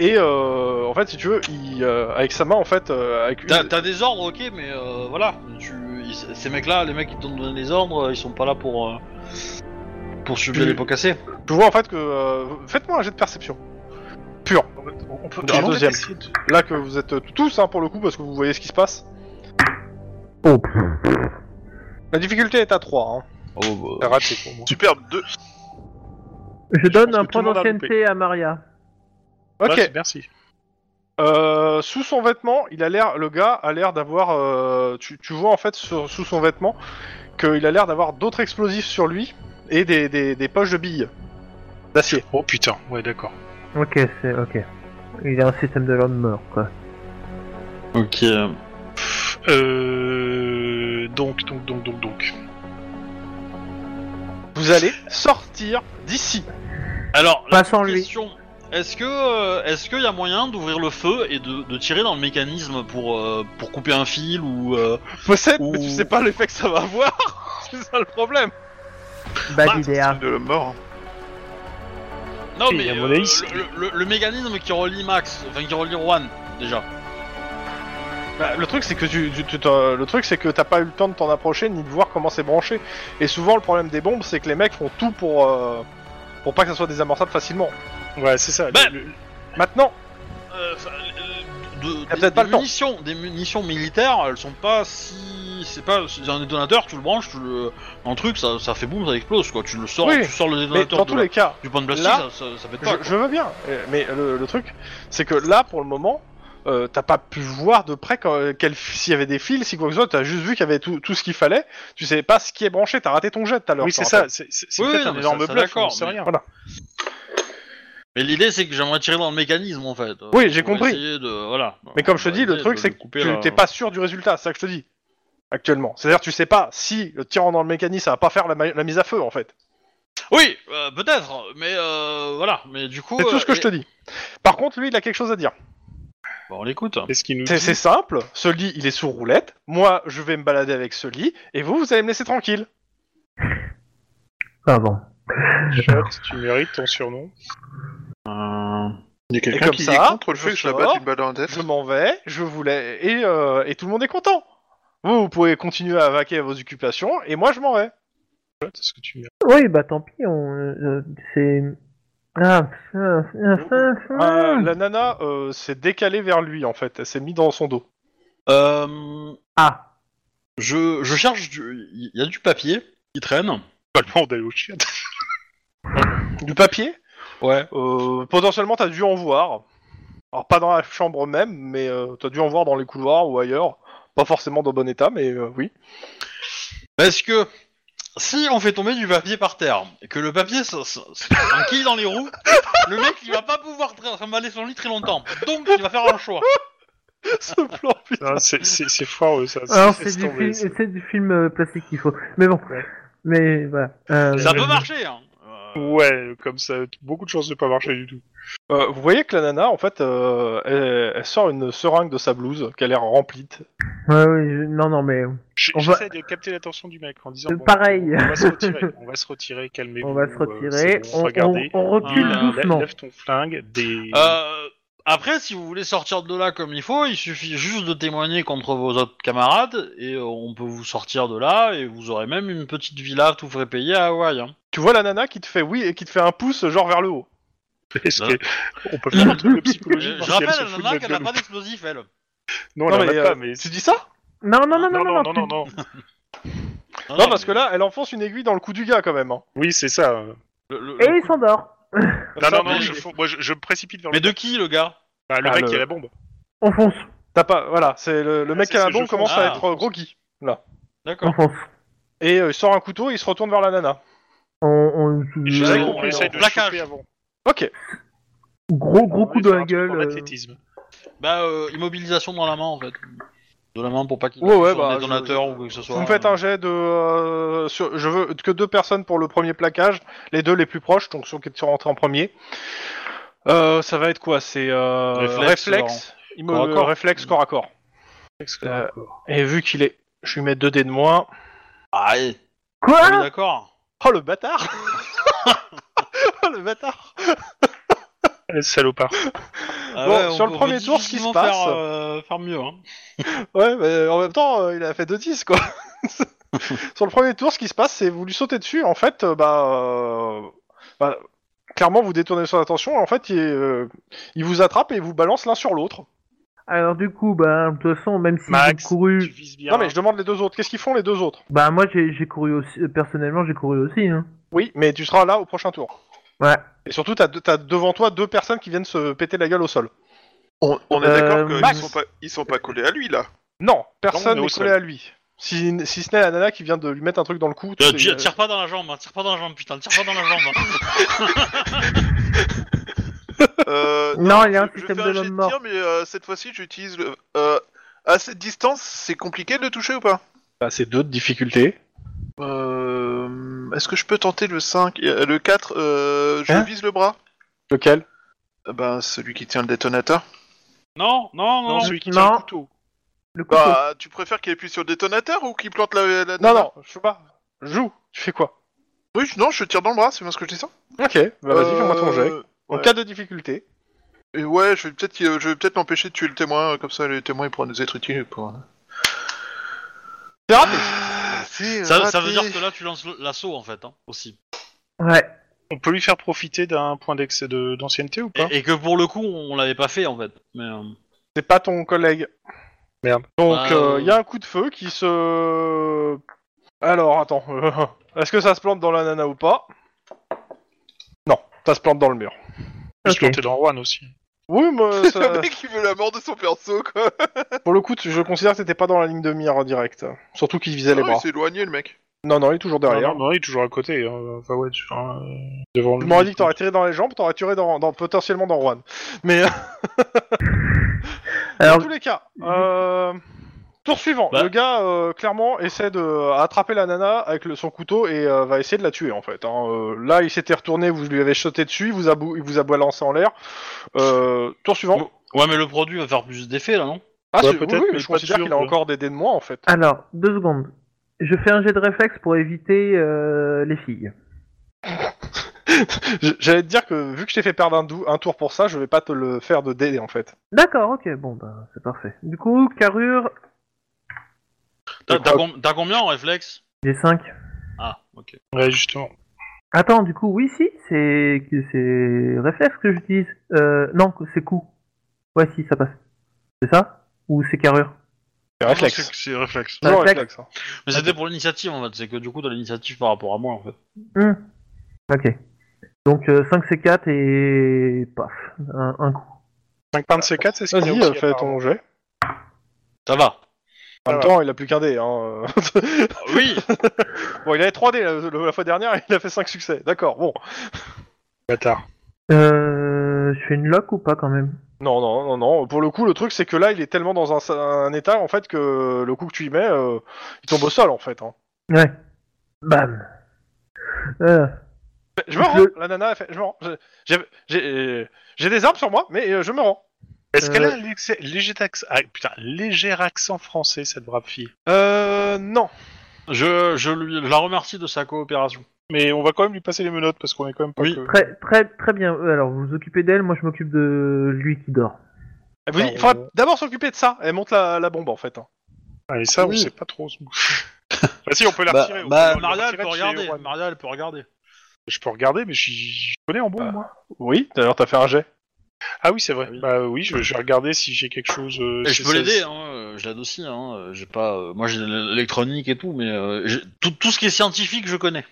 [SPEAKER 2] Et euh, en fait, si tu veux, il, euh, avec sa main, en fait, euh, avec une-
[SPEAKER 1] T'as t'as des ordres, ok, mais euh, voilà. Tu, ils- ces mecs-là, les mecs qui t'ont donné les ordres, ils sont pas là pour. euh, pour subir
[SPEAKER 2] Puis-
[SPEAKER 1] les pots cassés.
[SPEAKER 2] tu vois en fait que euh, faites-moi un jet de perception. Pur.
[SPEAKER 4] On peut
[SPEAKER 2] Dans la
[SPEAKER 4] on peut
[SPEAKER 2] deuxième.
[SPEAKER 4] essayer de-
[SPEAKER 2] Là que vous êtes euh, tous hein, pour le coup parce que vous voyez ce qui se passe.
[SPEAKER 3] Oh, pff.
[SPEAKER 2] La difficulté est à 3. Hein.
[SPEAKER 1] Oh,
[SPEAKER 2] C'est raté pour moi.
[SPEAKER 5] Superbe, deux.
[SPEAKER 3] Je donne
[SPEAKER 4] pense
[SPEAKER 3] un
[SPEAKER 4] que tout
[SPEAKER 3] point
[SPEAKER 4] le monde a
[SPEAKER 3] d'ancienneté à Maria.
[SPEAKER 2] Ok.
[SPEAKER 4] Ouais, merci.
[SPEAKER 2] Euh, sous son vêtement, il a l'air, le gars a l'air d'avoir, euh, tu, tu vois en fait sur- sous son vêtement qu'il a l'air d'avoir d'autres explosifs sur lui et des, des, des poches de billes d'acier.
[SPEAKER 4] Oh putain, ouais, d'accord.
[SPEAKER 3] Ok, c'est ok. Il a un système de l'homme mort, quoi.
[SPEAKER 1] Ok.
[SPEAKER 4] Euh. Donc, donc, donc, donc, donc.
[SPEAKER 2] Vous allez sortir d'ici.
[SPEAKER 1] Alors,
[SPEAKER 3] Pas
[SPEAKER 1] la
[SPEAKER 3] sans lui.
[SPEAKER 1] question, est-ce que euh, est-ce qu'il y a moyen d'ouvrir le feu et de, de tirer dans le mécanisme pour euh, pour couper un fil ou euh,
[SPEAKER 2] Possède, mais tu
[SPEAKER 1] Ouh.
[SPEAKER 2] sais pas l'effet que ça va avoir. C'est ça le problème.
[SPEAKER 3] Bad
[SPEAKER 1] Mince.
[SPEAKER 3] idea.
[SPEAKER 5] De la mort.
[SPEAKER 1] non
[SPEAKER 4] Oui,
[SPEAKER 1] mais
[SPEAKER 4] à mon
[SPEAKER 1] euh,
[SPEAKER 4] avis, c'est-
[SPEAKER 1] le, le- le- le mécanisme qui relie Max, enfin qui relie Juan déjà.
[SPEAKER 2] Bah, le truc c'est que tu, tu- tu t'en- le truc c'est que t'as pas eu le temps de t'en approcher ni de voir comment c'est branché. Et souvent le problème des bombes c'est que les mecs font tout pour euh, pour pas que ça soit désamorçable facilement.
[SPEAKER 4] Ouais, c'est ça.
[SPEAKER 1] Bah,
[SPEAKER 4] le- le-
[SPEAKER 2] Maintenant,
[SPEAKER 1] Euh, enfin, euh, de-
[SPEAKER 2] Y a
[SPEAKER 1] des,
[SPEAKER 2] peut-être pas
[SPEAKER 1] des
[SPEAKER 2] le temps.
[SPEAKER 1] munitions, des munitions militaires, elles sont pas si c'est pas c'est un détonateur, tu le branches, tu le un truc, ça, ça fait boum, ça explose quoi. Tu le sors,
[SPEAKER 2] Oui,
[SPEAKER 1] tu sors le
[SPEAKER 2] mais
[SPEAKER 1] détonateur
[SPEAKER 2] dans
[SPEAKER 1] de
[SPEAKER 2] tous
[SPEAKER 1] la-
[SPEAKER 2] les cas,
[SPEAKER 1] du point de plastique,
[SPEAKER 2] là,
[SPEAKER 1] ça, ça, ça pète
[SPEAKER 2] Je,
[SPEAKER 1] pas. quoi.
[SPEAKER 2] je veux bien, euh, mais le, le truc, c'est que là, pour le moment, euh, t'as pas pu voir de près quand- quel- s'il y avait des fils, si quoi que ce soit, t'as juste vu qu'il y avait tout, tout ce qu'il fallait, tu savais pas ce qui est branché, t'as raté ton jet tout à l'heure.
[SPEAKER 4] Oui,
[SPEAKER 2] je
[SPEAKER 4] c'est
[SPEAKER 2] te
[SPEAKER 4] ça.
[SPEAKER 2] rappelle.
[SPEAKER 4] C'est c'est- hein, c'est
[SPEAKER 1] Oui,
[SPEAKER 4] peut-être
[SPEAKER 1] non,
[SPEAKER 4] un
[SPEAKER 1] mais ça-
[SPEAKER 4] énorme
[SPEAKER 1] ça,
[SPEAKER 4] bluff, on
[SPEAKER 1] d'accord,
[SPEAKER 4] sait
[SPEAKER 1] mais-
[SPEAKER 4] rien.
[SPEAKER 2] Voilà.
[SPEAKER 1] Mais l'idée c'est que j'aimerais tirer dans le mécanisme en fait. euh,
[SPEAKER 2] Oui, j'ai
[SPEAKER 1] pour
[SPEAKER 2] compris.
[SPEAKER 1] essayer de- voilà.
[SPEAKER 2] Mais comme je te
[SPEAKER 1] Pour
[SPEAKER 2] dis, le
[SPEAKER 1] essayer
[SPEAKER 2] truc,
[SPEAKER 1] de-
[SPEAKER 2] c'est
[SPEAKER 1] de
[SPEAKER 2] que
[SPEAKER 1] couper
[SPEAKER 2] tu
[SPEAKER 1] la-
[SPEAKER 2] t'es pas sûr du résultat, c'est ça que je te dis, actuellement. C'est-à-dire, tu sais pas si le tirant dans le mécanisme, ça va pas faire la, ma- la mise à feu, en fait.
[SPEAKER 1] Oui, euh, peut-être, mais euh, voilà, mais du coup.
[SPEAKER 2] C'est tout
[SPEAKER 1] euh,
[SPEAKER 2] ce que je te
[SPEAKER 1] et-
[SPEAKER 2] dis. Par contre, lui, il a quelque chose à dire.
[SPEAKER 1] Bon, on l'écoute.
[SPEAKER 4] Qu'est-ce qu'il nous
[SPEAKER 2] C'est
[SPEAKER 4] dit
[SPEAKER 2] c'est simple, ce lit, il est sous roulette, moi, je vais me balader avec ce lit, et vous, vous allez me laisser tranquille.
[SPEAKER 3] Ah bon.
[SPEAKER 4] Chat, tu mérites ton surnom.
[SPEAKER 2] Euh.
[SPEAKER 5] Il y a
[SPEAKER 2] Et
[SPEAKER 5] quelqu'un
[SPEAKER 2] comme
[SPEAKER 5] qui
[SPEAKER 2] ça,
[SPEAKER 5] est contre le
[SPEAKER 2] je
[SPEAKER 5] fait que je la
[SPEAKER 2] sors.
[SPEAKER 5] batte une balle dans la tête.
[SPEAKER 2] je m'en vais, je voulais, et, euh, et tout le monde est content. Vous, vous pouvez continuer à vaquer à vos occupations, et moi je m'en vais.
[SPEAKER 4] Chat, est-ce que tu mérites
[SPEAKER 3] Oui, bah tant pis. On, euh, c'est. Ah. ah, ah, ah,
[SPEAKER 2] Euh,
[SPEAKER 3] ah.
[SPEAKER 2] la nana euh, s'est décalée vers lui en fait, elle s'est mise dans son dos.
[SPEAKER 1] Euh,
[SPEAKER 3] Ah.
[SPEAKER 1] je, je cherche du. Il y a du papier qui traîne.
[SPEAKER 4] pas le nom d'aller au chien
[SPEAKER 2] Du papier
[SPEAKER 1] Ouais.
[SPEAKER 2] euh, Potentiellement t'as dû en voir. Alors pas dans la chambre même, mais euh, t'as dû en voir dans les couloirs ou ailleurs. Pas forcément dans bon état, mais euh, oui.
[SPEAKER 1] Parce que si on fait tomber du papier par terre, et que le papier s- s- s'enquille dans les roues, le mec il va pas pouvoir tra- trimballer son lit très longtemps. Donc il va faire un choix.
[SPEAKER 2] Ce plan, putain.
[SPEAKER 4] Putain, c'est- C'est c'est foireux ça.
[SPEAKER 3] Alors
[SPEAKER 4] laisse
[SPEAKER 3] c'est Ah, du,
[SPEAKER 4] tomber,
[SPEAKER 3] film-
[SPEAKER 4] ça.
[SPEAKER 3] c'est du film euh, plastique qu'il faut. Mais bon. Mais voilà. Euh,
[SPEAKER 1] Ça peut marcher. Hein. Euh,
[SPEAKER 4] Ouais, comme ça, beaucoup de chances de pas marcher du tout.
[SPEAKER 2] Euh, vous voyez que la nana, en fait, euh, elle, elle sort une seringue de sa blouse qui a l'air remplie. de-
[SPEAKER 3] Ouais, ouais, je- Non, non, mais
[SPEAKER 4] J-
[SPEAKER 3] On
[SPEAKER 4] J'essaie de capter l'attention du mec en disant.
[SPEAKER 3] Euh, pareil.
[SPEAKER 4] On va se retirer. On va se retirer. Calmez-vous.
[SPEAKER 3] on va se
[SPEAKER 4] euh,
[SPEAKER 3] retirer,
[SPEAKER 4] c'est bon,
[SPEAKER 3] on,
[SPEAKER 4] regardez.
[SPEAKER 3] on- on recule
[SPEAKER 1] Ah,
[SPEAKER 4] Lè-
[SPEAKER 3] doucement.
[SPEAKER 4] Lève ton flingue. Des.
[SPEAKER 1] Euh, après, si vous voulez sortir de là comme il faut, il suffit juste de témoigner contre vos autres camarades et euh, on peut vous sortir de là et vous aurez même une petite villa tout frais payé à Hawaï. hein.
[SPEAKER 2] Tu vois la nana qui te fait oui et qui te fait un pouce genre vers le haut.
[SPEAKER 4] Est-ce
[SPEAKER 1] non.
[SPEAKER 4] que- On peut faire un truc de psychologie.
[SPEAKER 1] Euh, je
[SPEAKER 4] voir si
[SPEAKER 1] rappelle
[SPEAKER 4] elle se
[SPEAKER 1] à
[SPEAKER 4] fout de
[SPEAKER 1] Nana
[SPEAKER 4] notre
[SPEAKER 1] qu'elle n'a
[SPEAKER 4] gueule.
[SPEAKER 1] pas d'explosif, elle.
[SPEAKER 4] Non, Oh, elle en
[SPEAKER 2] Non,
[SPEAKER 4] a
[SPEAKER 2] mais,
[SPEAKER 4] pas,
[SPEAKER 2] euh,
[SPEAKER 4] mais.
[SPEAKER 2] Tu dis ça
[SPEAKER 3] Non, non, non, non, non, non,
[SPEAKER 4] non,
[SPEAKER 3] tu-
[SPEAKER 4] non.
[SPEAKER 2] Non, parce que là, elle enfonce une aiguille dans le cou du gars quand même. hein.
[SPEAKER 4] Oui, c'est ça. euh.
[SPEAKER 1] Le- le-
[SPEAKER 3] Et
[SPEAKER 1] le
[SPEAKER 3] il
[SPEAKER 1] coup-
[SPEAKER 3] s'endort.
[SPEAKER 4] Non, non,
[SPEAKER 2] Ça,
[SPEAKER 4] non,
[SPEAKER 2] mais-
[SPEAKER 4] je, faut- moi, je, je me précipite vers
[SPEAKER 1] Mais
[SPEAKER 4] le,
[SPEAKER 1] de qui le gars
[SPEAKER 4] bah, le
[SPEAKER 2] Ah,
[SPEAKER 4] mec
[SPEAKER 2] le-
[SPEAKER 4] qui a la bombe.
[SPEAKER 3] On fonce,
[SPEAKER 2] T'as pas, voilà, c'est le, le
[SPEAKER 4] Ah,
[SPEAKER 2] mec
[SPEAKER 4] c'est
[SPEAKER 2] à la
[SPEAKER 4] ce jeu
[SPEAKER 2] bombe commence
[SPEAKER 1] fonctionne.
[SPEAKER 2] à être euh, gros Guy.
[SPEAKER 1] D'accord.
[SPEAKER 3] on
[SPEAKER 2] Oh.
[SPEAKER 3] fonce.
[SPEAKER 2] Et euh, il sort un couteau et il se retourne vers la nana.
[SPEAKER 3] On, on-
[SPEAKER 4] Je
[SPEAKER 2] j'avais
[SPEAKER 4] sais qu'on
[SPEAKER 2] compris,
[SPEAKER 4] essaye de le
[SPEAKER 1] plaquage.
[SPEAKER 4] choper avant.
[SPEAKER 2] Ok.
[SPEAKER 3] Gros gros coup
[SPEAKER 4] Ouais,
[SPEAKER 3] dans
[SPEAKER 4] faire
[SPEAKER 3] la
[SPEAKER 4] un truc
[SPEAKER 3] gueule.
[SPEAKER 4] en
[SPEAKER 3] euh,
[SPEAKER 4] athlétisme.
[SPEAKER 1] Bah, euh, immobilisation dans la main en fait. De la main pour pas qu'il
[SPEAKER 2] Ouais, ouais,
[SPEAKER 1] soit
[SPEAKER 2] bah,
[SPEAKER 1] un détonateur
[SPEAKER 2] je-
[SPEAKER 1] ou quoi que ce soit.
[SPEAKER 2] Vous me faites un jet de, euh, sur- je veux que deux personnes pour le premier plaquage, les deux les plus proches, donc ceux qui sont rentrés en premier. Euh, ça va être quoi C'est euh,
[SPEAKER 1] Réflexe,
[SPEAKER 2] réflexe, immo-
[SPEAKER 1] corps à corps.
[SPEAKER 2] réflexe corps à corps. Euh, et vu qu'il est, je lui mets deux dés de moins.
[SPEAKER 1] Ah, ouais. Ah oui,
[SPEAKER 3] Quoi
[SPEAKER 1] d'accord.
[SPEAKER 2] Oh le bâtard Oh le bâtard
[SPEAKER 4] Euh, Salopard.
[SPEAKER 1] Ah
[SPEAKER 2] Bon,
[SPEAKER 1] ouais, on
[SPEAKER 2] sur le
[SPEAKER 1] peut
[SPEAKER 2] premier tour, ce qui se
[SPEAKER 1] difficilement
[SPEAKER 2] passe-
[SPEAKER 1] Faire, euh, faire mieux. Hein.
[SPEAKER 2] Ouais, mais en même temps, euh, il a fait 2-10, quoi. Sur le premier tour, ce qui se passe, c'est vous lui sautez dessus. En fait, euh, bah, euh, bah, clairement, vous détournez son attention. En fait, il, euh, il vous attrape et vous balance l'un sur l'autre.
[SPEAKER 3] Alors du coup, bah, de toute façon, même si j'ai
[SPEAKER 4] Max, tu
[SPEAKER 3] couru,
[SPEAKER 4] vises bien.
[SPEAKER 2] Non, mais je demande les deux autres. Qu'est-ce qu'ils font les deux autres
[SPEAKER 3] bah moi j'ai j'ai couru aussi, euh, personnellement j'ai couru aussi. Hein.
[SPEAKER 2] Oui, mais tu seras là au prochain tour.
[SPEAKER 3] Ouais.
[SPEAKER 2] Et surtout, t'as, deux- t'as devant toi deux personnes qui viennent se péter la gueule au sol.
[SPEAKER 5] On, on est
[SPEAKER 3] Euh,
[SPEAKER 5] d'accord qu'ils
[SPEAKER 3] Max.
[SPEAKER 5] sont, pas- ils sont pas collés à lui là.
[SPEAKER 2] Non,
[SPEAKER 4] Non, on
[SPEAKER 2] personne
[SPEAKER 4] est au
[SPEAKER 2] n'est collé
[SPEAKER 4] sol.
[SPEAKER 2] à lui. Si, si ce n'est la nana qui vient de lui mettre un truc dans le cou.
[SPEAKER 1] Euh,
[SPEAKER 2] c'est-
[SPEAKER 1] tire, tire pas dans la jambe, hein, tire pas dans la jambe, putain, tire pas dans la jambe. hein.
[SPEAKER 5] Euh,
[SPEAKER 3] Non, il y a un
[SPEAKER 5] je- je
[SPEAKER 3] système
[SPEAKER 5] fais
[SPEAKER 3] de
[SPEAKER 5] jet
[SPEAKER 3] l'homme mort.
[SPEAKER 5] tir, mais euh, cette fois-ci, j'utilise le. euh, à cette distance, c'est compliqué de le toucher ou pas
[SPEAKER 2] Bah, c'est deux de difficulté.
[SPEAKER 5] Euh, Est-ce que je peux tenter le 5 euh, Le 4, euh, je
[SPEAKER 2] Hein
[SPEAKER 5] vise le bras
[SPEAKER 2] Lequel
[SPEAKER 5] Euh, Ben, celui qui tient le détonateur.
[SPEAKER 1] Non, non, non.
[SPEAKER 4] Non, celui qui tient
[SPEAKER 3] Non.
[SPEAKER 4] le couteau.
[SPEAKER 3] Le coup.
[SPEAKER 5] Bah, tu préfères qu'il appuie sur le détonateur ou qu'il plante la. la-
[SPEAKER 2] Non, non, je sais pas. Joue. Tu fais quoi
[SPEAKER 5] Oui, non, je tire dans le bras, c'est bien ce que je dis ça
[SPEAKER 2] Ok, bah vas-y, fais-moi ton jet.
[SPEAKER 5] Euh,
[SPEAKER 2] En
[SPEAKER 5] ouais.
[SPEAKER 2] cas de difficulté.
[SPEAKER 5] Et ouais, je vais peut-être qu'il- je vais peut-être l'empêcher de tuer le témoin, euh, comme ça le témoin il pourra nous être utile pour.
[SPEAKER 2] C'est raté.
[SPEAKER 1] Ça, ça veut dire que là, tu lances le- l'assaut en fait, hein, aussi.
[SPEAKER 3] Ouais.
[SPEAKER 4] On peut lui faire profiter d'un point d'excès de- d'ancienneté ou pas
[SPEAKER 1] Et, et que pour le coup, on l'avait pas fait en fait. Mais, euh,
[SPEAKER 2] C'est pas ton collègue.
[SPEAKER 4] Merde.
[SPEAKER 2] Donc,
[SPEAKER 1] Ah,
[SPEAKER 2] il
[SPEAKER 1] ouais.
[SPEAKER 2] y a un coup de feu qui se. Alors, attends. euh, Est-ce que ça se plante dans la nana ou pas Non, ça se plante dans le mur.
[SPEAKER 4] Parce
[SPEAKER 3] Ok.
[SPEAKER 4] que t'es dans Rouen aussi.
[SPEAKER 2] Oui, mais ça-
[SPEAKER 5] Le mec il veut la mort de son perso quoi
[SPEAKER 2] pour le coup, tu- je considère que t'étais pas dans la ligne de mire en direct. Surtout qu'il visait les
[SPEAKER 5] Non, Oh, Il
[SPEAKER 2] bras.
[SPEAKER 5] s'est éloigné le mec.
[SPEAKER 2] Non, non, il est toujours derrière.
[SPEAKER 4] Non, non, non, il est toujours à côté. hein. Enfin, ouais, tu- enfin, euh, devant
[SPEAKER 2] Je
[SPEAKER 4] lui.
[SPEAKER 2] m'aurais dit que t'aurais tiré dans les jambes, t'aurais tiré dans, dans- potentiellement dans Juan. Mais
[SPEAKER 3] Alors
[SPEAKER 2] Dans tous les cas,
[SPEAKER 4] Mhm.
[SPEAKER 2] euh, tour suivant.
[SPEAKER 1] Bah.
[SPEAKER 2] Le gars, euh, clairement, essaie de euh, attraper la nana avec le- son couteau et euh, va essayer de la tuer, en fait. hein. Euh, là, il s'était retourné, vous lui avez sauté dessus, il vous a, bou- il vous a balancé en l'air. Euh, tour suivant.
[SPEAKER 1] Ouais, mais le produit va faire plus d'effet là, non
[SPEAKER 2] ah,
[SPEAKER 4] ouais,
[SPEAKER 2] c'est-
[SPEAKER 4] peut-être,
[SPEAKER 2] oui, oui,
[SPEAKER 4] mais
[SPEAKER 2] je
[SPEAKER 4] pas
[SPEAKER 2] considère
[SPEAKER 4] sûr,
[SPEAKER 2] qu'il a
[SPEAKER 4] quoi.
[SPEAKER 2] encore des dés de moi, en fait.
[SPEAKER 4] Ah.
[SPEAKER 3] alors deux secondes. Je fais un jet de réflexe pour éviter euh, les filles.
[SPEAKER 2] J- J'allais te dire que, vu que je t'ai fait perdre un, dou- un tour pour ça, je vais pas te le faire de dés, en fait.
[SPEAKER 3] D'accord, ok, bon bah c'est parfait. Du coup, carrure,
[SPEAKER 1] T'as
[SPEAKER 2] Je
[SPEAKER 1] t'as
[SPEAKER 2] crois-
[SPEAKER 1] com- t'as combien en réflexe
[SPEAKER 3] j'ai 5.
[SPEAKER 1] Ah, ok.
[SPEAKER 4] Ouais, justement.
[SPEAKER 3] Attends, du coup, oui, si, c'est que- c'est réflexe que j'utilise. Euh, non, que c'est coup. Ouais, si, ça passe. C'est ça Ou c'est carrure
[SPEAKER 2] C'est réflexe.
[SPEAKER 4] C'est réflexe.
[SPEAKER 2] Toujours
[SPEAKER 3] Réflexe.
[SPEAKER 2] réflexe. hein.
[SPEAKER 1] Mais c'était pour l'initiative en fait, c'est que du coup, t'as l'initiative par rapport à moi en fait.
[SPEAKER 3] Hmm. Ok. Donc euh, 5 C4 et paf, un, un coup.
[SPEAKER 4] 5 pains de C4, c'est ce qu'il y a
[SPEAKER 2] Vas-y,
[SPEAKER 4] aussi,
[SPEAKER 2] euh, fais ton
[SPEAKER 4] apparemment.
[SPEAKER 2] jet.
[SPEAKER 1] Ça va.
[SPEAKER 2] En même
[SPEAKER 4] va.
[SPEAKER 2] temps, il a plus qu'un dé. Hein.
[SPEAKER 1] Oui
[SPEAKER 2] bon, il avait 3 dés la, la fois dernière, il a fait 5 succès. D'accord, bon.
[SPEAKER 4] Bâtard.
[SPEAKER 3] Euh, je fais une lock ou pas quand même
[SPEAKER 2] Non, non, non, non. Pour le coup, le truc, c'est que là, il est tellement dans un, un état, en fait, que le coup que tu y mets, euh, il tombe au sol, en fait. hein.
[SPEAKER 3] Ouais. Bam. Euh,
[SPEAKER 2] Je me rends.
[SPEAKER 3] Le-
[SPEAKER 2] La nana, elle fait, je me rends. Je- j'ai- J'ai j'ai des armes sur moi, mais euh, je me rends.
[SPEAKER 4] Est-ce qu'elle a
[SPEAKER 3] Euh.
[SPEAKER 4] un léger, léger acc- ah, putain, léger accent français, cette brave fille
[SPEAKER 2] Euh, non.
[SPEAKER 1] Je, je, lui, je la remercie de sa coopération.
[SPEAKER 4] Mais on va quand même lui passer les menottes parce qu'on est quand même pas
[SPEAKER 1] Oui.
[SPEAKER 4] que-
[SPEAKER 3] Très, très, très bien. Euh, Alors, vous vous occupez d'elle, moi je m'occupe de lui qui dort.
[SPEAKER 2] Elle vous dit,
[SPEAKER 4] Alors,
[SPEAKER 2] il faudrait
[SPEAKER 4] euh,
[SPEAKER 2] d'abord s'occuper de ça. Elle monte la, la bombe en fait. hein.
[SPEAKER 4] Ah, et ça,
[SPEAKER 1] Oui.
[SPEAKER 4] on sait pas trop. bah si, on peut la
[SPEAKER 1] Bah,
[SPEAKER 4] retirer. on
[SPEAKER 1] bah,
[SPEAKER 4] peut la
[SPEAKER 1] Maria, elle
[SPEAKER 4] retirer
[SPEAKER 1] peut
[SPEAKER 4] de chez
[SPEAKER 1] regarder.
[SPEAKER 4] Erwan.
[SPEAKER 1] Maria, elle peut regarder.
[SPEAKER 4] Je peux regarder, mais j'y j'y connais en bon, moi.
[SPEAKER 2] Oui, d'ailleurs, t'as fait un jet.
[SPEAKER 4] Bah. Ah oui, c'est vrai.
[SPEAKER 1] Ah oui.
[SPEAKER 4] Bah oui, je, je vais regarder si j'ai quelque chose. euh,
[SPEAKER 1] Et je
[SPEAKER 4] c'est-
[SPEAKER 1] peux
[SPEAKER 4] ça-
[SPEAKER 1] l'aider, hein, euh, je l'aide aussi. Hein, euh, j'ai pas, euh, moi, j'ai l'électronique et tout, mais euh, j'ai- tout, tout ce qui est scientifique, je connais. hein.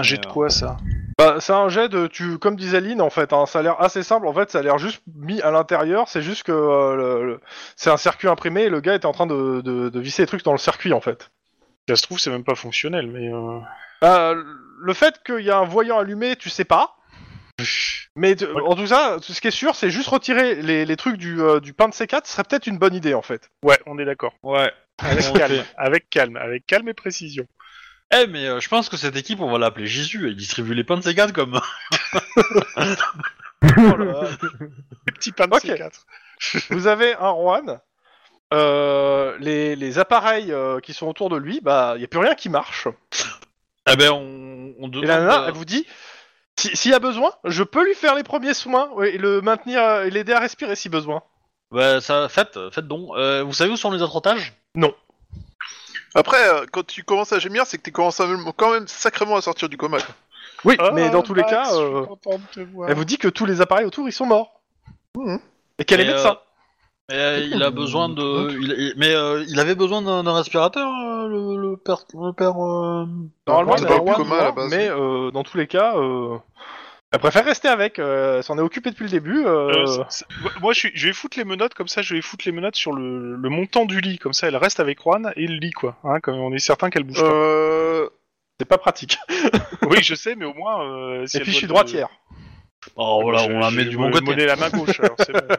[SPEAKER 4] Un jet de quoi, ça
[SPEAKER 2] Bah, c'est un jet de, tu, comme disait Lynn en fait, hein, ça a l'air assez simple en fait, ça a l'air juste mis à l'intérieur, c'est juste que euh, le- le- c'est un circuit imprimé et le gars était en train de, de, de visser les trucs dans le circuit en fait.
[SPEAKER 4] Ça se trouve, c'est même pas fonctionnel, mais. euh,
[SPEAKER 2] Euh, le fait qu'il y a un voyant allumé, tu sais pas. Mais de- en tout cas, ce qui est sûr, c'est juste retirer les, les trucs du, euh, du pain de C4, ce serait peut-être une bonne idée en fait.
[SPEAKER 4] Ouais, on est d'accord.
[SPEAKER 1] Ouais.
[SPEAKER 4] Avec
[SPEAKER 1] Ok.
[SPEAKER 4] calme, avec calme, avec calme et précision.
[SPEAKER 1] Eh, mais euh, je pense que cette équipe, on va l'appeler Jésus. Elle distribue les pains de ses gars comme.
[SPEAKER 4] Oh
[SPEAKER 3] Oh
[SPEAKER 4] Les petits pains de
[SPEAKER 2] Ok.
[SPEAKER 4] C4.
[SPEAKER 2] Vous avez un Rohan, euh, les, les appareils euh, qui sont autour de lui, bah, il n'y a plus rien qui marche.
[SPEAKER 1] Eh ben, on, on demande.
[SPEAKER 2] Et la nana,
[SPEAKER 1] euh,
[SPEAKER 2] elle vous dit si- s'il y a besoin, je peux lui faire les premiers soins ouais, et le maintenir euh, et l'aider à respirer si besoin.
[SPEAKER 1] bah, ça, faites, faites donc. Euh, vous savez où sont les autres otages
[SPEAKER 5] Après, euh, quand tu commences à gémir, c'est que tu commences à même- quand même sacrément à sortir du coma. quoi.
[SPEAKER 2] Oui,
[SPEAKER 4] Ah,
[SPEAKER 2] mais dans tous les
[SPEAKER 4] Max,
[SPEAKER 2] cas,
[SPEAKER 4] je suis
[SPEAKER 2] euh,
[SPEAKER 4] content de te voir.
[SPEAKER 2] elle vous dit que tous les appareils autour ils sont morts.
[SPEAKER 5] Mhm.
[SPEAKER 2] Et qu'elle est
[SPEAKER 1] Et, euh,
[SPEAKER 2] médecin.
[SPEAKER 1] Euh, il a besoin de. il- il- mais euh, il avait besoin d'un d'un respirateur, euh, le, le père. Le père euh,
[SPEAKER 2] Normalement,
[SPEAKER 5] c'est
[SPEAKER 2] elle
[SPEAKER 5] pas
[SPEAKER 2] a le
[SPEAKER 5] un
[SPEAKER 2] droit de
[SPEAKER 5] coma,
[SPEAKER 2] voir,
[SPEAKER 5] à la base.
[SPEAKER 2] mais euh, dans tous les cas, euh, elle préfère rester avec. euh, elle s'en est occupée depuis le début.
[SPEAKER 4] Euh,
[SPEAKER 2] euh,
[SPEAKER 4] c'est- c'est- moi- Moi, je, suis- je vais foutre les menottes comme ça. Je vais foutre les menottes sur le, le montant du lit, comme ça, elle reste avec Juan et le lit, quoi. Hein, comme on est certain qu'elle bouge
[SPEAKER 5] Euh...
[SPEAKER 2] C'est pas pratique.
[SPEAKER 4] pas. Oui, je sais, mais au moins. euh, si
[SPEAKER 2] Euh, et
[SPEAKER 4] elle
[SPEAKER 2] puis
[SPEAKER 4] doit
[SPEAKER 2] je suis
[SPEAKER 4] te-
[SPEAKER 2] droitière.
[SPEAKER 1] Oh, voilà,
[SPEAKER 4] Je-
[SPEAKER 1] on la
[SPEAKER 4] je
[SPEAKER 1] met
[SPEAKER 4] vais
[SPEAKER 1] du bon
[SPEAKER 4] me-
[SPEAKER 1] côté.
[SPEAKER 4] monner la main gauche. alors c'est bon.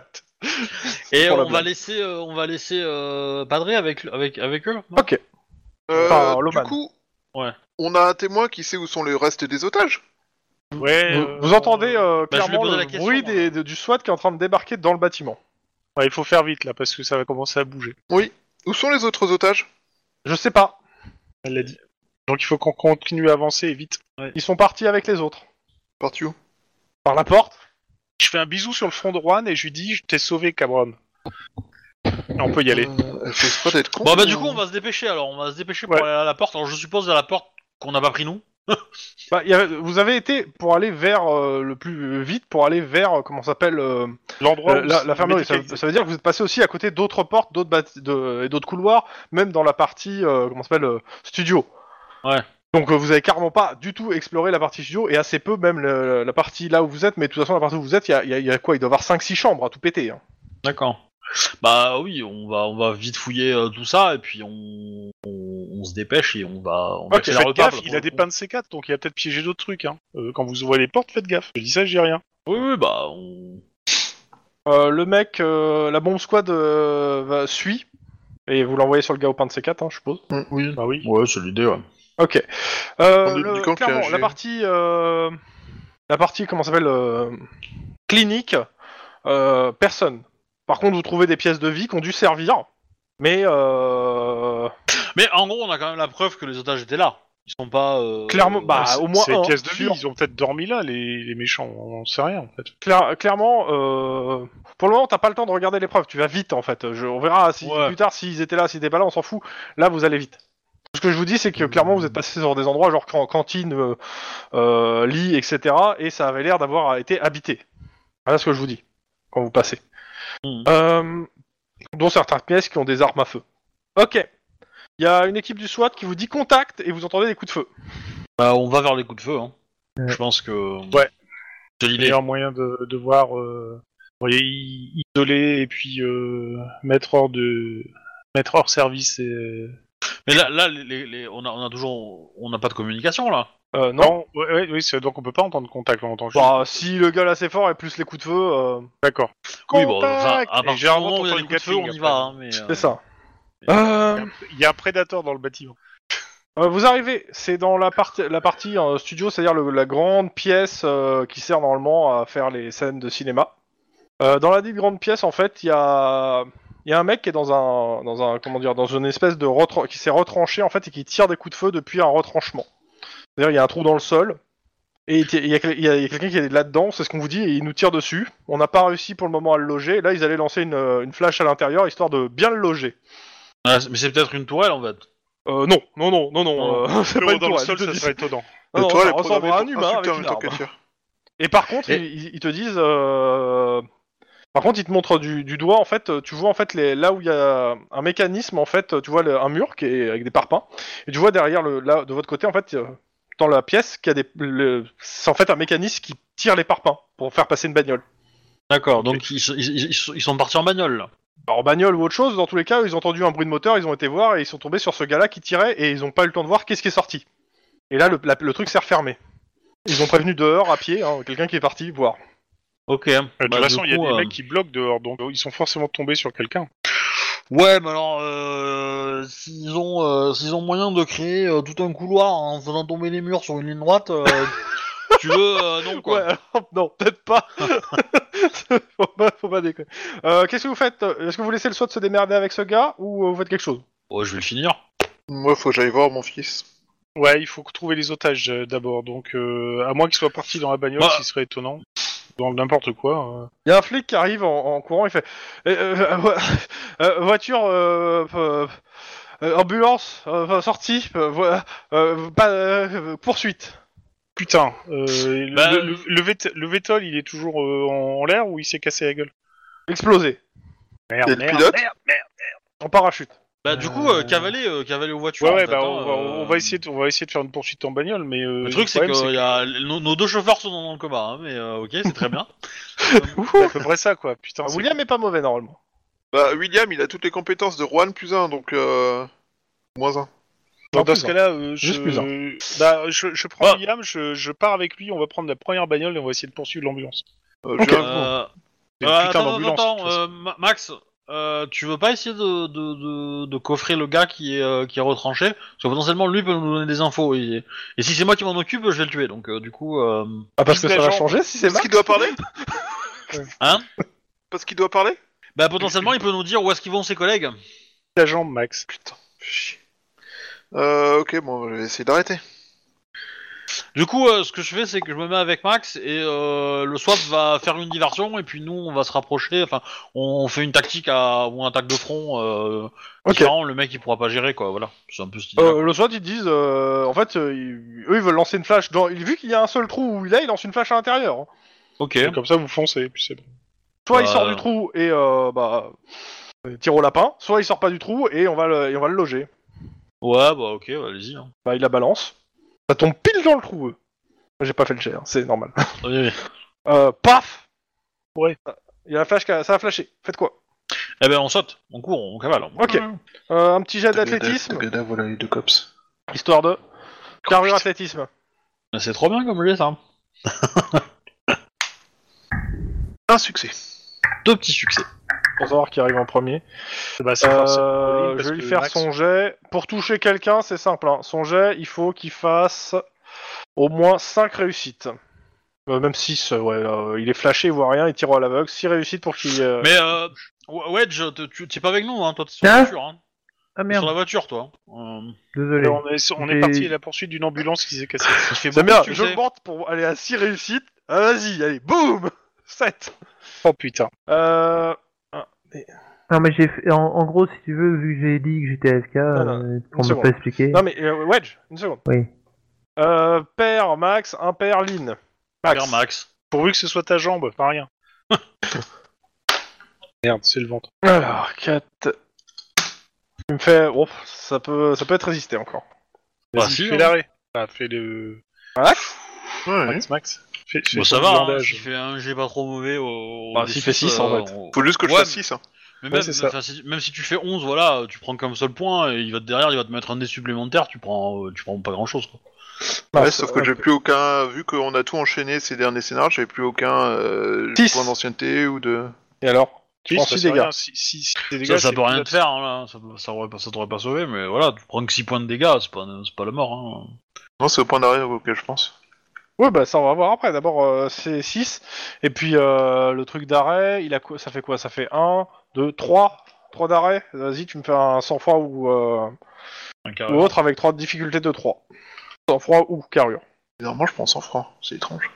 [SPEAKER 1] Et
[SPEAKER 2] pour la
[SPEAKER 1] on va
[SPEAKER 2] blague.
[SPEAKER 1] laisser, euh, on va laisser euh, Padré avec, avec, avec eux. non
[SPEAKER 2] Ok.
[SPEAKER 5] euh,
[SPEAKER 2] Enfin, Loman.
[SPEAKER 5] du coup,
[SPEAKER 1] Ouais.
[SPEAKER 5] on a un témoin qui sait où sont le reste des otages.
[SPEAKER 4] Ouais,
[SPEAKER 2] Vous,
[SPEAKER 4] euh,
[SPEAKER 2] vous entendez euh,
[SPEAKER 1] Bah, je lui ai
[SPEAKER 2] clairement
[SPEAKER 1] posé
[SPEAKER 2] le
[SPEAKER 1] la question,
[SPEAKER 2] bruit
[SPEAKER 1] moi.
[SPEAKER 2] des- de- du SWAT qui est en train de débarquer dans le bâtiment.
[SPEAKER 4] ouais, il faut faire vite là parce que ça va commencer à bouger.
[SPEAKER 5] Où sont les autres otages
[SPEAKER 2] Je sais pas.
[SPEAKER 4] Elle l'a dit. Donc il faut qu'on continue à avancer et vite.
[SPEAKER 2] Ils sont partis avec les autres.
[SPEAKER 5] Parti où
[SPEAKER 2] Par la porte.
[SPEAKER 4] Je fais un bisou sur le front de Juan et je lui dis Je t'ai sauvé, cabron. On peut y aller.
[SPEAKER 5] Euh, elle fait pas d'être con.
[SPEAKER 1] Bon, bah, du coup, on va se dépêcher alors. On va se dépêcher
[SPEAKER 4] Ouais.
[SPEAKER 1] pour aller à la porte. Alors, je suppose à la porte qu'on n'a pas pris nous.
[SPEAKER 2] Bah, il y avait- vous avez été pour aller vers euh, le plus vite, pour aller vers euh, comment ça s'appelle euh,
[SPEAKER 4] L'endroit
[SPEAKER 2] la,
[SPEAKER 4] où
[SPEAKER 2] la-
[SPEAKER 4] c'est
[SPEAKER 2] la fermerie. Ça,
[SPEAKER 4] médicalisé.
[SPEAKER 2] ça veut dire que vous êtes passé aussi à côté d'autres portes, d'autres bâti- de- et d'autres couloirs, même dans la partie euh, comment ça s'appelle euh, studio.
[SPEAKER 1] Ouais.
[SPEAKER 2] Donc euh, vous avez carrément pas du tout exploré la partie studio et assez peu même le- la partie là où vous êtes. Mais de toute façon la partie où vous êtes, il y a- il y, a- il y a quoi Il doit y avoir 5-6 chambres à tout péter. hein.
[SPEAKER 1] D'accord. Bah oui, on va, on va vite fouiller euh, tout ça et puis on, on, on se dépêche et on va. On
[SPEAKER 4] Ouais,
[SPEAKER 1] accélère
[SPEAKER 4] faites
[SPEAKER 1] le pas,
[SPEAKER 4] gaffe,
[SPEAKER 1] parce
[SPEAKER 4] il a
[SPEAKER 1] qu'on-
[SPEAKER 4] des pains de C4, donc il a peut-être piégé d'autres trucs. Hein. Euh, quand vous ouvrez les portes, faites gaffe. Je dis ça, je dis rien.
[SPEAKER 1] Oui, oui, bah on.
[SPEAKER 2] Euh, le mec, euh, la bombe squad euh, va- suit et vous l'envoyez sur le gars au pain de C4, hein, je suppose.
[SPEAKER 1] Oui.
[SPEAKER 4] Bah oui.
[SPEAKER 1] Ouais, c'est l'idée. Ouais.
[SPEAKER 2] Ok. Euh,
[SPEAKER 5] On est
[SPEAKER 2] le-
[SPEAKER 5] du camp
[SPEAKER 2] clairement,
[SPEAKER 5] PHG.
[SPEAKER 2] la partie, euh, la partie, comment ça s'appelle, euh, clinique, euh, personne. Par contre, vous trouvez des pièces de vie qui ont dû servir, mais euh,
[SPEAKER 1] Mais en gros, on a quand même la preuve que les otages étaient là. Ils sont pas. euh,
[SPEAKER 2] Clairement, bah,
[SPEAKER 4] C'est-
[SPEAKER 2] au moins
[SPEAKER 4] C'est les
[SPEAKER 2] un,
[SPEAKER 4] pièces de vie,
[SPEAKER 2] sûr.
[SPEAKER 4] ils ont peut-être dormi là, les, les méchants. On sait rien en fait.
[SPEAKER 2] cla- clairement, euh, pour le moment, t'as pas le temps de regarder l'épreuve. Tu vas vite, en fait. Je- on verra si,
[SPEAKER 1] Ouais.
[SPEAKER 2] plus tard s'ils étaient là, s'ils étaient pas là, on s'en fout. Là, vous allez vite. Ce que je vous dis, c'est que clairement, vous êtes passé sur des endroits genre can- cantine, euh, euh, lit, etc. Et ça avait l'air d'avoir été habité. Voilà ce que je vous dis quand vous passez.
[SPEAKER 1] Mhm.
[SPEAKER 2] Euh, dont certaines pièces qui ont des armes à feu. Ok. Il y a une équipe du SWAT qui vous dit contact et vous entendez des coups de feu.
[SPEAKER 1] Bah, on va vers les coups de feu. Hein.
[SPEAKER 3] Ouais.
[SPEAKER 1] Je pense que.
[SPEAKER 4] Ouais.
[SPEAKER 1] C'est
[SPEAKER 4] Le
[SPEAKER 1] l'idée.
[SPEAKER 4] meilleur moyen de, de voir, euh, vous voyez, i- isoler et puis euh, mettre hors de mettre hors service. Et...
[SPEAKER 1] Mais là, là, les, les- les- on a, on a toujours, on n'a pas de communication là.
[SPEAKER 2] Euh, non.
[SPEAKER 4] Non, ouais, ouais, oui, c'est- donc on peut pas entendre contact, on entend juste.
[SPEAKER 2] Bah, si le gars assez fort et plus les coups de feu, euh,
[SPEAKER 4] D'accord.
[SPEAKER 1] Oui, bon, enfin,
[SPEAKER 4] Contact
[SPEAKER 1] à
[SPEAKER 4] Et
[SPEAKER 1] partir du
[SPEAKER 4] généralement,
[SPEAKER 1] moment où il y a
[SPEAKER 4] t'entends
[SPEAKER 1] des
[SPEAKER 4] une
[SPEAKER 1] coups de feu, on
[SPEAKER 4] gatling
[SPEAKER 1] y
[SPEAKER 4] après.
[SPEAKER 1] va. hein, mais, euh,
[SPEAKER 2] c'est ça.
[SPEAKER 1] mais-
[SPEAKER 2] Euh,
[SPEAKER 4] Il y a un prédateur dans le bâtiment.
[SPEAKER 2] Euh, vous arrivez, c'est dans la, part- la partie euh, studio, c'est-à-dire le- la grande pièce euh, qui sert normalement à faire les scènes de cinéma. Euh, dans la dite grande pièce, en fait, il y a... il y a un mec qui est dans un, dans un, comment dire, dans une espèce de retran- qui s'est retranché en fait et qui tire des coups de feu depuis un retranchement. C'est-à-dire il y a un trou dans le sol et il t- il y a, quel- il y a- il y a quelqu'un qui est là-dedans, c'est ce qu'on vous dit, et il nous tire dessus. On n'a pas réussi pour le moment à le loger. et Là, ils allaient lancer une, euh, une flash à l'intérieur histoire de bien le loger.
[SPEAKER 1] Ah, c'est- mais c'est peut-être une tourelle en fait.
[SPEAKER 2] Euh, non, non, non, non, non. euh, c'est pas
[SPEAKER 4] Le
[SPEAKER 2] une
[SPEAKER 4] dans le
[SPEAKER 2] tourelle,
[SPEAKER 4] sol,
[SPEAKER 2] je te euh,
[SPEAKER 4] ça
[SPEAKER 2] dis.
[SPEAKER 4] serait étonnant.
[SPEAKER 2] Non, non,
[SPEAKER 5] L'étoile
[SPEAKER 2] ça
[SPEAKER 5] est
[SPEAKER 2] ressemble
[SPEAKER 5] programmée
[SPEAKER 2] à un
[SPEAKER 5] pour
[SPEAKER 2] humain
[SPEAKER 5] insulter
[SPEAKER 2] avec
[SPEAKER 5] en
[SPEAKER 2] une
[SPEAKER 5] même temps
[SPEAKER 2] arme.
[SPEAKER 5] que tir.
[SPEAKER 2] Et par contre,
[SPEAKER 1] Et-
[SPEAKER 2] Ils, ils te disent. euh, Par contre, ils te montrent du, du doigt, en fait, euh, tu vois en fait les, là où il y a un mécanisme, en fait, tu vois le- un mur qui est avec des parpaings, et tu vois derrière le, là, de votre côté, en fait, euh, dans la pièce, qu'il y a des, le- c'est en fait un mécanisme qui tire les parpaings pour faire passer une bagnole.
[SPEAKER 1] D'accord, donc ils, sont- ils- ils sont- ils sont partis en bagnole là.
[SPEAKER 2] Alors Bah, bagnole ou autre chose, dans tous les cas, ils ont entendu un bruit de moteur, ils ont été voir et ils sont tombés sur ce gars-là qui tirait et ils n'ont pas eu le temps de voir qu'est-ce qui est sorti. Et là, le, la- le truc s'est refermé. Ils ont prévenu dehors à pied, hein, quelqu'un qui est parti voir.
[SPEAKER 1] Ok. Bah,
[SPEAKER 2] Bah,
[SPEAKER 4] Euh, de toute façon, il y a des mecs qui bloquent dehors, donc euh, ils sont forcément tombés sur quelqu'un.
[SPEAKER 1] Ouais, mais alors, euh, s'ils ont, euh, s'ils ont moyen de créer euh, tout un couloir en faisant tomber les murs sur une ligne droite, euh, tu veux euh, non quoi
[SPEAKER 2] Ouais, alors, non, peut-être pas. faut pas, faut pas déconner. Euh, Qu'est-ce que vous faites Est-ce que vous laissez le soin de se démerder avec ce gars ou euh, vous faites quelque chose
[SPEAKER 1] Oh, je vais le finir.
[SPEAKER 5] Moi, faut que j'aille voir mon fils.
[SPEAKER 4] Ouais, il faut trouver les otages euh, d'abord, donc euh, à moins qu'ils soient partis dans la bagnole,
[SPEAKER 1] Bah.
[SPEAKER 4] ce qui serait étonnant. Dans n'importe quoi. euh.
[SPEAKER 2] Il y a un flic qui arrive en, en courant, il fait Eh, euh, euh, euh, voiture, euh, euh, euh, ambulance, euh, enfin, sortie, euh, vo- euh, pas- euh, poursuite.
[SPEAKER 4] Putain, euh, le-
[SPEAKER 1] Bah,
[SPEAKER 4] le, le, le vét- le Vétol, il est toujours euh, en, en l'air ou il s'est cassé la gueule
[SPEAKER 2] Explosé.
[SPEAKER 4] Merde,
[SPEAKER 5] Et le pilote
[SPEAKER 2] En parachute.
[SPEAKER 1] Bah, du coup, euh, cavaler, euh, cavaler aux voitures.
[SPEAKER 4] Ouais, ouais,
[SPEAKER 1] en fait,
[SPEAKER 4] bah,
[SPEAKER 1] hein,
[SPEAKER 4] on, va,
[SPEAKER 1] euh,
[SPEAKER 4] on va essayer de, on va essayer de faire une poursuite en bagnole, mais euh,
[SPEAKER 1] Le truc, c'est
[SPEAKER 4] problème,
[SPEAKER 1] que y a- nos, nos deux chauffeurs sont dans le coma, hein, mais euh, ok, c'est très bien. Euh,
[SPEAKER 4] c'est à peu près ça, quoi. Putain,
[SPEAKER 2] Ah,
[SPEAKER 4] c'est-
[SPEAKER 2] William est pas mauvais normalement.
[SPEAKER 5] Bah, William, il a toutes les compétences de Juan plus 1, donc euh... moins 1.
[SPEAKER 4] Dans,
[SPEAKER 2] En plus,
[SPEAKER 4] ce cas-là, euh, je...
[SPEAKER 2] Juste plus
[SPEAKER 4] Bah, je, je prends
[SPEAKER 1] Bah.
[SPEAKER 4] William, je, je pars avec lui, on va prendre la première bagnole et on va essayer de poursuivre l'ambulance.
[SPEAKER 5] J'ai un coup.
[SPEAKER 1] Euh,
[SPEAKER 4] C'est
[SPEAKER 1] euh,
[SPEAKER 4] une putain
[SPEAKER 1] attends,
[SPEAKER 4] d'ambulance,
[SPEAKER 1] attends,
[SPEAKER 4] de toute façon.
[SPEAKER 1] euh, Ma- Max, euh, tu veux pas essayer de, de, de, de coffrer le gars qui est, euh, qui est retranché Parce que potentiellement, lui peut nous donner des infos. Et, et si c'est moi qui m'en occupe, je vais le tuer. Donc, euh, du coup, euh,
[SPEAKER 2] Ah parce que ça va
[SPEAKER 4] Agent.
[SPEAKER 2] changer si c'est
[SPEAKER 5] Parce
[SPEAKER 2] Max
[SPEAKER 5] qu'il doit parler
[SPEAKER 1] Hein
[SPEAKER 5] Parce qu'il doit parler
[SPEAKER 1] bah, potentiellement, il peut nous dire où est-ce qu'ils vont ses collègues.
[SPEAKER 4] la jambe, Max.
[SPEAKER 5] Putain, fais chier. Euh, ok, bon, je vais essayer d'arrêter.
[SPEAKER 1] Du coup, euh, ce que je fais, c'est que je me mets avec Max et euh, le swap va faire une diversion. Et puis, nous, on va se rapprocher. Enfin, on fait une tactique à, ou un tac de front. Euh,
[SPEAKER 2] Ok.
[SPEAKER 1] différent, le mec, il pourra pas gérer, quoi. Voilà, c'est un peu ce
[SPEAKER 2] Euh, le SWAT ils disent euh, en fait euh, ils- eux ils veulent lancer une flash dans vu qu'il y a un seul trou où il est ils lancent une flash à l'intérieur. hein.
[SPEAKER 1] Ok.
[SPEAKER 4] Et Comme ça, vous foncez, puis c'est bon.
[SPEAKER 2] Soit il
[SPEAKER 1] Bah,
[SPEAKER 2] sort du
[SPEAKER 1] euh.
[SPEAKER 2] trou et euh, bah euh, tire au lapin, soit il sort pas du trou et on va le, et on va le loger.
[SPEAKER 1] Ouais, bah, ok, bah, allez-y. hein.
[SPEAKER 2] Bah il la balance. Ça tombe pile dans le trou. eux. J'ai pas fait le jet, hein, c'est normal.
[SPEAKER 1] Oui, oui.
[SPEAKER 2] Euh, paf. Euh,
[SPEAKER 4] Ouais.
[SPEAKER 2] Il y a la flash qui a- ça a flashé. Faites quoi
[SPEAKER 1] Eh ben, on saute, on court, on cavale. on-
[SPEAKER 2] Ok. Euh, un petit jet d'athlétisme
[SPEAKER 5] Tagada, voilà les deux cops.
[SPEAKER 2] histoire de carrure
[SPEAKER 5] putain.
[SPEAKER 2] athlétisme.
[SPEAKER 1] Mais C'est trop bien comme hein. jeu ça.
[SPEAKER 5] Un succès.
[SPEAKER 1] Deux petits succès.
[SPEAKER 2] Pour savoir qui arrive en premier.
[SPEAKER 4] Bah, c'est
[SPEAKER 2] Euh,
[SPEAKER 4] forcément Pauline,
[SPEAKER 2] je
[SPEAKER 4] parce
[SPEAKER 2] vais lui
[SPEAKER 4] que
[SPEAKER 2] faire
[SPEAKER 4] Max-
[SPEAKER 2] son jet. Pour toucher quelqu'un, c'est simple. hein. Son jet, il faut qu'il fasse au moins 5 réussites. Euh, même 6, ouais. euh, il est flashé, il voit rien, il tire à l'aveugle. 6 réussites pour qu'il. euh,
[SPEAKER 1] Mais euh, W- Wedge, te- tu t'es pas avec nous, hein, toi, t'es sur
[SPEAKER 3] Hein
[SPEAKER 1] la voiture. Hein.
[SPEAKER 3] Ah
[SPEAKER 1] T'es Sur la
[SPEAKER 3] merde,
[SPEAKER 1] voiture, toi. Euh,
[SPEAKER 3] désolé.
[SPEAKER 4] on est, on est
[SPEAKER 3] Et-
[SPEAKER 4] parti à la poursuite d'une ambulance qui s'est cassée.
[SPEAKER 1] il fait
[SPEAKER 2] C'est
[SPEAKER 1] beaucoup
[SPEAKER 2] bien,
[SPEAKER 1] de
[SPEAKER 2] je
[SPEAKER 1] succès.
[SPEAKER 2] le monte pour aller à 6 réussites. Ah, Vas-y, allez, boum 7
[SPEAKER 4] Oh putain.
[SPEAKER 2] euh...
[SPEAKER 3] Non mais j'ai fait- en, en gros si tu veux vu que j'ai dit que j'étais AFK
[SPEAKER 2] Non, non,
[SPEAKER 3] euh,
[SPEAKER 2] Ah, une
[SPEAKER 3] on m'a
[SPEAKER 2] seconde.
[SPEAKER 3] pas expliqué.
[SPEAKER 2] Non, mais euh, Wedge, une seconde.
[SPEAKER 3] Oui.
[SPEAKER 2] Euh, père Max, impair Lynn. Max.
[SPEAKER 1] Super, Max.
[SPEAKER 4] Pourvu que ce soit ta jambe, pas rien. Merde, c'est le ventre.
[SPEAKER 2] Alors, 4. Il me fait. Oh, ça peut, ça peut être résisté encore.
[SPEAKER 1] Bah,
[SPEAKER 4] Vas-y,
[SPEAKER 1] si,
[SPEAKER 4] fais
[SPEAKER 1] hein.
[SPEAKER 4] l'arrêt. Ah, fais le.
[SPEAKER 5] Ouais.
[SPEAKER 4] Max, Max. Fais, fais
[SPEAKER 1] Bon,
[SPEAKER 4] ton
[SPEAKER 1] ça va, hein,
[SPEAKER 4] bandage.
[SPEAKER 1] s'il fait un G pas trop mauvais au.
[SPEAKER 2] Bah,
[SPEAKER 1] au
[SPEAKER 2] s'il fait
[SPEAKER 1] six,
[SPEAKER 2] six, en
[SPEAKER 1] euh,
[SPEAKER 2] fait.
[SPEAKER 1] on-
[SPEAKER 5] Faut juste que je
[SPEAKER 1] Ouais,
[SPEAKER 5] fasse
[SPEAKER 1] mais-
[SPEAKER 5] 6. Hein.
[SPEAKER 1] mais
[SPEAKER 4] Ouais,
[SPEAKER 1] même,
[SPEAKER 4] c'est ça.
[SPEAKER 1] enfin, si, même si tu fais 11, voilà, tu prends comme seul point, et il va te derrière, il va te mettre un dé supplémentaire, tu prends, euh, tu prends pas grand chose, quoi.
[SPEAKER 2] Max,
[SPEAKER 5] ouais, sauf que
[SPEAKER 2] euh,
[SPEAKER 5] j'ai plus aucun. Vu qu'on a tout enchaîné ces derniers scénarios, j'avais plus aucun euh,
[SPEAKER 2] Six.
[SPEAKER 5] point d'ancienneté ou de.
[SPEAKER 2] Et alors
[SPEAKER 4] Oui,
[SPEAKER 2] En
[SPEAKER 4] ça
[SPEAKER 2] six
[SPEAKER 4] fait
[SPEAKER 2] dégâts.
[SPEAKER 4] rien. Si, si- si des dégâts,
[SPEAKER 1] Ça, ça
[SPEAKER 4] c'est
[SPEAKER 1] peut rien te
[SPEAKER 4] plus-
[SPEAKER 1] faire, hein, là. Ça, peut- ça, aurait pas- ça t'aurait pas sauvé, mais voilà, tu prends que 6 points de dégâts, c'est pas, c'est pas la mort. Hein.
[SPEAKER 5] Non, c'est au point d'arrière auquel je pense.
[SPEAKER 2] Ouais, bah ça on va voir après. D'abord euh, c'est 6. Et puis euh, le truc d'arrêt, il a quoi ça fait quoi Ça fait 1, 2, 3. 3 d'arrêt. Vas-y, tu me fais un 100 fois ou, euh,
[SPEAKER 1] Un carré.
[SPEAKER 2] ou autre avec 3 de difficulté de 3. 100 fois ou carrure.
[SPEAKER 5] Bizarrement, je pense en francs, c'est étrange.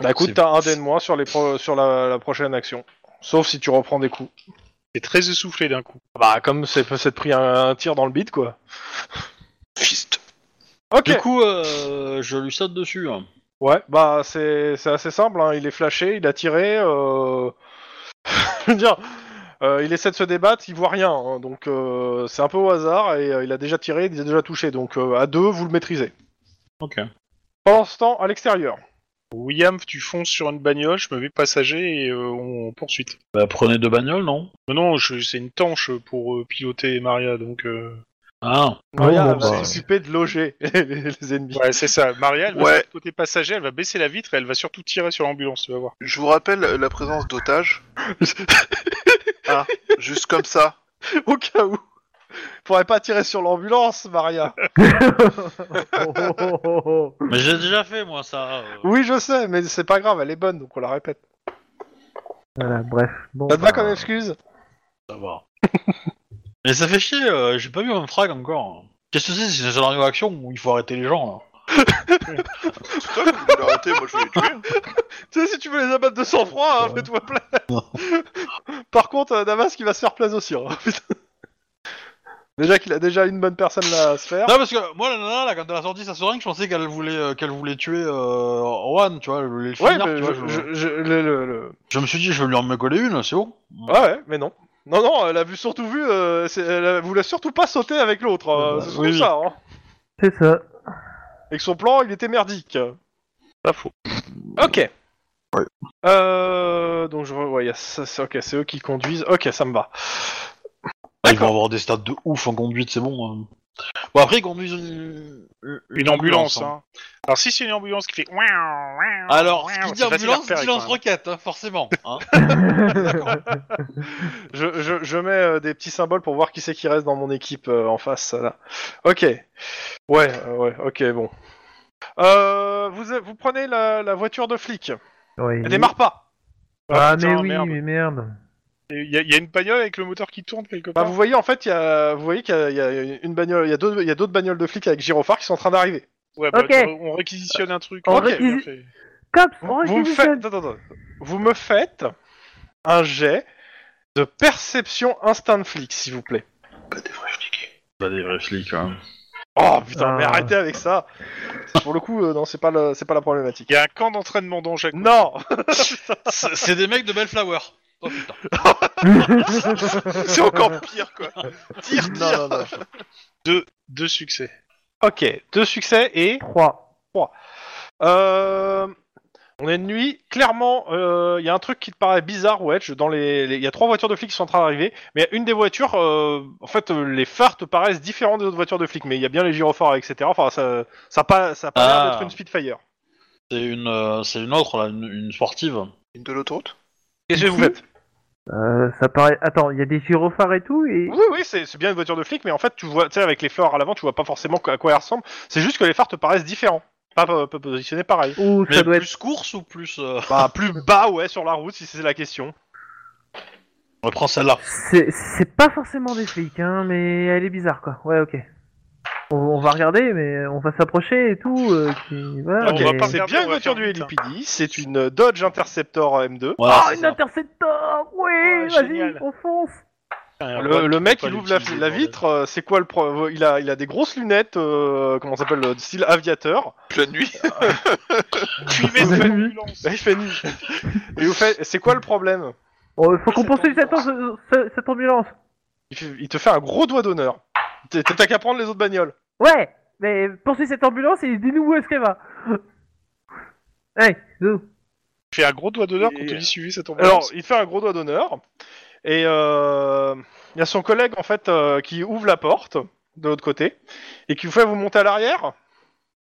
[SPEAKER 2] Bah écoute,
[SPEAKER 1] C'est-
[SPEAKER 2] t'as un dé de moins sur, les pro- sur la, la prochaine action. Sauf si tu reprends des coups.
[SPEAKER 4] T'es très essoufflé d'un coup.
[SPEAKER 2] Bah comme c'est peut-être pris un, un tir dans le bide quoi.
[SPEAKER 5] Fist.
[SPEAKER 2] Ok.
[SPEAKER 1] Du coup, euh, je lui saute dessus. hein.
[SPEAKER 2] Ouais, bah c'est c'est assez simple, hein. il est flashé, il a tiré. Euh... Je veux dire, euh, il essaie de se débattre, il voit rien, hein. donc euh, c'est un peu au hasard, et euh, il a déjà tiré, il a déjà touché, donc euh, à deux, vous le maîtrisez.
[SPEAKER 1] Ok.
[SPEAKER 2] Pendant ce temps, à l'extérieur.
[SPEAKER 4] William, tu fonces sur une bagnole, je me mets passager et euh, on poursuite.
[SPEAKER 1] Bah, prenez deux bagnoles, non
[SPEAKER 4] Mais non, je- c'est une tanche pour euh, piloter Maria, donc. euh,
[SPEAKER 1] Ah,
[SPEAKER 2] Maria
[SPEAKER 3] bon,
[SPEAKER 2] elle va
[SPEAKER 3] bah,
[SPEAKER 2] s'occuper de loger les, les ennemis.
[SPEAKER 4] Ouais, c'est ça. Maria, elle va
[SPEAKER 5] Ouais.
[SPEAKER 4] ouais. côté passager, elle va baisser la vitre et elle va surtout tirer sur l'ambulance, tu vas voir.
[SPEAKER 5] Je vous rappelle la présence d'otages. ah, juste comme ça.
[SPEAKER 2] Au cas où. Faudrait pas tirer sur l'ambulance, Maria.
[SPEAKER 3] Oh, oh, oh, oh, oh.
[SPEAKER 1] mais j'ai déjà fait, moi, ça. euh.
[SPEAKER 2] Oui, je sais, mais c'est pas grave, elle est bonne, donc on la répète.
[SPEAKER 3] Voilà, bref. Bon,
[SPEAKER 2] Ça te va
[SPEAKER 3] bah,
[SPEAKER 2] comme excuse
[SPEAKER 1] Ça va. Mais ça fait chier, euh, j'ai pas vu un frag encore. Qu'est-ce que c'est C'est un scénario action où il faut arrêter les gens là
[SPEAKER 5] C'est toi qui voulais l'arrêter, moi je voulais le tuer. hein.
[SPEAKER 2] Tu sais, si tu veux les abattre de sang-froid, hein,
[SPEAKER 1] Ouais.
[SPEAKER 2] fais-toi plaisir. Par contre, euh, Damas qui va se faire plaisir aussi. hein, putain. déjà qu'il a déjà une bonne personne là à se faire.
[SPEAKER 1] Non parce que moi la nana là quand elle a sorti sa seringue je pensais qu'elle voulait euh, qu'elle voulait tuer euh, Juan tu vois elle voulait le
[SPEAKER 2] Ouais,
[SPEAKER 1] finir,
[SPEAKER 2] mais
[SPEAKER 1] tu vois, je,
[SPEAKER 2] je, je- je- le, le- le-
[SPEAKER 1] je me suis dit je vais lui en me coller une c'est bon
[SPEAKER 2] Ouais, ouais, mais non. Non, non, elle a vu surtout vu. euh, c'est- elle a- voulait surtout pas sauter avec l'autre. euh,
[SPEAKER 1] Ouais, bah,
[SPEAKER 2] c'est
[SPEAKER 1] oui,
[SPEAKER 2] tout ça. Hein.
[SPEAKER 3] C'est ça.
[SPEAKER 2] Et que son plan, il était merdique.
[SPEAKER 4] Pas faux.
[SPEAKER 2] Ok. Euh, donc je re- ouais, y a ça, c'est ok, c'est eux qui conduisent. Ok, ça me va.
[SPEAKER 1] Ah, ils vont avoir des stats de ouf en conduite c'est bon euh. bon après ils conduisent une,
[SPEAKER 4] Une ambulance,
[SPEAKER 1] hein.
[SPEAKER 4] hein. Alors, si c'est une ambulance qui fait. Alors,
[SPEAKER 1] alors qui dit ambulance dit lance roquette hein, forcément hein.
[SPEAKER 2] Je, je, je mets euh, des petits symboles pour voir qui c'est qui reste dans mon équipe euh, en face là. Ok. Ouais, euh, ouais, ok, bon. Euh, vous, vous prenez la, la voiture de flic.
[SPEAKER 3] Oui.
[SPEAKER 2] Elle démarre pas.
[SPEAKER 3] Ah,
[SPEAKER 4] putain,
[SPEAKER 3] mais oui,
[SPEAKER 4] merde.
[SPEAKER 3] mais merde.
[SPEAKER 4] Il y, a- y a une bagnole avec le moteur qui tourne quelque
[SPEAKER 2] Bah,
[SPEAKER 4] part.
[SPEAKER 2] vous voyez en fait, il y a, vous voyez qu'il y a, il y a une bagnole, il y a d'autres, il y a d'autres bagnoles de flics avec gyrophare qui sont en train d'arriver.
[SPEAKER 4] Ouais, bah,
[SPEAKER 3] Ok.
[SPEAKER 4] tu- on réquisitionne un truc.
[SPEAKER 3] On
[SPEAKER 4] Ok, bien
[SPEAKER 3] réquisi-
[SPEAKER 4] fait.
[SPEAKER 3] Cops,
[SPEAKER 2] Vous,
[SPEAKER 3] on
[SPEAKER 2] vous me faites, attends, attends, attends. vous me faites un jet de perception instinct de flic, s'il vous plaît.
[SPEAKER 5] Bah, des vrais flics.
[SPEAKER 1] Bah des vrais flics hein.
[SPEAKER 2] Oh putain, mais
[SPEAKER 3] Ah.
[SPEAKER 2] arrêtez avec ça. Pour le coup, euh, non, c'est pas le, c'est pas la problématique.
[SPEAKER 4] Il y a un camp d'entraînement d'Angers.
[SPEAKER 2] Non.
[SPEAKER 1] c'est c'est des mecs de Bellflower oh putain
[SPEAKER 5] C'est encore pire quoi. Tire, tire.
[SPEAKER 2] non, non, non.
[SPEAKER 4] Deux succès.
[SPEAKER 2] Ok, deux succès et
[SPEAKER 3] 3.
[SPEAKER 2] euh, on est de nuit. Clairement, il y a un truc qui te paraît bizarre, Wedge. Dans les, il y a trois voitures de flics qui sont en train d'arriver, mais une des voitures, euh, en fait, euh, les phares te paraissent différents des autres voitures de flics, mais il y a bien les gyrophares, etc. Enfin, ça, ça a pas, ça a pas
[SPEAKER 1] Ah.
[SPEAKER 2] l'air d'être une speedfire.
[SPEAKER 1] c'est une euh, c'est une autre là une, une sportive
[SPEAKER 5] Une de l'autoroute
[SPEAKER 2] Qu'est-ce que vous faites
[SPEAKER 3] Euh, ça paraît. Attends, il y a des gyrophares et tout et.
[SPEAKER 2] Oui, oui, c'est c'est bien une voiture de flic, mais en fait, tu vois, tu sais, avec les phares à l'avant, tu vois pas forcément à quoi elle ressemble. C'est juste que les phares te paraissent différents, pas, euh, pas, pas positionnés pareil.
[SPEAKER 3] Ouh, ça
[SPEAKER 1] mais
[SPEAKER 3] doit
[SPEAKER 1] plus
[SPEAKER 3] être.
[SPEAKER 1] course ou plus euh,
[SPEAKER 2] Bah, plus bas, ouais, sur la route, si c'est la question.
[SPEAKER 1] on va prendre celle-là
[SPEAKER 3] C'est c'est pas forcément des flics, hein, mais elle est bizarre quoi. Ouais, ok. On, on va regarder, mais on va s'approcher et tout. euh, qui- voilà,
[SPEAKER 4] Non,
[SPEAKER 2] Ok,
[SPEAKER 4] on va
[SPEAKER 3] mais-
[SPEAKER 4] pas
[SPEAKER 2] c'est
[SPEAKER 4] regarder,
[SPEAKER 2] bien
[SPEAKER 4] on
[SPEAKER 2] une
[SPEAKER 4] va
[SPEAKER 2] voiture
[SPEAKER 4] faire
[SPEAKER 2] du
[SPEAKER 4] vite, hein.
[SPEAKER 2] LPD, c'est une Dodge Interceptor M2.
[SPEAKER 1] Voilà,
[SPEAKER 3] Ah,
[SPEAKER 1] c'est
[SPEAKER 3] une
[SPEAKER 1] ça.
[SPEAKER 3] interceptor Oui,
[SPEAKER 4] Ouais,
[SPEAKER 3] vas-y,
[SPEAKER 4] génial.
[SPEAKER 3] on fonce
[SPEAKER 2] Le, le mec,
[SPEAKER 4] Faut
[SPEAKER 2] il
[SPEAKER 4] pas
[SPEAKER 2] ouvre la,
[SPEAKER 4] l'utiliser,
[SPEAKER 2] la
[SPEAKER 4] bordel.
[SPEAKER 2] vitre, euh, c'est quoi le pro... il, a, il a des grosses lunettes, euh, comment ça s'appelle, euh, style aviateur.
[SPEAKER 5] Pleine nuit.
[SPEAKER 4] Suivez
[SPEAKER 3] Vous
[SPEAKER 4] cette
[SPEAKER 3] avez vu
[SPEAKER 2] Et
[SPEAKER 4] ambulance.
[SPEAKER 2] Bah, il fait nuit. Et vous faites, c'est quoi le problème
[SPEAKER 3] Oh, faut qu'on
[SPEAKER 4] Cette
[SPEAKER 3] poursuive cette, cette- cette ambulance
[SPEAKER 2] il, fait- il te fait un gros doigt d'honneur. T'es- T'as qu'à prendre les autres bagnoles.
[SPEAKER 3] Ouais Mais poursuis cette ambulance et dis-nous où est-ce qu'elle va Hey, nous
[SPEAKER 4] Fais un gros doigt d'honneur quand
[SPEAKER 2] Et-
[SPEAKER 4] on dit suivez cette ambulance.
[SPEAKER 2] Alors, il te fait un gros doigt d'honneur. Et euh, il y a son collègue, en fait, euh, qui ouvre la porte de l'autre côté. Et qui vous fait vous monter à l'arrière.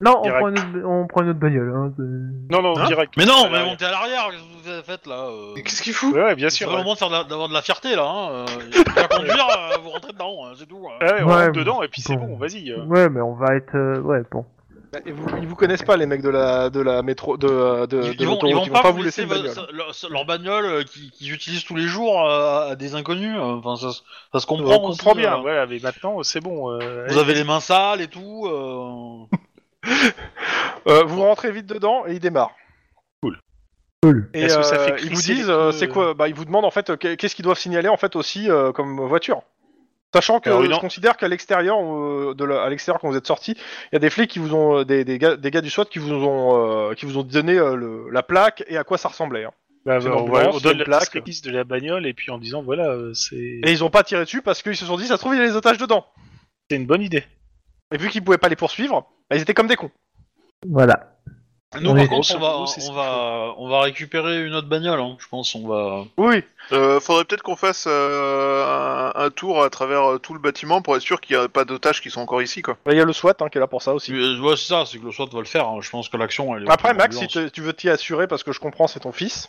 [SPEAKER 3] Non, on
[SPEAKER 4] Direct.
[SPEAKER 3] prend, une autre, on prend une autre bagnole. Hein, c'est-
[SPEAKER 4] Non, non,
[SPEAKER 1] Hein
[SPEAKER 4] direct.
[SPEAKER 1] Mais non,
[SPEAKER 4] À
[SPEAKER 1] mais
[SPEAKER 4] l'arrière.
[SPEAKER 1] bon, t'es à l'arrière, qu'est-ce que vous avez fait là euh
[SPEAKER 5] Mais Qu'est-ce qu'il fout
[SPEAKER 4] Ouais, ouais, bien
[SPEAKER 1] C'est
[SPEAKER 4] sûr.
[SPEAKER 1] le
[SPEAKER 4] Ouais.
[SPEAKER 1] moment de faire de la- d'avoir de, la fierté là. Hein. euh, il faut bien conduire, euh, vous rentrez dedans, hein, c'est tout. hein.
[SPEAKER 4] Ouais, ouais, on
[SPEAKER 3] Ouais,
[SPEAKER 4] rentre
[SPEAKER 3] mais-
[SPEAKER 4] dedans et puis c'est
[SPEAKER 3] bon.
[SPEAKER 4] bon, vas-y. euh.
[SPEAKER 3] Ouais, mais on va être. euh, Ouais, bon.
[SPEAKER 2] Bah, et vous- ils vous connaissent pas, les mecs de la, de la métro, de, euh, de,
[SPEAKER 1] Ils,
[SPEAKER 2] de
[SPEAKER 1] ils vont,
[SPEAKER 2] l'autoroute,
[SPEAKER 1] ils vont pas, vous laisser
[SPEAKER 2] une bagnole.
[SPEAKER 1] vo- leur, leur bagnole euh, qui- qu'ils utilisent tous les jours euh, à des inconnus. euh, Enfin, ça, se- ça se comprend.
[SPEAKER 4] On comprend
[SPEAKER 1] aussi,
[SPEAKER 4] bien,
[SPEAKER 1] euh,
[SPEAKER 4] voilà, mais maintenant c'est bon. euh,
[SPEAKER 1] Vous avez les mains sales et tout. euh,
[SPEAKER 2] Euh, vous rentrez vite dedans et ils démarrent.
[SPEAKER 3] Cool.
[SPEAKER 2] Et
[SPEAKER 4] Est-ce que ça
[SPEAKER 2] euh,
[SPEAKER 4] fait
[SPEAKER 2] ils vous
[SPEAKER 4] crisser les
[SPEAKER 2] disent, euh,
[SPEAKER 4] pneus
[SPEAKER 2] c'est quoi Bah, ils vous demandent en fait euh, qu'est- qu'est-ce qu'ils doivent signaler en fait aussi euh, comme voiture. Sachant que
[SPEAKER 4] Alors, une
[SPEAKER 2] je
[SPEAKER 4] en-
[SPEAKER 2] considère qu'à l'extérieur, euh, de la- à l'extérieur quand vous êtes sortis, il y a des flics qui vous ont, euh, des, des gars, des gars du SWAT qui vous ont, euh, qui vous ont donné euh, le- la plaque et à quoi ça ressemblait. hein.
[SPEAKER 4] Bah,
[SPEAKER 2] C'est
[SPEAKER 4] bah,
[SPEAKER 2] une
[SPEAKER 4] on, va- on
[SPEAKER 2] ambulance,
[SPEAKER 4] donne
[SPEAKER 2] une
[SPEAKER 4] la
[SPEAKER 2] plaque.
[SPEAKER 4] plaque de la bagnole et puis en disant voilà, euh, c'est
[SPEAKER 2] Et ils ont pas tiré dessus parce qu'ils se sont dit, ça se trouve il y a les otages dedans.
[SPEAKER 4] c'est une bonne idée.
[SPEAKER 2] Et vu qu'ils pouvaient pas les poursuivre, bah, ils étaient comme des cons.
[SPEAKER 3] Voilà.
[SPEAKER 1] Nous,
[SPEAKER 3] Oui.
[SPEAKER 1] par contre, on
[SPEAKER 4] En
[SPEAKER 1] va,
[SPEAKER 4] gros, c'est ce
[SPEAKER 1] on,
[SPEAKER 4] qu'il
[SPEAKER 1] va, on va récupérer une autre bagnole, hein, je pense. On va.
[SPEAKER 2] Oui.
[SPEAKER 5] Euh, Faudrait peut-être qu'on fasse euh, un, un tour à travers euh, tout le bâtiment pour être sûr qu'il n'y a pas d'otages qui sont encore ici, quoi.
[SPEAKER 2] Bah, Il y a le SWAT hein, qui est là pour ça aussi.
[SPEAKER 1] Euh, ouais, c'est ça, c'est que le SWAT va le faire. hein, Je pense que l'action, elle est.
[SPEAKER 2] Après,
[SPEAKER 1] en
[SPEAKER 2] Max, si
[SPEAKER 1] ambulance.
[SPEAKER 2] te- tu veux t'y assurer parce que je comprends, c'est ton fils.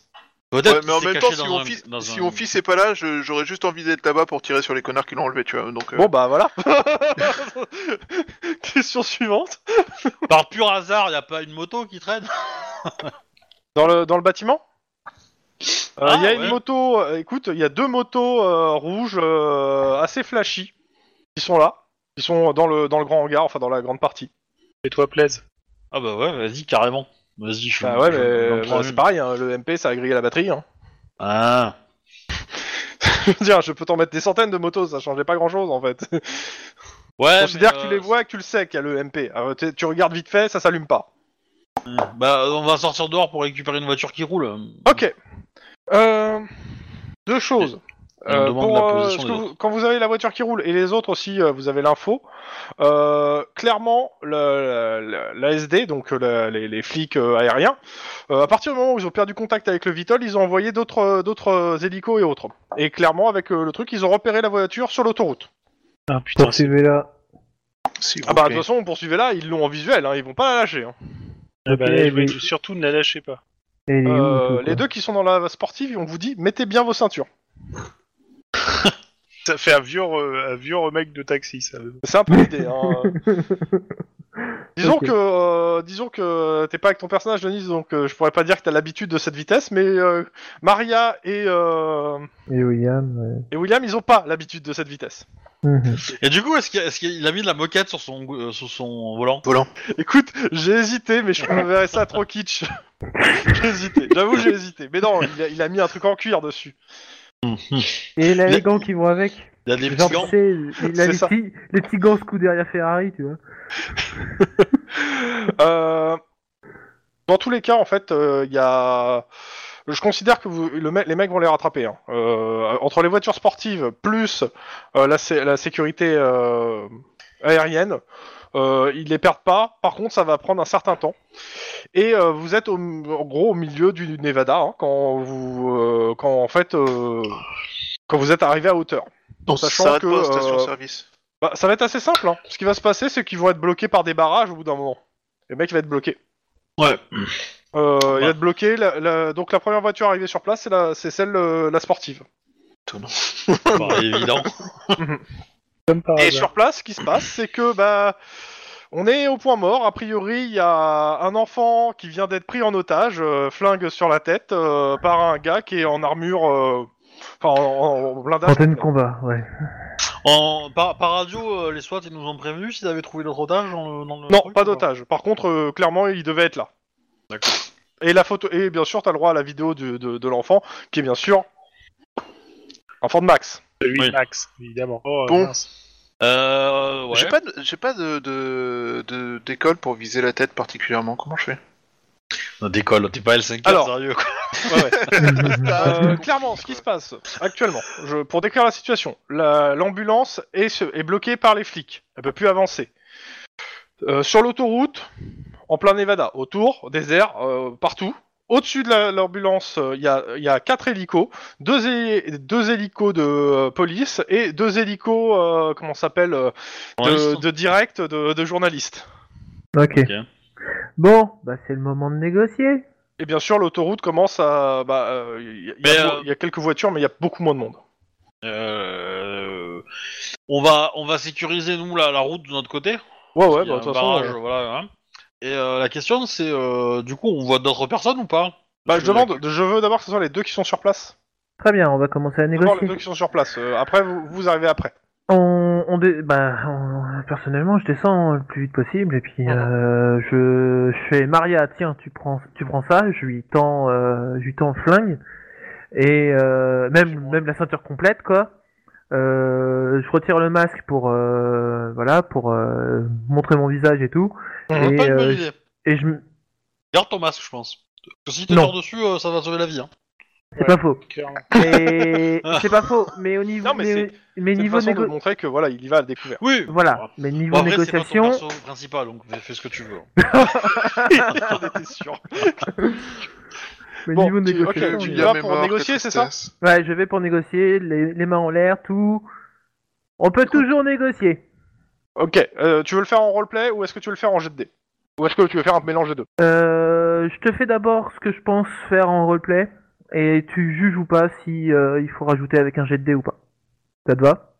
[SPEAKER 1] Peut-être
[SPEAKER 5] Ouais, mais en
[SPEAKER 1] qu'il s'est
[SPEAKER 5] même
[SPEAKER 1] caché
[SPEAKER 5] temps, si
[SPEAKER 1] dans
[SPEAKER 5] mon
[SPEAKER 1] un-
[SPEAKER 5] fils,
[SPEAKER 1] dans
[SPEAKER 5] si
[SPEAKER 1] un-
[SPEAKER 5] mon fils est pas là, je- j'aurais juste envie d'être là-bas pour tirer sur les connards qui l'ont enlevé, tu vois. Donc, euh,
[SPEAKER 2] Bon, bah voilà. Question suivante.
[SPEAKER 1] Par pur hasard, il a pas une moto qui traîne
[SPEAKER 2] Dans le, dans le bâtiment Euh, Il
[SPEAKER 1] Ah,
[SPEAKER 2] y a
[SPEAKER 1] ouais.
[SPEAKER 2] une moto, euh, écoute, il y a deux motos euh, rouges euh, assez flashy qui sont là, qui sont dans le, dans le grand hangar, enfin dans la grande partie.
[SPEAKER 4] Et toi, plaise.
[SPEAKER 1] Ah bah ouais, vas-y, carrément. Vas-y, je
[SPEAKER 2] Bah ouais,
[SPEAKER 1] je-
[SPEAKER 2] mais
[SPEAKER 1] j'en
[SPEAKER 2] bah,
[SPEAKER 1] prends
[SPEAKER 2] c'est
[SPEAKER 1] une.
[SPEAKER 2] pareil, hein, le MP ça a grillé la batterie. hein.
[SPEAKER 1] Ah.
[SPEAKER 2] je veux dire, je peux t'en mettre des centaines de motos, ça changeait pas grand chose en fait.
[SPEAKER 1] Ouais,
[SPEAKER 2] Considère
[SPEAKER 1] mais,
[SPEAKER 2] que tu
[SPEAKER 1] euh,
[SPEAKER 2] les vois, que tu le sais qu'il y a le MP. Alors, t'es- tu regardes vite fait, ça s'allume pas.
[SPEAKER 1] Bah, on va sortir dehors pour récupérer une voiture qui roule.
[SPEAKER 2] Ok. Euh, deux choses.
[SPEAKER 1] Et on
[SPEAKER 2] Euh,
[SPEAKER 1] demande
[SPEAKER 2] pour,
[SPEAKER 1] la
[SPEAKER 2] euh,
[SPEAKER 1] position
[SPEAKER 2] parce
[SPEAKER 1] des
[SPEAKER 2] que vous- quand vous avez la voiture qui roule et les autres aussi, euh, vous avez l'info. euh, clairement, l'ASD, donc euh, la- les, les flics euh, aériens, euh, à partir du moment où ils ont perdu contact avec le Vitol, ils ont envoyé d'autres euh, d'autres euh, hélicos et autres. Et clairement, avec euh, le truc, ils ont repéré la voiture sur l'autoroute.
[SPEAKER 4] Ah putain, c'est
[SPEAKER 3] Poursuivez là.
[SPEAKER 5] s'il vous
[SPEAKER 2] Ah bah de
[SPEAKER 5] plaît.
[SPEAKER 2] toute façon, on poursuivait là, ils l'ont en visuel, hein, ils vont pas la lâcher. hein.
[SPEAKER 4] ah bah,
[SPEAKER 3] Ok,
[SPEAKER 4] je vais-
[SPEAKER 3] mais-
[SPEAKER 4] surtout ne la lâchez pas.
[SPEAKER 3] Et il est où,
[SPEAKER 2] Euh,
[SPEAKER 3] le truc,
[SPEAKER 2] les
[SPEAKER 3] là
[SPEAKER 2] deux qui sont dans la sportive, on vous dit, mettez bien vos ceintures.
[SPEAKER 4] Ça fait un vieux, re- un vieux remake de taxi, ça. Euh,
[SPEAKER 2] C'est un peu l'idée. Hein. disons
[SPEAKER 3] Ok.
[SPEAKER 2] que euh, disons que t'es pas avec ton personnage, Denis, donc euh, je pourrais pas dire que t'as l'habitude de cette vitesse, mais euh, Maria et, euh,
[SPEAKER 3] Et William.
[SPEAKER 2] et William, ils ont pas l'habitude de cette vitesse.
[SPEAKER 3] ouais. Mhm.
[SPEAKER 1] Et du coup, est-ce qu'il a, est-ce qu'il a mis de la moquette sur son, euh, sur son volant
[SPEAKER 2] Écoute, j'ai hésité, mais je verrais ça trop kitsch. j'ai hésité. J'avoue, j'ai hésité. Mais non, il a, il a mis un truc en cuir dessus.
[SPEAKER 3] Et là,
[SPEAKER 1] Mais-
[SPEAKER 3] les gants qui vont avec.
[SPEAKER 1] Il a des petits
[SPEAKER 3] Genre,
[SPEAKER 1] gants
[SPEAKER 3] tu sais, il a
[SPEAKER 2] C'est
[SPEAKER 3] les
[SPEAKER 2] ça.
[SPEAKER 3] petits, les petits gants coup derrière Ferrari, tu vois.
[SPEAKER 2] Euh, dans tous les cas, en fait, euh, il y a. Je considère que vous- le me- les mecs vont les rattraper. hein. Euh, entre les voitures sportives plus euh, la, sé- la sécurité euh, aérienne, euh, ils les perdent pas. Par contre, ça va prendre un certain temps. Et euh, vous êtes au- en gros au milieu du Nevada hein, quand vous, euh, quand en fait, euh, quand vous êtes arrivé à hauteur.
[SPEAKER 5] on
[SPEAKER 2] sachant
[SPEAKER 5] s'arrête
[SPEAKER 2] que,
[SPEAKER 5] pas aux
[SPEAKER 2] euh,
[SPEAKER 5] stations-service.
[SPEAKER 2] Bah, ça va être assez simple. hein. Ce qui va se passer, c'est qu'ils vont être bloqués par des barrages au bout d'un moment. Le mec va être bloqué.
[SPEAKER 1] Ouais.
[SPEAKER 2] Euh, Il va
[SPEAKER 1] Ouais.
[SPEAKER 2] être bloqué. la- la- donc la première voiture arrivée sur place, c'est la, c'est celle euh, la sportive.
[SPEAKER 1] Bah, évident.
[SPEAKER 4] Comme
[SPEAKER 3] Ah,
[SPEAKER 4] par
[SPEAKER 2] Et
[SPEAKER 4] hasard.
[SPEAKER 2] sur place, ce qui se passe, c'est que bah on est au point mort. A priori, il y a un enfant qui vient d'être pris en otage, euh, flingue sur la tête, euh, par un gars qui est en armure, euh, enfin en, en blindage.
[SPEAKER 3] Antenne combat, ouais.
[SPEAKER 1] En, par, par radio, euh, les SWAT ils nous ont prévenus s'ils avaient trouvé d'autres otages dans le. Dans le
[SPEAKER 2] Non,
[SPEAKER 1] truc,
[SPEAKER 2] pas
[SPEAKER 1] ou
[SPEAKER 2] d'otage. Par contre, euh, clairement, il devait être là.
[SPEAKER 1] D'accord.
[SPEAKER 2] Et la photo, et bien sûr, t'as le droit à la vidéo du- de, de l'enfant, qui est bien sûr enfant de Max.
[SPEAKER 4] celui de
[SPEAKER 1] Oui.
[SPEAKER 4] Max, évidemment. Oh,
[SPEAKER 5] Bon.
[SPEAKER 4] mince.
[SPEAKER 1] Euh, ouais.
[SPEAKER 5] J'ai pas, de- j'ai pas de, de, de- d'école pour viser la tête particulièrement. Comment je fais
[SPEAKER 1] Non, décolle, t'es pas L5
[SPEAKER 2] Alors.
[SPEAKER 1] sérieux. quoi.
[SPEAKER 2] Ouais, ouais. Euh,
[SPEAKER 5] compliqué,
[SPEAKER 2] clairement, ce qui
[SPEAKER 5] quoi.
[SPEAKER 2] se passe actuellement, je, pour décrire la situation, la- l'ambulance est, se- est bloquée par les flics. Elle peut plus avancer. Euh, sur l'autoroute, en plein Nevada, autour, désert, euh, partout. Au-dessus de la- l'ambulance, euh, il y, a, il y a quatre hélicos, deux, hé- deux hélicos de euh, police et deux hélicos, euh, comment ça s'appelle, euh, de,
[SPEAKER 1] Journaliste.
[SPEAKER 2] de direct de, de journalistes.
[SPEAKER 3] Ok.
[SPEAKER 1] Ok.
[SPEAKER 3] Bon, bah c'est le moment de négocier.
[SPEAKER 2] Et Eh bien sûr, l'autoroute commence à. Bah, euh, y- y a-
[SPEAKER 1] Mais,
[SPEAKER 2] y a-
[SPEAKER 1] euh,
[SPEAKER 2] il y a quelques voitures, mais il y a beaucoup moins de monde.
[SPEAKER 1] Euh, on va on va sécuriser nous la, la route de notre côté.
[SPEAKER 2] Ouais, ouais,
[SPEAKER 1] Il y a
[SPEAKER 2] bah, de
[SPEAKER 1] un
[SPEAKER 2] toute façon.
[SPEAKER 1] barrage,
[SPEAKER 2] euh,
[SPEAKER 1] voilà, hein. Et euh, la question c'est euh, du coup on voit d'autres personnes ou pas
[SPEAKER 2] Bah, je demande, je veux d'abord que ce soit les deux qui sont sur place.
[SPEAKER 3] Très bien, on va commencer à
[SPEAKER 2] D'abord, les
[SPEAKER 3] négocier.
[SPEAKER 2] deux qui sont sur place. euh, après, vous, vous arrivez après.
[SPEAKER 3] On, on dé- bah, on- personnellement, je descends le plus vite possible et puis euh, je, je fais Maria, tiens, tu prends, tu prends ça, je lui tends, euh, je lui tends le flingue et euh, même, même la ceinture complète quoi. Euh, je retire le masque pour, euh, voilà, pour euh, montrer mon visage et tout.
[SPEAKER 1] C'est
[SPEAKER 3] Et,
[SPEAKER 1] pas une bonne
[SPEAKER 3] euh,
[SPEAKER 1] idée.
[SPEAKER 3] Et je, m-
[SPEAKER 1] Garde ton masque je pense. Parce que si tu
[SPEAKER 3] Non.
[SPEAKER 1] dors dessus euh, ça va sauver la vie. hein.
[SPEAKER 3] c'est pas faux.
[SPEAKER 4] Clairement.
[SPEAKER 3] Et c'est pas faux, mais au niveau,
[SPEAKER 2] Ah. Non, mais
[SPEAKER 3] mais, mais
[SPEAKER 2] C'est une
[SPEAKER 3] niveau
[SPEAKER 2] façon
[SPEAKER 3] négo-
[SPEAKER 2] de montrer que voilà, il y va à la découverte.
[SPEAKER 1] Oui.
[SPEAKER 3] voilà, mais niveau
[SPEAKER 1] Bon, après c'est pas ton
[SPEAKER 3] négociation,
[SPEAKER 1] perso principal donc fais- fais ce que tu veux.
[SPEAKER 2] J'en étais sûr.
[SPEAKER 3] mais
[SPEAKER 2] Bon,
[SPEAKER 3] niveau
[SPEAKER 2] tu- ok,
[SPEAKER 3] négociation,
[SPEAKER 2] tu
[SPEAKER 5] euh,
[SPEAKER 3] on y
[SPEAKER 2] y
[SPEAKER 3] va.
[SPEAKER 2] vas pour négocier, c'est ça
[SPEAKER 3] ouais, je vais pour négocier, les, les mains en l'air, tout. On peut toujours négocier.
[SPEAKER 2] Ok, euh, tu veux le faire en roleplay ou est-ce que tu veux le faire en jet de dés Ou est-ce que tu veux faire un mélange des deux
[SPEAKER 3] Euh, je te fais d'abord ce que je pense faire en replay et tu juges ou pas si euh, il faut rajouter avec un jet de dés ou pas. Ça te va,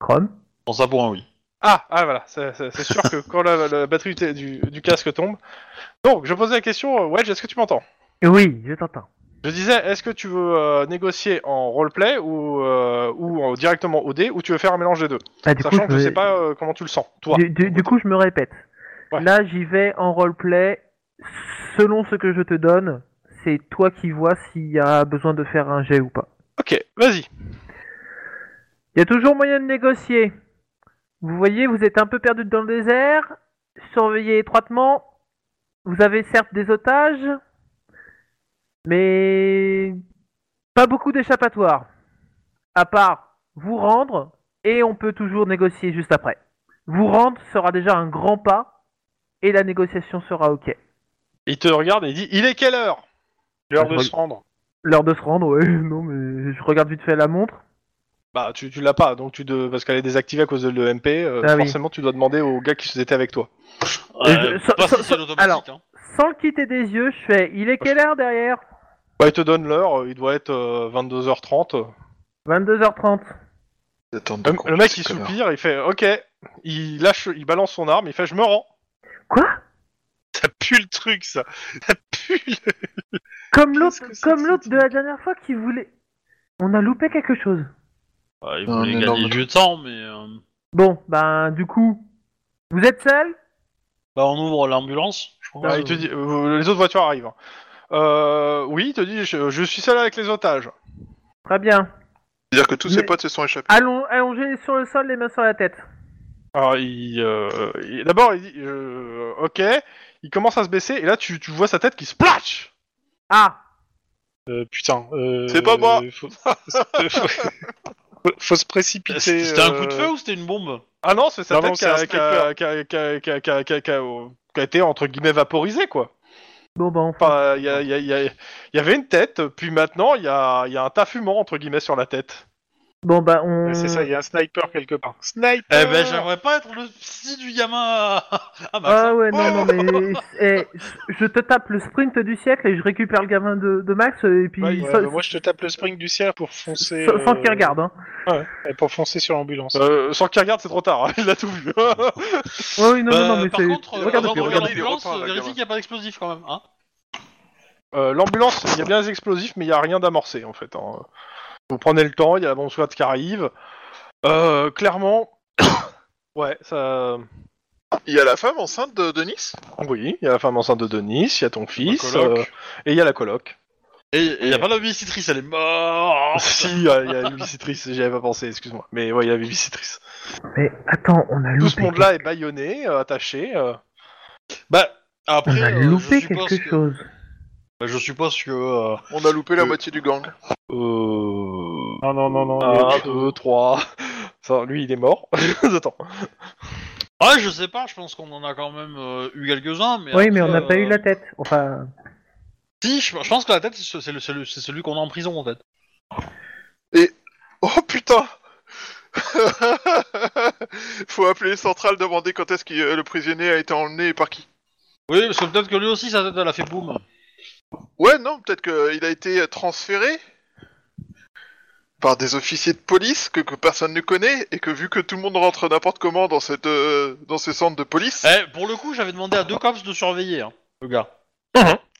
[SPEAKER 3] Chrome
[SPEAKER 1] Bon ça pour un oui.
[SPEAKER 2] Ah, ah voilà, c'est c'est- c'est sûr que quand la, la batterie du, du- du casque tombe. Donc, je posais la question, euh, Wedge, est-ce que tu m'entends
[SPEAKER 3] Oui, je t'entends.
[SPEAKER 2] Je disais, est-ce que tu veux euh, négocier en roleplay ou, euh, ou en- directement au dé ou tu veux faire un mélange des deux
[SPEAKER 3] Ah, du
[SPEAKER 2] Sachant que je
[SPEAKER 3] vais-
[SPEAKER 2] sais pas euh, comment tu le sens, toi.
[SPEAKER 3] Du, du- du coup, je me répète.
[SPEAKER 2] Ouais.
[SPEAKER 3] Là, j'y vais en roleplay. Selon ce que je te donne, c'est toi qui vois s'il y a besoin de faire un jet ou pas.
[SPEAKER 2] Ok, vas-y.
[SPEAKER 3] Il y a toujours moyen de négocier. Vous voyez, vous êtes un peu perdu dans le désert, surveillé étroitement. Vous avez certes des otages, mais pas beaucoup d'échappatoires. À part vous rendre, et on peut toujours négocier juste après. Vous rendre sera déjà un grand pas, et la négociation sera ok.
[SPEAKER 2] Il te regarde et il dit, il est quelle heure
[SPEAKER 4] L'heure de
[SPEAKER 3] Ouais.
[SPEAKER 4] se rendre.
[SPEAKER 3] L'heure de se rendre, ouais, non, mais je regarde vite fait la montre.
[SPEAKER 2] Bah, tu, tu l'as pas, donc tu de... parce qu'elle est désactivée à cause de l'EMP, euh,
[SPEAKER 3] Ah oui.
[SPEAKER 2] forcément tu dois demander aux gars qui étaient avec toi.
[SPEAKER 1] Euh,
[SPEAKER 3] je- ça-
[SPEAKER 1] pas
[SPEAKER 3] ça-
[SPEAKER 1] si c'est
[SPEAKER 3] ça-
[SPEAKER 1] l'automatique,
[SPEAKER 3] alors.
[SPEAKER 1] hein.
[SPEAKER 3] Sans le quitter des yeux, je fais Il est quelle heure derrière
[SPEAKER 2] Bah, il te donne l'heure, euh, il doit être euh, 22h30.
[SPEAKER 3] 22h30.
[SPEAKER 2] Le, le mec il soupire, il fait ok, il lâche, il balance son arme, il fait je me rends.
[SPEAKER 4] Ça pue le truc, ça. Ça pue le...
[SPEAKER 3] Comme l'autre,
[SPEAKER 4] Qu'est-ce que c'est que
[SPEAKER 3] comme
[SPEAKER 4] ce
[SPEAKER 3] l'autre de
[SPEAKER 4] truc
[SPEAKER 3] la dernière fois qui voulait. On a loupé quelque chose.
[SPEAKER 1] Ouais, il
[SPEAKER 5] Un
[SPEAKER 1] voulait gagner
[SPEAKER 5] énorme
[SPEAKER 1] du temps mais euh,
[SPEAKER 3] Bon, ben du coup, vous êtes seul
[SPEAKER 1] bah, on ouvre l'ambulance. je crois.
[SPEAKER 2] Ah, il te dit, euh, les autres voitures arrivent. Euh, oui, il te dit je, je suis seul avec les otages.
[SPEAKER 3] Très bien.
[SPEAKER 5] C'est-à-dire que tous ses
[SPEAKER 3] Mais-
[SPEAKER 5] potes se sont échappés.
[SPEAKER 3] Allons, allongés sur le sol, les mains sur la tête.
[SPEAKER 2] Alors il, euh, il- d'abord il dit euh, ok, il commence à se baisser et là tu, tu vois sa tête qui splash.
[SPEAKER 3] Ah,
[SPEAKER 4] Euh, putain. euh,
[SPEAKER 5] C'est pas moi.
[SPEAKER 4] Faut... faut- faut se précipiter.
[SPEAKER 1] C'était un
[SPEAKER 4] euh,
[SPEAKER 1] coup de feu ou c'était une bombe
[SPEAKER 2] Ah non, c'est sa
[SPEAKER 4] Non,
[SPEAKER 2] tête
[SPEAKER 4] non,
[SPEAKER 2] qui
[SPEAKER 4] c'est un
[SPEAKER 2] a- qui a- qui a- qui a- qui a- qui a- qui a- qui a- euh, qui a été entre guillemets vaporisée quoi.
[SPEAKER 3] bon ben. Enfin...
[SPEAKER 2] Enfin, il y, a- il y a- il y a- il y avait une tête, puis maintenant il y a, il y a un tas fumant entre guillemets sur la tête.
[SPEAKER 3] Bon ben on.
[SPEAKER 4] C'est ça, il y a un sniper quelque part. Sniper
[SPEAKER 1] Eh
[SPEAKER 3] Euh,
[SPEAKER 1] ben j'aimerais pas être le psy du gamin à, à Max. hein.
[SPEAKER 3] Ah ouais, non, non, mais. eh, je te tape le sprint du siècle et je récupère le gamin de, de Max et puis.
[SPEAKER 4] Ouais,
[SPEAKER 3] sans-
[SPEAKER 4] bah, moi je te tape le spring du ciel pour foncer.
[SPEAKER 3] sans- sans
[SPEAKER 4] euh,
[SPEAKER 3] qu'il regarde, hein.
[SPEAKER 4] euh, Pour foncer sur l'ambulance.
[SPEAKER 2] Euh, sans qu'il regarde, c'est trop tard, il a tout vu.
[SPEAKER 3] Ouais, oui, non,
[SPEAKER 1] Bah,
[SPEAKER 3] non, non, mais
[SPEAKER 1] par
[SPEAKER 3] c'est.
[SPEAKER 1] contre, euh,
[SPEAKER 3] regarde
[SPEAKER 1] avant
[SPEAKER 3] depuis,
[SPEAKER 1] de
[SPEAKER 5] regarde.
[SPEAKER 1] regarder
[SPEAKER 3] regarde.
[SPEAKER 5] Il est
[SPEAKER 1] l'ambulance,
[SPEAKER 5] repas, là,
[SPEAKER 1] euh, vérifie
[SPEAKER 5] gamin.
[SPEAKER 1] qu'il n'y a pas d'explosif quand même. Hein
[SPEAKER 2] Euh, L'ambulance, il y a bien des explosifs, mais il n'y a rien d'amorcé en fait. hein. Vous prenez le temps, il y a la bombe SWAT qui arrive. Euh, clairement, ouais, ça.
[SPEAKER 5] Il y a la femme enceinte de, de Nice
[SPEAKER 2] Oui, il y a la femme enceinte de Denis, il y a ton fils,
[SPEAKER 1] coloc.
[SPEAKER 2] euh, et il y a la coloc.
[SPEAKER 1] et il n'y a pas la babysitrice, elle est
[SPEAKER 5] Oh,
[SPEAKER 1] morte.
[SPEAKER 2] si, euh, il y a la babysitrice, j'y avais pas pensé, excuse-moi. Mais ouais, il y a la babysitrice.
[SPEAKER 3] Mais attends, on a
[SPEAKER 2] Tout ce
[SPEAKER 3] loupé.
[SPEAKER 2] monde-là est baïonné, euh, attaché. euh.
[SPEAKER 1] Bah,
[SPEAKER 3] On
[SPEAKER 1] après,
[SPEAKER 3] a
[SPEAKER 1] euh,
[SPEAKER 3] loupé
[SPEAKER 1] je, suppose
[SPEAKER 3] quelque
[SPEAKER 1] que,
[SPEAKER 3] chose.
[SPEAKER 1] bah, je suppose que. euh,
[SPEAKER 5] On a loupé la
[SPEAKER 2] Euh.
[SPEAKER 5] moitié du gang.
[SPEAKER 2] Euh...
[SPEAKER 4] Non, non, non, non.
[SPEAKER 5] Ah,
[SPEAKER 2] Un, deux, trois. Ça, lui, il est mort. Attends.
[SPEAKER 1] Ouais, ah, je sais pas, je pense qu'on en a quand même euh, eu quelques-uns. Mais
[SPEAKER 3] Oui,
[SPEAKER 1] après,
[SPEAKER 3] mais on n'a pas
[SPEAKER 1] euh,
[SPEAKER 3] eu la tête. Enfin,
[SPEAKER 1] Si, je, je pense que la tête, c'est c'est le- c'est le- c'est celui qu'on a en prison en fait.
[SPEAKER 5] Oh putain Faut appeler les centrales, demander quand est-ce que euh, le prisonnier a été emmené et par qui.
[SPEAKER 1] Oui, parce que peut-être que lui aussi, sa tête, elle a fait boum.
[SPEAKER 5] Ouais, non, peut-être qu'il a été euh, transféré par des officiers de police que, que personne ne connaît et que vu que tout le monde rentre n'importe comment dans cette euh, dans ces centres de police.
[SPEAKER 1] Eh, pour le coup, j'avais demandé à deux cops de surveiller, hein, le gars.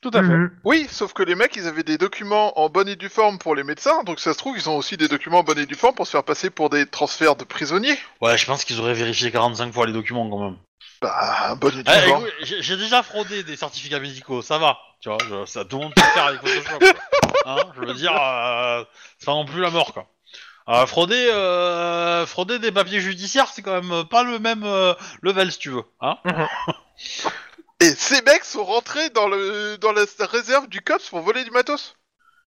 [SPEAKER 2] Tout à fait.
[SPEAKER 3] Mhm.
[SPEAKER 5] Oui, sauf que les mecs, ils avaient des documents en bonne et due forme pour les médecins, donc ça se trouve, ils ont aussi des documents en bonne et due forme pour se faire passer pour des transferts de prisonniers.
[SPEAKER 1] Ouais, je pense qu'ils auraient vérifié 45 fois les documents quand même.
[SPEAKER 5] Bah, bonne et due
[SPEAKER 1] Eh,
[SPEAKER 5] forme.
[SPEAKER 1] écoute, j'ai j'ai déjà fraudé des certificats médicaux, ça va. Tu vois, je- ça, tout le monde peut le faire avec Photoshop. quoi. Hein, je veux dire, euh, c'est pas non plus la mort, quoi. Euh, frauder, euh, frauder des papiers judiciaires, c'est quand même pas le même euh, level, si tu veux. Hein
[SPEAKER 5] Et ces mecs sont rentrés dans le dans la réserve du COPS pour voler du matos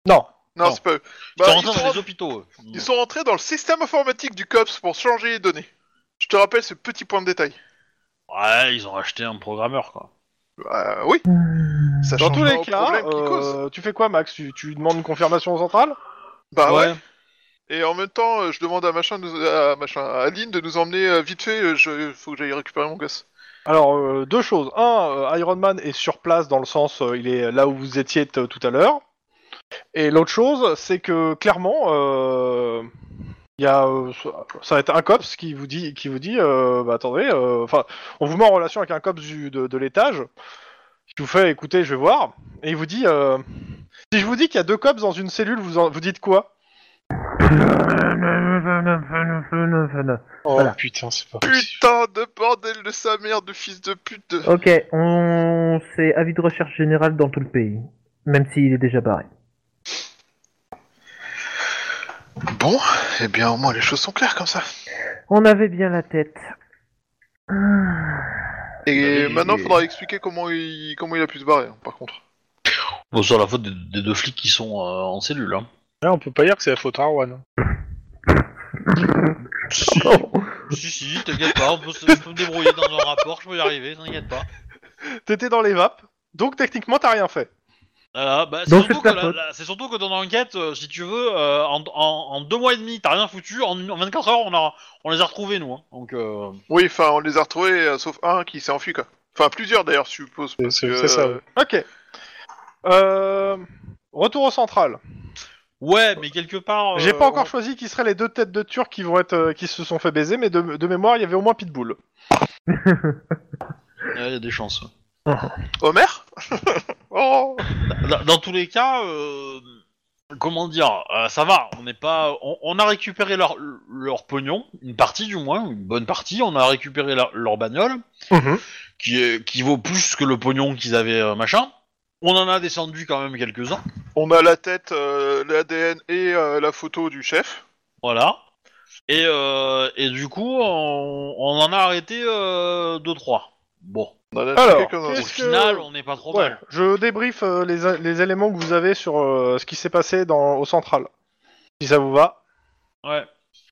[SPEAKER 2] Non.
[SPEAKER 5] Non,
[SPEAKER 1] Non.
[SPEAKER 5] c'est pas eux.
[SPEAKER 1] Ils
[SPEAKER 5] Bah,
[SPEAKER 1] sont
[SPEAKER 5] ils,
[SPEAKER 1] rentrés
[SPEAKER 5] sont
[SPEAKER 1] dans les
[SPEAKER 5] rentrés,
[SPEAKER 1] hôpitaux. eux.
[SPEAKER 5] ils sont rentrés dans le système informatique du COPS pour changer les données. Je te rappelle ce petit point de détail.
[SPEAKER 1] Ouais, ils ont acheté un programmeur, quoi.
[SPEAKER 5] Bah, oui, ça
[SPEAKER 2] Dans
[SPEAKER 5] change
[SPEAKER 2] tous
[SPEAKER 5] pas
[SPEAKER 2] les
[SPEAKER 5] au
[SPEAKER 2] cas,
[SPEAKER 5] problème qu'ils causent.
[SPEAKER 2] euh, tu fais quoi, Max tu, tu demandes une confirmation aux centrales
[SPEAKER 5] Bah ouais. Et en même temps, euh, je demande à machin, de nous- à machin, à Aline de nous emmener euh, vite fait. euh, Je faut que j'aille récupérer mon gosse.
[SPEAKER 2] Alors, euh, deux choses. Un, euh, Iron Man est sur place dans le sens, euh, il est là où vous étiez t- euh, tout à l'heure. Et l'autre chose, c'est que clairement, euh, il y a, euh, ça va être un cops qui vous dit, qui vous dit, euh, bah, attendez, euh, enfin, on vous met en relation avec un cops du- de, de l'étage, qui vous fait, écoutez, je vais voir, et il vous dit, euh, si je vous dis qu'il y a deux cops dans une cellule, vous, en- vous dites quoi
[SPEAKER 4] Oh
[SPEAKER 3] Voilà.
[SPEAKER 4] putain, c'est pas possible.
[SPEAKER 5] Putain de bordel de sa mère, de fils de pute. de-
[SPEAKER 3] Ok, on c'est avis de recherche générale dans tout le pays, même s'il est déjà barré.
[SPEAKER 5] Bon, eh bien au moins les choses sont claires comme ça.
[SPEAKER 3] On avait bien la tête.
[SPEAKER 4] Bah,
[SPEAKER 5] Et
[SPEAKER 4] oui,
[SPEAKER 5] maintenant,
[SPEAKER 4] et-
[SPEAKER 5] faudra expliquer comment il comment il a pu se barrer. hein, par contre.
[SPEAKER 1] Bon, c'est la faute des, des deux flics qui sont euh, en cellule. Hein.
[SPEAKER 4] Là, on peut pas dire que c'est la faute à Arwan.
[SPEAKER 1] Si, si, si, t'inquiète pas, on peut, se- je peux me débrouiller dans un rapport, je peux y arriver, t'inquiète pas.
[SPEAKER 2] T'étais dans les vapes, donc techniquement t'as rien fait.
[SPEAKER 1] Euh, bah, c'est
[SPEAKER 3] Donc,
[SPEAKER 1] surtout,
[SPEAKER 3] c'est
[SPEAKER 1] que
[SPEAKER 3] ta
[SPEAKER 1] la-
[SPEAKER 3] faute.
[SPEAKER 1] la- c'est surtout que dans l'enquête, euh, si tu veux, euh, en, en- en deux mois et demi, t'as rien foutu, en, une- en 24 heures, on, a, on les a retrouvés, nous. Hein. Donc, euh,
[SPEAKER 5] Oui, enfin, on les a retrouvés, euh, sauf un qui s'est enfui, quoi. Enfin, plusieurs d'ailleurs, je suppose.
[SPEAKER 4] C'est-
[SPEAKER 5] parce
[SPEAKER 4] c'est-
[SPEAKER 5] que,
[SPEAKER 4] c'est ça,
[SPEAKER 5] euh,
[SPEAKER 2] Ok. Euh, retour au central.
[SPEAKER 1] ouais, mais quelque part. euh,
[SPEAKER 2] J'ai pas encore
[SPEAKER 1] on-
[SPEAKER 2] choisi qui seraient les deux têtes de turcs qui vont être euh, qui se sont fait baiser, mais de, de mémoire il y avait au moins Pitbull.
[SPEAKER 1] Ouais, Il y a des chances.
[SPEAKER 5] Homer Oh
[SPEAKER 1] Dans, dans tous les cas, euh, comment dire, euh, ça va, on n'est pas, on, on a récupéré leur, leur pognon, une partie du moins, une bonne partie, on a récupéré leur- leur bagnole, qui, est- qui vaut plus que le pognon qu'ils avaient euh, machin. On en a descendu quand même quelques-uns,
[SPEAKER 5] On a la tête, euh, l'ADN et euh, la photo du chef.
[SPEAKER 1] voilà. Et, euh, et du coup, on, on en a arrêté 2-3. Bon,
[SPEAKER 5] On en a
[SPEAKER 2] Alors,
[SPEAKER 5] quelques-uns.
[SPEAKER 1] au
[SPEAKER 2] qu'est-ce- Est-ce que-
[SPEAKER 1] final, on n'est pas trop
[SPEAKER 2] Ouais.
[SPEAKER 1] mal.
[SPEAKER 2] Je débriefe euh, les, les éléments que vous avez sur euh, ce qui s'est passé dans, au central. Si ça vous va.
[SPEAKER 1] Ouais.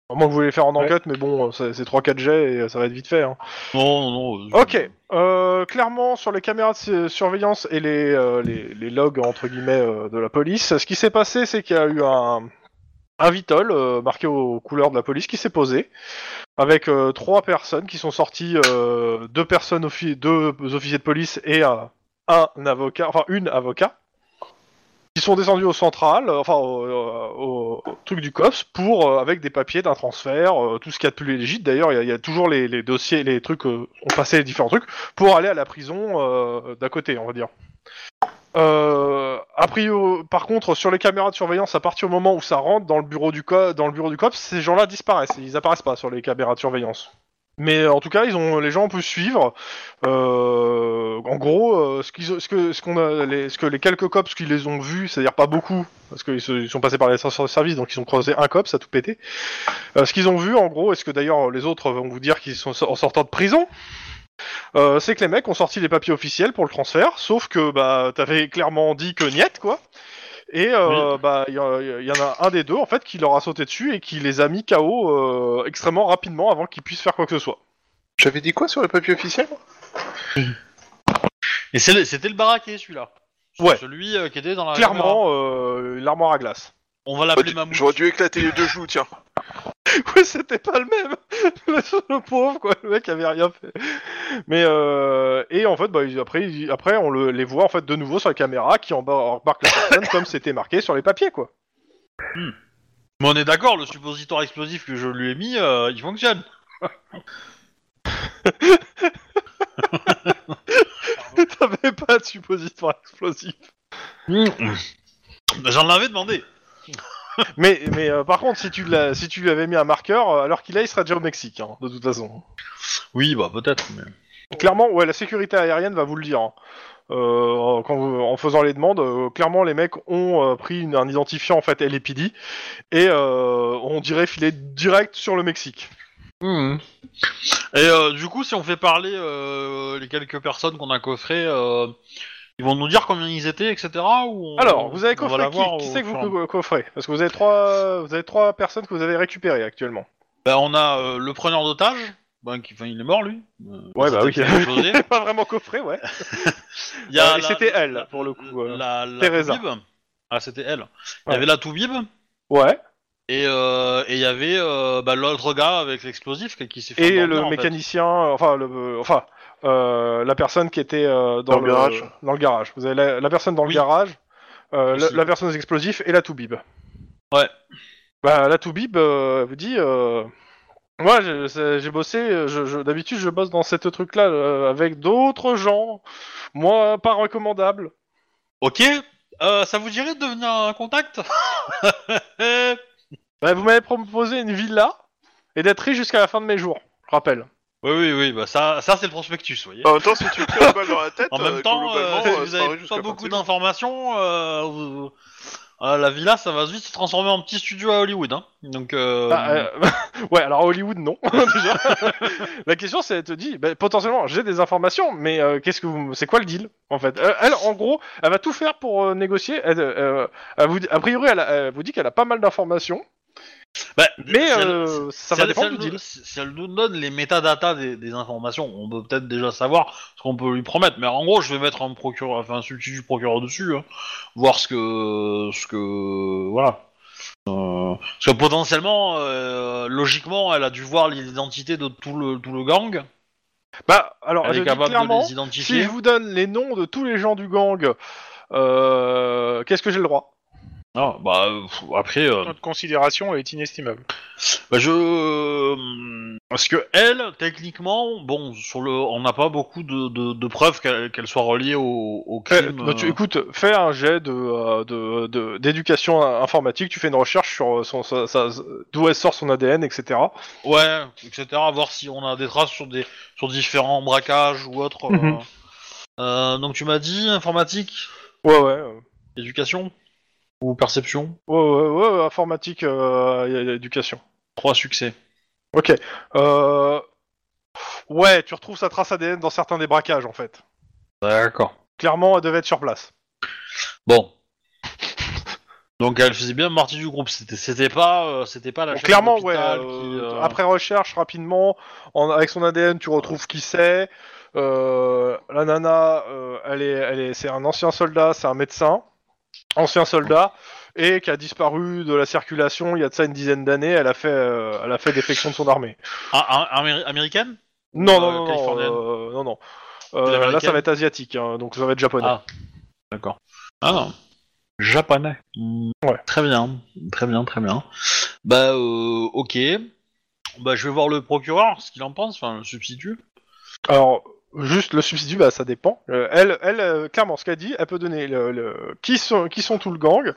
[SPEAKER 2] Au moins que vous voulez faire en
[SPEAKER 4] Ouais.
[SPEAKER 2] enquête, mais bon, euh, c'est c'est 3-4 jets et euh, ça va être vite fait. hein.
[SPEAKER 1] Non, non, non.
[SPEAKER 2] Ok. Euh, clairement, sur les caméras de su- surveillance et les, euh, les, les logs entre guillemets euh, de la police, ce qui s'est passé, c'est qu'il y a eu un, un vitol euh, marqué aux couleurs de la police qui s'est posé avec euh, trois personnes qui sont sorties, euh, deux personnes offi- deux officiers de police et un, un avocat, enfin une avocat, qui sont descendus au central, euh, enfin au, au- au truc du cops pour euh, avec des papiers d'un transfert, euh, tout ce qu'il y a de plus légitime. D'ailleurs, il y a- il y, a toujours les, les dossiers, les trucs, euh, on passait les différents trucs pour aller à la prison euh, d'à côté, on va dire. Euh, a priori, par contre, sur les caméras de surveillance, à partir du moment où ça rentre dans le bureau du co- dans le bureau du cops, ces gens-là disparaissent. Ils apparaissent pas sur les caméras de surveillance. Mais en tout cas, ils ont les gens ont pu suivre. euh, en gros, euh, ce, qu'ils- ce que ce qu'on a, les, ce que les quelques cops qui les ont vus, c'est-à-dire pas beaucoup, parce qu'ils se- ils sont passés par les services, service, donc ils ont croisé un cops, ça a tout pété. Euh, ce qu'ils ont vu, en gros, est ce que d'ailleurs les autres vont vous dire qu'ils sont so- en sortant de prison, euh, c'est que les mecs ont sorti les papiers officiels pour le transfert, sauf que bah t'avais clairement dit que niet quoi. Et euh, bah il y, en- il y en a un des deux en fait qui leur a sauté dessus et qui les a mis KO euh, extrêmement rapidement avant qu'ils puissent faire quoi que ce soit.
[SPEAKER 5] J'avais dit quoi sur le papier officiel
[SPEAKER 1] Et c'est le- c'était le baraquet, celui-là.
[SPEAKER 2] Ouais.
[SPEAKER 1] Celui euh, qui était dans la.
[SPEAKER 2] Clairement euh, l'armoire à glace.
[SPEAKER 1] On va l'appeler
[SPEAKER 5] J'aurais dû-
[SPEAKER 1] Mammouth.
[SPEAKER 5] J'aurais dû éclater les deux joues, tiens.
[SPEAKER 2] ouais, c'était pas le même. le pauvre, quoi. Le mec avait rien fait. Mais euh, et en fait, bah, ils- après, ils- après, on le- les voit en fait de nouveau sur la caméra qui embar- embarque la personne comme c'était marqué sur les papiers, quoi.
[SPEAKER 1] Mais on est d'accord, le suppositoire explosif que je lui ai mis, euh, il fonctionne.
[SPEAKER 2] T'avais pas de suppositoire explosif.
[SPEAKER 1] J'en avais demandé.
[SPEAKER 2] Mais, mais euh, par contre, si tu, l'as- si tu lui avais mis un marqueur, euh, alors qu'il a, il serait déjà au Mexique, hein, de toute façon.
[SPEAKER 1] Oui, bah peut-être. Mais...
[SPEAKER 2] Clairement, ouais, la sécurité aérienne va vous le dire. hein. Euh, quand vous- en faisant les demandes, euh, clairement, les mecs ont euh, pris une- un identifiant en fait LAPD et euh, on dirait filer direct sur le Mexique.
[SPEAKER 1] Mmh. Et euh, du coup, si on fait parler euh, les quelques personnes qu'on a coffrées, euh, ils vont nous dire combien ils étaient, etc. Ou on-
[SPEAKER 2] Alors, vous avez
[SPEAKER 1] on va
[SPEAKER 2] coffré
[SPEAKER 1] la
[SPEAKER 2] qui
[SPEAKER 1] voir
[SPEAKER 2] Qui
[SPEAKER 1] au
[SPEAKER 2] c'est que vous
[SPEAKER 1] fur et à mesure
[SPEAKER 2] co- coffrez Parce que vous avez trois, vous avez trois personnes que vous avez récupérées actuellement.
[SPEAKER 1] Bah, on a euh, le preneur d'otage. Ben, qui, enfin, il est mort lui. Euh,
[SPEAKER 2] Ouais, bah oui.
[SPEAKER 1] c'était explosé.
[SPEAKER 2] Pas vraiment coffré, ouais.
[SPEAKER 1] Il y a
[SPEAKER 2] Et
[SPEAKER 1] la-
[SPEAKER 2] c'était elle
[SPEAKER 1] la-
[SPEAKER 2] pour le coup. euh.
[SPEAKER 1] La, la
[SPEAKER 2] Teresa.
[SPEAKER 1] Toubib. Ah, c'était elle. Il
[SPEAKER 2] Ouais.
[SPEAKER 1] y avait la Toubib
[SPEAKER 2] Ouais.
[SPEAKER 1] et euh, et il y avait euh, bah, l'autre gars avec l'explosif qui, qui s'est fait
[SPEAKER 2] Et
[SPEAKER 1] endormir,
[SPEAKER 2] le
[SPEAKER 1] en fait.
[SPEAKER 2] mécanicien, euh, enfin, le, euh, enfin, euh, la personne qui était euh, dans,
[SPEAKER 5] Dans le garage.
[SPEAKER 2] Dans le garage. Vous avez la, la personne dans
[SPEAKER 1] Oui.
[SPEAKER 2] le garage, euh, la,
[SPEAKER 1] Aussi.
[SPEAKER 2] la personne aux explosifs et la Toubib.
[SPEAKER 1] Ouais.
[SPEAKER 2] Bah, la Toubib euh, elle vous dit, euh, moi, j'ai- c'est- j'ai bossé. euh, Je, je- D'habitude, je bosse dans cette truc-là euh, avec d'autres gens. Moi, pas recommandable.
[SPEAKER 1] Ok. Euh, ça vous dirait de devenir un contact
[SPEAKER 2] Bah, vous m'avez proposé une villa et d'être riche jusqu'à la fin de mes jours. Je rappelle.
[SPEAKER 1] Oui, oui, oui, bah ça, ça c'est le prospectus, vous voyez.
[SPEAKER 5] En même temps, si tu le fais balle dans la tête,
[SPEAKER 1] en
[SPEAKER 5] euh,
[SPEAKER 1] même temps, euh,
[SPEAKER 5] Ah, globalement,
[SPEAKER 1] si
[SPEAKER 5] euh,
[SPEAKER 1] vous
[SPEAKER 5] ça arrive
[SPEAKER 1] avez
[SPEAKER 5] jusqu'à
[SPEAKER 1] pas beaucoup
[SPEAKER 5] 28.
[SPEAKER 1] d'informations, euh, vous- euh, la villa, ça va vite se transformer en petit studio à Hollywood. Hein. Donc, euh,
[SPEAKER 2] Ah, euh, ouais, alors Hollywood, non. déjà. la question, c'est elle te dit, bah, potentiellement, j'ai des informations, mais euh, qu'est-ce que vous, c'est quoi le deal en fait Euh, Elle, en gros, elle va tout faire pour euh, négocier. Elle, euh, elle vous, a priori, elle, a- elle vous dit qu'elle a pas mal d'informations,
[SPEAKER 1] bah,
[SPEAKER 2] mais
[SPEAKER 1] si elle-
[SPEAKER 2] euh, ça
[SPEAKER 1] si
[SPEAKER 2] va
[SPEAKER 1] elle- si
[SPEAKER 2] dépendre du
[SPEAKER 1] elle
[SPEAKER 2] deal.
[SPEAKER 1] nous- Si si elle nous donne les métadatas des, des informations, on peut peut-être déjà savoir ce qu'on peut lui promettre. Mais en gros, je vais mettre un procureur, enfin un substitut du procureur dessus, hein, voir ce que, ce que, voilà. Euh, parce que potentiellement, euh, logiquement, elle a dû voir l'identité de tout le tout le gang.
[SPEAKER 2] Bah, alors,
[SPEAKER 1] elle
[SPEAKER 2] je
[SPEAKER 1] est
[SPEAKER 2] dis
[SPEAKER 1] capable
[SPEAKER 2] clairement,
[SPEAKER 1] de les
[SPEAKER 2] si
[SPEAKER 1] identifier.
[SPEAKER 2] je vous donne les noms de tous les gens du gang, euh, qu'est-ce que j'ai le droit
[SPEAKER 1] Non, bah euh, pff, après, euh,
[SPEAKER 4] Notre considération est inestimable.
[SPEAKER 1] bah, je euh, parce que elle, techniquement, bon, sur le, on n'a pas beaucoup de, de- de preuves qu'elle qu'elle soit reliée au, au
[SPEAKER 2] Euh,
[SPEAKER 1] crime.
[SPEAKER 2] bah, tu-
[SPEAKER 1] euh.
[SPEAKER 2] écoute, fais un jet de, euh, de- de- d'éducation informatique, tu fais une recherche sur euh, son, sa- sa- d'où elle sort son ADN, etc.
[SPEAKER 1] Ouais, etc. Voir si on a des traces sur des sur différents braquages ou autres. euh.
[SPEAKER 2] Mhm.
[SPEAKER 1] Euh, donc tu m'as dit informatique,
[SPEAKER 2] Ouais, ouais, euh,
[SPEAKER 1] éducation ou perception.
[SPEAKER 2] ouais, ouais, ouais, ouais, informatique, euh, y a- y a éducation.
[SPEAKER 1] Trois succès.
[SPEAKER 2] Ok. euh, Ouais, tu retrouves sa trace ADN dans certains des braquages, en fait.
[SPEAKER 1] D'accord.
[SPEAKER 2] Clairement, elle devait être sur place.
[SPEAKER 1] Bon. Donc elle faisait bien partie du groupe. C'était c'était pas euh, c'était pas la.
[SPEAKER 2] Bon,
[SPEAKER 1] chef de
[SPEAKER 2] clairement, ouais.
[SPEAKER 1] l'hôpital qui,
[SPEAKER 2] euh,
[SPEAKER 1] euh,
[SPEAKER 2] Après recherche, rapidement, en- avec son ADN, tu retrouves qui c'est. Euh, la nana, euh, elle est, elle est, c'est un ancien soldat, c'est un médecin, ancien soldat, et qui a disparu de la circulation il y a de ça une dizaine d'années. Elle a fait, euh, elle a fait défection de son armée.
[SPEAKER 1] Ah, ah, améri- américaine
[SPEAKER 2] Non,
[SPEAKER 1] Euh,
[SPEAKER 2] non, non, non,
[SPEAKER 1] californienne.
[SPEAKER 2] euh, non, non. Euh,
[SPEAKER 1] L'américaine.
[SPEAKER 2] là, ça va être asiatique, hein, donc ça va être japonais.
[SPEAKER 1] Ah, d'accord. Ah, japonais. Mm,
[SPEAKER 2] Ouais.
[SPEAKER 1] Très bien, très bien, très bien. Bah, euh, ok. Bah, je vais voir le procureur, ce qu'il en pense, enfin, le substitut.
[SPEAKER 2] Alors, juste le substitut, bah, ça dépend. Euh, elle, elle euh, clairement, ce qu'elle dit, elle peut donner le, le- qui, sont, qui sont tout le gang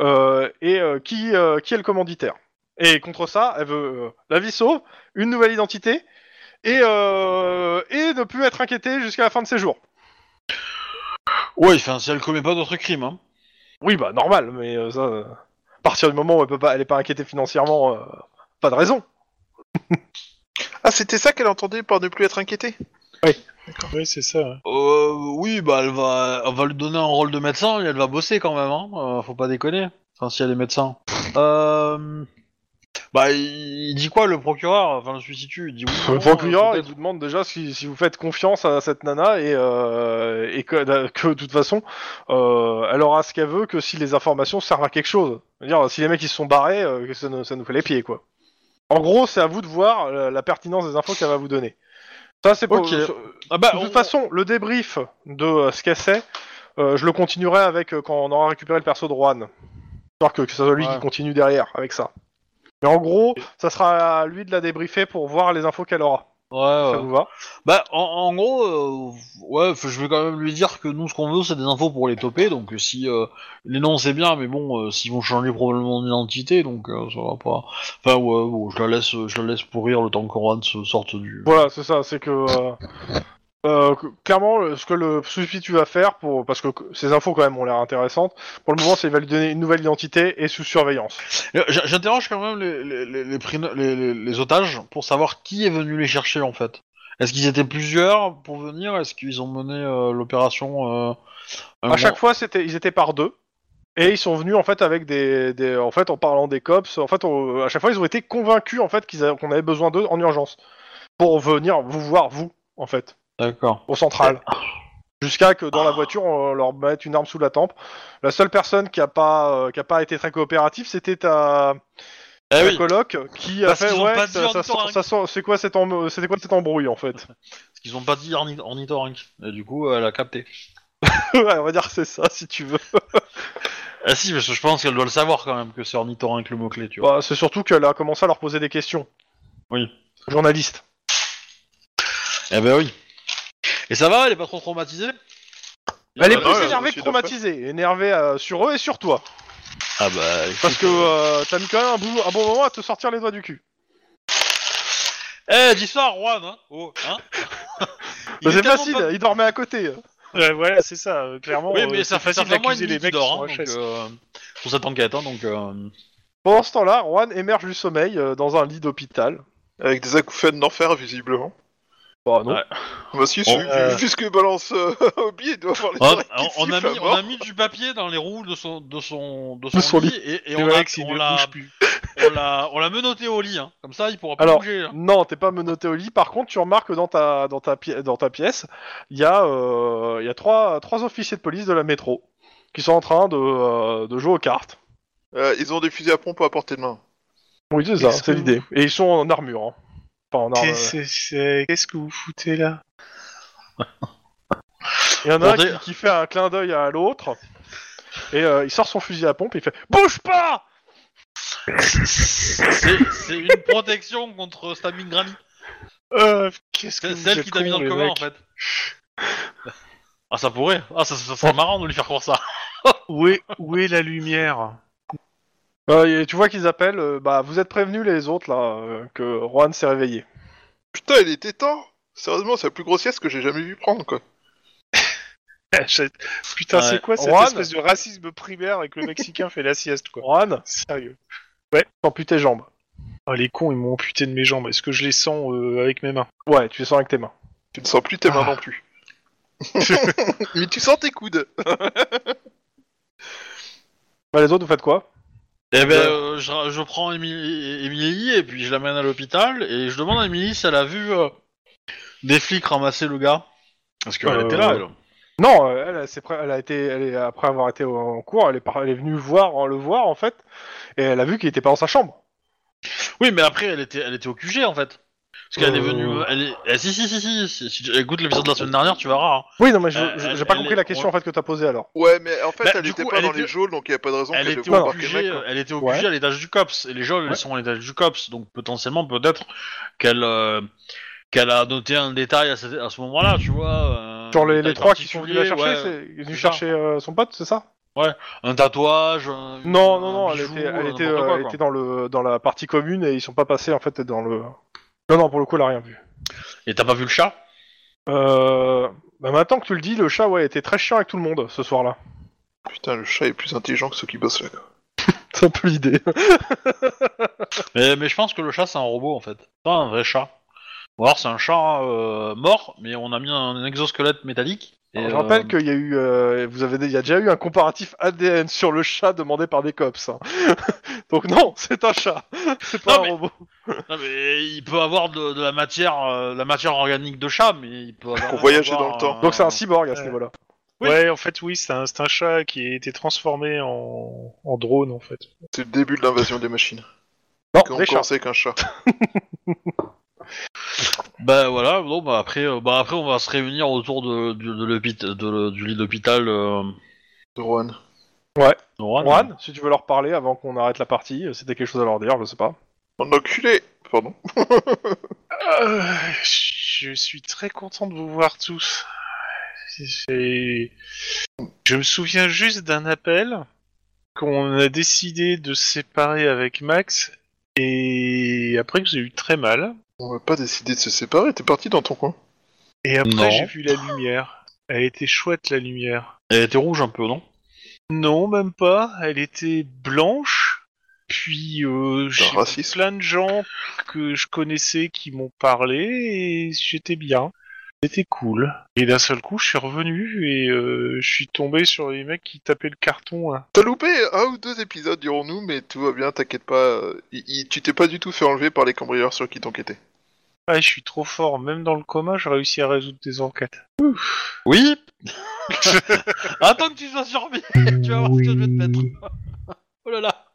[SPEAKER 2] euh, et euh, qui, euh, qui est le commanditaire. Et contre ça, elle veut euh, la vie sauve, une nouvelle identité et, euh, et ne plus être inquiétée jusqu'à la fin de ses jours.
[SPEAKER 1] Ouais, enfin, si elle commet pas d'autres crimes, hein.
[SPEAKER 2] Oui, bah normal, mais euh, ça, euh, à partir du moment où elle peut pas, elle est pas inquiétée financièrement, euh, pas de raison.
[SPEAKER 5] Ah, c'était ça qu'elle entendait par ne plus être inquiétée
[SPEAKER 4] Ouais, c'est ça.
[SPEAKER 1] Euh, oui, bah, elle va, elle va lui donner un rôle de médecin et elle va bosser quand même, hein. Euh, faut pas déconner. Enfin, si elle est médecin. Euh. Bah, il il dit quoi, le procureur Enfin, le substitut, il dit oui.
[SPEAKER 2] Le
[SPEAKER 1] non,
[SPEAKER 2] procureur,
[SPEAKER 1] euh,
[SPEAKER 2] il vous demande déjà si, si vous faites confiance à cette nana et, euh, et que, que, de toute façon, euh, elle aura ce qu'elle veut que si les informations servent à quelque chose. C'est-à-dire, si les mecs ils se sont barrés, euh, que ça, nous, ça nous fait les pieds, quoi. En gros, c'est à vous de voir euh, la pertinence des infos qu'elle va vous donner. Ça, c'est pour...
[SPEAKER 1] Ok.
[SPEAKER 2] sur-
[SPEAKER 1] Ah bah,
[SPEAKER 2] de toute
[SPEAKER 1] on-
[SPEAKER 2] façon, le débrief de euh, ce qu'elle sait, euh, je le continuerai avec euh, quand on aura récupéré le perso de Juan. Histoire que, que ce soit lui
[SPEAKER 4] Ouais.
[SPEAKER 2] qui continue derrière avec ça. Mais en gros, ça sera à lui de la débriefer pour voir les infos qu'elle aura.
[SPEAKER 1] Ouais,
[SPEAKER 2] Ça
[SPEAKER 1] ouais.
[SPEAKER 2] vous va
[SPEAKER 1] Bah, en, en gros, euh, ouais, faut- je vais quand même lui dire que nous, ce qu'on veut, c'est des infos pour les toper. Donc, euh, si euh, les noms, c'est bien, mais bon, euh, s'ils vont changer probablement d'identité, donc euh, ça va pas. Enfin, ouais, bon, je la laisse, je la laisse pourrir le temps que Ron se sorte du.
[SPEAKER 2] Voilà, c'est ça, c'est que. euh, euh, que- clairement, le- ce que le substitut va faire, pour, parce que que ces infos quand même ont l'air intéressantes, pour le moment, c'est qu'il va lui donner une nouvelle identité et sous surveillance.
[SPEAKER 1] Euh, j'- J'interroge quand même les, les, les, les prino- les- les- les otages pour savoir qui est venu les chercher en fait. Est-ce qu'ils étaient plusieurs pour venir Est-ce qu'ils ont mené euh, l'opération euh, un
[SPEAKER 2] À
[SPEAKER 1] moment-
[SPEAKER 2] chaque fois, c'était, ils étaient par deux. Et ils sont venus en fait avec des, des- en fait en parlant des cops, en fait on- à chaque fois ils ont été convaincus en fait qu'ils avaient- qu'on avait besoin d'eux en urgence pour venir vous voir vous en fait
[SPEAKER 1] D'accord.
[SPEAKER 2] au central jusqu'à que dans la voiture on leur mette une arme sous la tempe. La seule personne qui a pas euh, qui a pas été très coopérative c'était ta,
[SPEAKER 1] Eh
[SPEAKER 2] ta
[SPEAKER 1] oui,
[SPEAKER 2] coloc qui
[SPEAKER 1] Parce
[SPEAKER 2] a fait
[SPEAKER 1] qu'ils ont
[SPEAKER 2] ouais
[SPEAKER 1] pas dit
[SPEAKER 2] ça,
[SPEAKER 1] en temps,
[SPEAKER 2] ça sent-
[SPEAKER 1] hein.
[SPEAKER 2] ça sent- c'est quoi cette em- c'était quoi cette embrouille en fait
[SPEAKER 1] parce qu'ils ont pas dit orni- ornithorynque. Et du coup, elle a capté.
[SPEAKER 2] Ouais, on va dire que c'est ça si tu veux.
[SPEAKER 1] Ah si, parce que je pense qu'elle doit le savoir quand même que c'est ornithorynque le mot-clé, tu vois.
[SPEAKER 2] Bah, c'est surtout qu'elle a commencé à leur poser des questions.
[SPEAKER 1] Oui.
[SPEAKER 2] Journaliste.
[SPEAKER 1] Eh ben oui. Et ça va, elle est pas trop traumatisée
[SPEAKER 2] Elle est
[SPEAKER 5] Bah non,
[SPEAKER 2] plus
[SPEAKER 5] elle
[SPEAKER 2] énervée
[SPEAKER 5] aussi
[SPEAKER 2] que
[SPEAKER 5] de près.
[SPEAKER 2] traumatisée, énervée euh, sur eux et sur toi.
[SPEAKER 1] Ah bah...
[SPEAKER 2] Parce que euh, t'as mis quand même un, bou- un bon moment à te sortir les doigts du cul.
[SPEAKER 1] Eh, dis ça à Juan, hein, oh, hein Il est
[SPEAKER 2] C'est
[SPEAKER 1] tellement
[SPEAKER 2] facile,
[SPEAKER 1] pas-
[SPEAKER 2] il dormait à côté.
[SPEAKER 4] Ouais, voilà, c'est ça, euh, clairement.
[SPEAKER 1] Oui,
[SPEAKER 4] euh,
[SPEAKER 1] mais ça
[SPEAKER 4] c'est
[SPEAKER 1] fait
[SPEAKER 4] facile
[SPEAKER 1] ça fait moins
[SPEAKER 4] d'accuser
[SPEAKER 1] de
[SPEAKER 4] les mecs qui
[SPEAKER 1] d'or,
[SPEAKER 4] sont
[SPEAKER 1] hein, donc,
[SPEAKER 4] HS.
[SPEAKER 1] euh, pour cette enquête, hein, donc... euh,
[SPEAKER 2] Pendant ce temps-là, Juan émerge du sommeil euh, dans un lit d'hôpital.
[SPEAKER 5] Avec des acouphènes d'enfer, visiblement.
[SPEAKER 2] Bah non.
[SPEAKER 1] Ouais.
[SPEAKER 5] Bah si,
[SPEAKER 1] Bon,
[SPEAKER 5] vu-
[SPEAKER 4] euh,
[SPEAKER 5] vu ce que balance euh, Hobby, il doit avoir les
[SPEAKER 1] On,
[SPEAKER 5] oreilles qui
[SPEAKER 1] on a
[SPEAKER 5] sifflent
[SPEAKER 1] mis,
[SPEAKER 5] à
[SPEAKER 1] on
[SPEAKER 5] mort.
[SPEAKER 1] a mis du papier dans les roues de son, de son, de son,
[SPEAKER 2] De son
[SPEAKER 1] lit,
[SPEAKER 2] lit.
[SPEAKER 1] et, et
[SPEAKER 4] Les
[SPEAKER 1] on l'a
[SPEAKER 4] mecs, ils
[SPEAKER 1] on
[SPEAKER 4] ne
[SPEAKER 1] l'a-
[SPEAKER 4] bougent plus.
[SPEAKER 1] on l'a- on l'a menotté au lit. hein. Comme ça, il pourra pas
[SPEAKER 2] Alors,
[SPEAKER 1] bouger. hein.
[SPEAKER 2] Non, t'es pas menotté au lit. Par contre, tu remarques que dans ta, dans ta, pi- dans ta pièce, il y a, euh, il y a trois, trois officiers de police de la métro qui sont en train de, euh, de jouer aux cartes.
[SPEAKER 5] Euh, ils ont des fusils à pompe à portée de main.
[SPEAKER 2] Oui, c'est ça,
[SPEAKER 4] Est-ce
[SPEAKER 2] c'est
[SPEAKER 4] que-
[SPEAKER 2] l'idée. Et ils sont en armure. hein. Enfin, en arme.
[SPEAKER 4] Qu'est-ce que c'est- Qu'est-ce que vous foutez là
[SPEAKER 2] Il y en a un
[SPEAKER 1] Bordel.
[SPEAKER 2] qui, qui fait un clin d'œil à l'autre. Et euh, il sort son fusil à pompe et il fait Bouge pas
[SPEAKER 1] C'est c'est une protection contre Stabbing Granny.
[SPEAKER 4] euh, Qu'est-ce que
[SPEAKER 1] C'est
[SPEAKER 4] vous
[SPEAKER 1] celle
[SPEAKER 4] êtes
[SPEAKER 1] qui t'a mis
[SPEAKER 4] cons,
[SPEAKER 1] dans le
[SPEAKER 4] les
[SPEAKER 1] coma, en
[SPEAKER 4] mecs.
[SPEAKER 1] fait. Ah, ça pourrait. Ah, ça, ça serait marrant de lui faire croire ça.
[SPEAKER 4] Où est, où est la lumière
[SPEAKER 2] Euh, et Tu vois qu'ils appellent euh, Bah, vous êtes prévenus les autres là, euh, que Juan s'est réveillé.
[SPEAKER 5] Putain, il était temps Sérieusement, c'est la plus grosse sieste que j'ai jamais vu prendre, quoi.
[SPEAKER 4] Putain,
[SPEAKER 1] Ouais.
[SPEAKER 4] c'est quoi cette
[SPEAKER 2] Juan
[SPEAKER 4] espèce de racisme primaire avec le Mexicain fait la sieste, quoi
[SPEAKER 2] Juan,
[SPEAKER 4] Sérieux.
[SPEAKER 2] t'ampues tes jambes.
[SPEAKER 4] Oh, les cons, ils m'ont amputé de mes jambes. Est-ce que je les sens euh, avec mes mains
[SPEAKER 2] Ouais, tu les sens avec tes mains.
[SPEAKER 5] Tu ne sens plus tes mains
[SPEAKER 4] Ah.
[SPEAKER 5] non plus. Mais tu sens tes coudes.
[SPEAKER 2] Bah, les autres, vous faites quoi
[SPEAKER 1] Eh ben, euh, je, ra- je prends Émi- Émilie et puis je l'amène à l'hôpital et je demande à Émilie si elle a vu euh, des flics ramasser le gars. Parce qu'elle
[SPEAKER 4] Euh,
[SPEAKER 1] était là, elle.
[SPEAKER 2] Non, euh, elle, elle, s'est pré- elle a été, elle est, après avoir été au- en cours, elle est, par- elle est venue voir, hein, le voir en fait, et elle a vu qu'il était pas dans sa chambre.
[SPEAKER 1] Oui, mais après, elle était, elle était au QG en fait. Parce qu'elle est
[SPEAKER 2] Euh.
[SPEAKER 1] venue. Elle est... eh, si, si, si, si, si, si tu écoutes l'épisode de la semaine dernière, tu verras. hein.
[SPEAKER 2] Oui, non, mais je-
[SPEAKER 1] Euh,
[SPEAKER 2] je-
[SPEAKER 1] elle-
[SPEAKER 2] j'ai pas
[SPEAKER 1] elle
[SPEAKER 2] compris
[SPEAKER 1] est-
[SPEAKER 2] la question
[SPEAKER 1] on-
[SPEAKER 2] en fait que t'as posée alors.
[SPEAKER 5] Ouais, mais en fait,
[SPEAKER 1] Bah,
[SPEAKER 5] elle
[SPEAKER 1] du
[SPEAKER 5] était
[SPEAKER 1] coup,
[SPEAKER 5] pas
[SPEAKER 1] elle
[SPEAKER 5] dans
[SPEAKER 1] était-
[SPEAKER 5] les geôles, donc il n'y a pas de raison
[SPEAKER 1] Elle
[SPEAKER 5] qu'elle
[SPEAKER 1] était,
[SPEAKER 5] devait
[SPEAKER 1] au
[SPEAKER 5] embarquer le
[SPEAKER 1] QG,
[SPEAKER 5] mec, quoi.
[SPEAKER 1] elle était au QG
[SPEAKER 2] Ouais.
[SPEAKER 1] à l'étage du COPS. Et les geôles, elles
[SPEAKER 2] Ouais.
[SPEAKER 1] sont à l'étage du COPS. Donc potentiellement, peut-être qu'elle euh, qu'elle a noté un détail à ce, à ce moment-là, tu vois. euh,
[SPEAKER 2] Genre
[SPEAKER 1] un
[SPEAKER 2] les, les
[SPEAKER 1] détail
[SPEAKER 2] trois qui sont venus la chercher,
[SPEAKER 1] particulier, ouais.
[SPEAKER 2] c'est ils sont venus
[SPEAKER 1] ça.
[SPEAKER 2] chercher euh, son pote, c'est ça
[SPEAKER 1] Un tatouage. un-
[SPEAKER 2] Non,
[SPEAKER 1] un
[SPEAKER 2] non, non,
[SPEAKER 1] bijou,
[SPEAKER 2] elle était, elle
[SPEAKER 1] euh,
[SPEAKER 2] était,
[SPEAKER 1] n'importe
[SPEAKER 2] euh,
[SPEAKER 1] quoi,
[SPEAKER 2] elle
[SPEAKER 1] quoi.
[SPEAKER 2] était dans, le, dans la partie commune et ils sont pas passés en fait dans le. Non, non, pour le coup, elle a rien vu.
[SPEAKER 1] Et t'as pas vu le chat
[SPEAKER 2] Euh... Bah maintenant que tu le dis, le chat, ouais, était très chiant avec tout le monde ce soir-là.
[SPEAKER 5] Putain, le chat est plus intelligent que ceux qui bossent là, quoi.
[SPEAKER 2] C'est un peu l'idée.
[SPEAKER 1] mais, mais je pense que le chat, c'est un robot en fait. Pas un vrai chat. Ou alors, c'est un chat euh, mort, mais on a mis un exosquelette métallique. Et,
[SPEAKER 2] je rappelle
[SPEAKER 1] euh,
[SPEAKER 2] qu'il y a eu, euh, vous avez, il y a déjà eu un comparatif ADN sur le chat demandé par des cops. hein. Donc non, c'est un chat, c'est pas
[SPEAKER 1] Non,
[SPEAKER 2] un
[SPEAKER 1] mais-
[SPEAKER 2] robot.
[SPEAKER 1] Non, mais il peut avoir de, de la matière, euh, de la matière organique de chat, mais il peut avoir.
[SPEAKER 5] Pour voyager dans le
[SPEAKER 1] avoir,
[SPEAKER 5] temps.
[SPEAKER 1] euh,
[SPEAKER 2] Donc c'est un cyborg à ce
[SPEAKER 4] Euh,
[SPEAKER 2] niveau-là.
[SPEAKER 1] Oui.
[SPEAKER 4] Ouais, en fait, oui, c'est un, c'est un chat qui a été transformé en, en drone, en fait.
[SPEAKER 5] C'est le début de l'invasion des machines.
[SPEAKER 2] Non,
[SPEAKER 5] qu'on
[SPEAKER 2] des chats.
[SPEAKER 5] conseille qu'un chat.
[SPEAKER 1] Bah voilà, bon bah après, euh, bah après on va se réunir autour de, du- de l'hôpit- de le- du lit d'hôpital. Euh,
[SPEAKER 5] De Rouen.
[SPEAKER 1] de Rouen.
[SPEAKER 2] Juan, si tu veux leur parler avant qu'on arrête la partie, euh, si t'as quelque chose à leur dire, je sais pas.
[SPEAKER 5] On enculé Pardon.
[SPEAKER 4] Euh, je suis très content de vous voir tous. C'est- Je me souviens juste d'un appel qu'on a décidé de se séparer avec Max et après que j'ai eu très mal.
[SPEAKER 5] On va pas décider de se séparer, t'es parti dans ton coin.
[SPEAKER 4] Et
[SPEAKER 1] Non.
[SPEAKER 4] après j'ai vu la lumière. Elle était chouette la lumière.
[SPEAKER 1] Elle était rouge un peu, non
[SPEAKER 4] Non, même pas. Elle était blanche. Puis euh, j'ai
[SPEAKER 5] D'un racisme.
[SPEAKER 4] plein de gens que je connaissais qui m'ont parlé et j'étais bien. C'était cool. Et d'un seul coup, je suis revenu et euh, je suis tombé sur les mecs qui tapaient le carton. là.
[SPEAKER 5] T'as loupé un ou deux épisodes, dirons-nous, mais tout va bien, t'inquiète pas. euh, il- il- tu t'es pas du tout fait enlever par les cambrioleurs sur qui t'enquêtais.
[SPEAKER 4] Ah, je suis trop fort. Même dans le coma, j'ai réussi à résoudre des enquêtes.
[SPEAKER 1] Oui Attends que tu sois surveillé, tu vas voir ce que je vais te mettre. Oh là là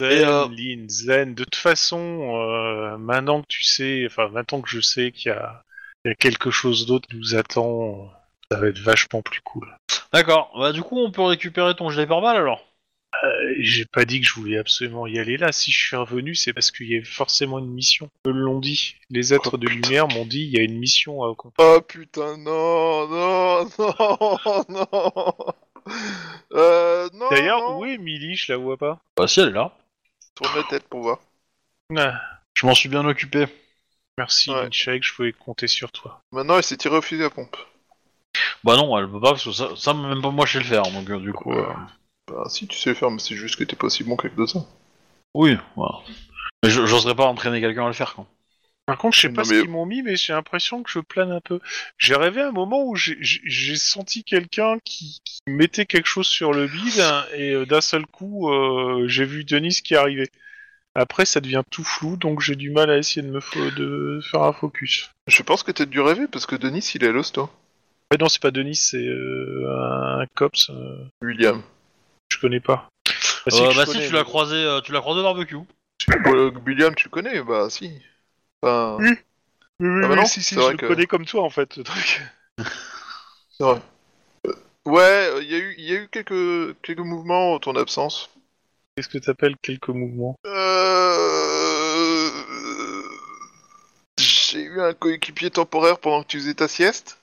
[SPEAKER 1] Et, euh,
[SPEAKER 4] Zen, Lynn, zen. De toute façon, euh, maintenant que tu sais, enfin maintenant que je sais qu'il y a, il y a quelque chose d'autre qui nous attend, ça va être vachement plus cool.
[SPEAKER 1] D'accord, bah du coup on peut récupérer ton gilet pare-balles alors
[SPEAKER 4] Euh, J'ai pas dit que je voulais absolument y aller là. Si je suis revenu, c'est parce qu'il y avait forcément une mission. Eux l'ont dit. Les êtres de lumière m'ont dit il y a une mission à accomplir.
[SPEAKER 5] Oh putain, non, non, non, non. Euh, non.
[SPEAKER 4] D'ailleurs,
[SPEAKER 5] non.
[SPEAKER 4] où est Millie Je la vois pas.
[SPEAKER 1] Bah si elle est là.
[SPEAKER 5] Tourne la tête pour voir.
[SPEAKER 4] Ah,
[SPEAKER 1] Je m'en suis bien occupé.
[SPEAKER 4] merci,
[SPEAKER 5] Ouais.
[SPEAKER 4] Minchek, je pouvais compter sur toi.
[SPEAKER 5] Maintenant, il s'est tiré au fusil à pompe.
[SPEAKER 1] Bah non, elle peut pas parce que ça, ça, même pas moi je sais le faire, donc euh, du coup... euh,
[SPEAKER 5] Bah, si tu sais le faire, mais c'est juste que t'es pas aussi bon qu'avec d'autres.
[SPEAKER 1] Oui, voilà. Mais je- j'oserais pas entraîner quelqu'un à le faire, quoi.
[SPEAKER 4] Par contre, je sais
[SPEAKER 5] Non,
[SPEAKER 4] pas
[SPEAKER 5] mais-
[SPEAKER 4] ce qu'ils m'ont mis, mais j'ai l'impression que je plane un peu. J'ai rêvé un moment où j'ai- j'ai j'ai senti quelqu'un qui, qui mettait quelque chose sur le bide hein, et euh, d'un seul coup, euh, j'ai vu Denis qui arrivait. Après, ça devient tout flou, donc j'ai du mal à essayer de me fo- de faire un focus.
[SPEAKER 5] Je pense que t'as dû rêver parce que Denis, il est à l'hosto.
[SPEAKER 4] Ouais, non, c'est pas Denis, c'est euh, un, un cops. euh,
[SPEAKER 5] William.
[SPEAKER 4] je connais pas. Bah,
[SPEAKER 1] Euh,
[SPEAKER 4] que je
[SPEAKER 1] bah
[SPEAKER 4] connais,
[SPEAKER 1] si, tu l'as
[SPEAKER 4] mais-
[SPEAKER 1] croisé, euh, tu l'as croisé au barbecue.
[SPEAKER 5] Euh, William, tu le connais Bah, si. Enfin,
[SPEAKER 4] Oui. Oui, oui,
[SPEAKER 5] Ah bah
[SPEAKER 4] oui,
[SPEAKER 5] non,
[SPEAKER 4] si, si,
[SPEAKER 5] c'est
[SPEAKER 4] je
[SPEAKER 5] vrai
[SPEAKER 4] le
[SPEAKER 5] que-
[SPEAKER 4] connais comme toi en fait. le truc.
[SPEAKER 5] c'est vrai. Euh, ouais, il y, a eu- y a eu quelques, quelques mouvements en ton absence.
[SPEAKER 4] Qu'est-ce que t'appelles quelques mouvements
[SPEAKER 5] Euh... J'ai eu un coéquipier temporaire pendant que tu faisais ta sieste.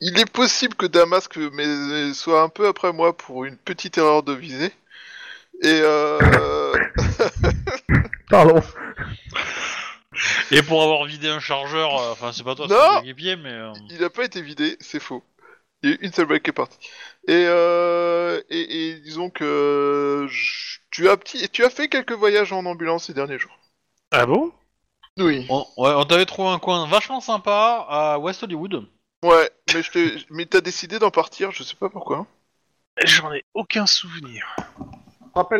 [SPEAKER 5] Il est possible que Damasque mais- soit un peu après moi pour une petite erreur de visée. Et euh...
[SPEAKER 3] Pardon.
[SPEAKER 1] Et pour avoir vidé un chargeur, euh, enfin c'est pas toi,
[SPEAKER 5] Non
[SPEAKER 1] c'est ton équipier, mais... euh,
[SPEAKER 5] il n'a pas été vidé, c'est faux. Il y a eu une seule blague qui est partie. Et, euh... et, et disons que je- tu as, petit... tu as fait quelques voyages en ambulance ces derniers jours.
[SPEAKER 4] Ah bon
[SPEAKER 5] Oui.
[SPEAKER 1] On, ouais, on t'avait trouvé un coin vachement sympa à West Hollywood.
[SPEAKER 5] Ouais, mais je t'ai- mais t'as décidé d'en partir, je sais pas pourquoi.
[SPEAKER 4] J'en ai aucun souvenir.
[SPEAKER 2] Rappelle.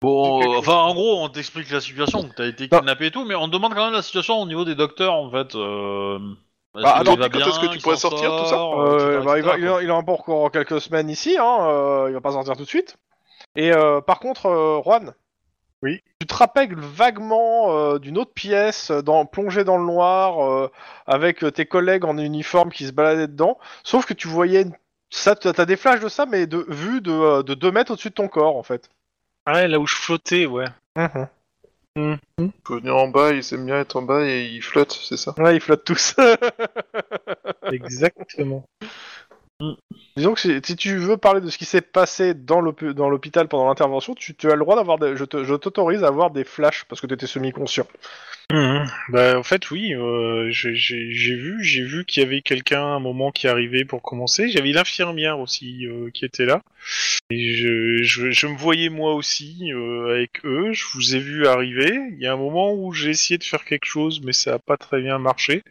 [SPEAKER 1] Bon, euh, enfin en gros, on t'explique la situation, que t'as été kidnappé et tout, mais on te demande quand même la situation au niveau des docteurs en fait. Euh... est-ce
[SPEAKER 2] Bah,
[SPEAKER 1] qu'il
[SPEAKER 5] attends,
[SPEAKER 1] va
[SPEAKER 5] quand est-ce que
[SPEAKER 1] bien,
[SPEAKER 5] tu
[SPEAKER 1] il
[SPEAKER 5] pourrais
[SPEAKER 1] s'en
[SPEAKER 5] sortir, tout ça
[SPEAKER 1] sort,
[SPEAKER 2] Euh,
[SPEAKER 1] etc.,
[SPEAKER 2] bah, il, va,
[SPEAKER 1] etc.,
[SPEAKER 2] il est en- il est en cours encore quelques semaines ici, hein, euh, il va pas sortir tout de suite. Et euh, par contre, euh, Juan,
[SPEAKER 4] Oui
[SPEAKER 2] tu te rappelles vaguement euh, d'une autre pièce euh, dans, plongée dans le noir euh, avec euh, tes collègues en uniforme qui se baladaient dedans, sauf que tu voyais une- ça, t'as t'as des flashs de ça, mais de vue de, euh, de 2 mètres au-dessus de ton corps en fait.
[SPEAKER 4] Ah ouais, là où je flottais, ouais.
[SPEAKER 5] faut venir en bas, ils aiment bien être en bas et ils flottent, c'est ça
[SPEAKER 2] Ouais, ils flottent tous.
[SPEAKER 4] Exactement.
[SPEAKER 2] Disons que si, si tu veux parler de ce qui s'est passé dans l'hôp- dans l'hôpital pendant l'intervention, tu, tu as le droit d'avoir. des- Je te- je t'autorise à avoir des flashs parce que tu étais semi-conscient.
[SPEAKER 4] Bah en fait oui, euh, j'ai- j'ai j'ai vu, j'ai vu qu'il y avait quelqu'un à un moment qui arrivait pour commencer. J'avais l'infirmière aussi euh, qui était là. Et je, je, je me voyais moi aussi euh, avec eux. Je vous ai vu arriver. Il y a un moment où j'ai essayé de faire quelque chose, mais ça a pas très bien marché.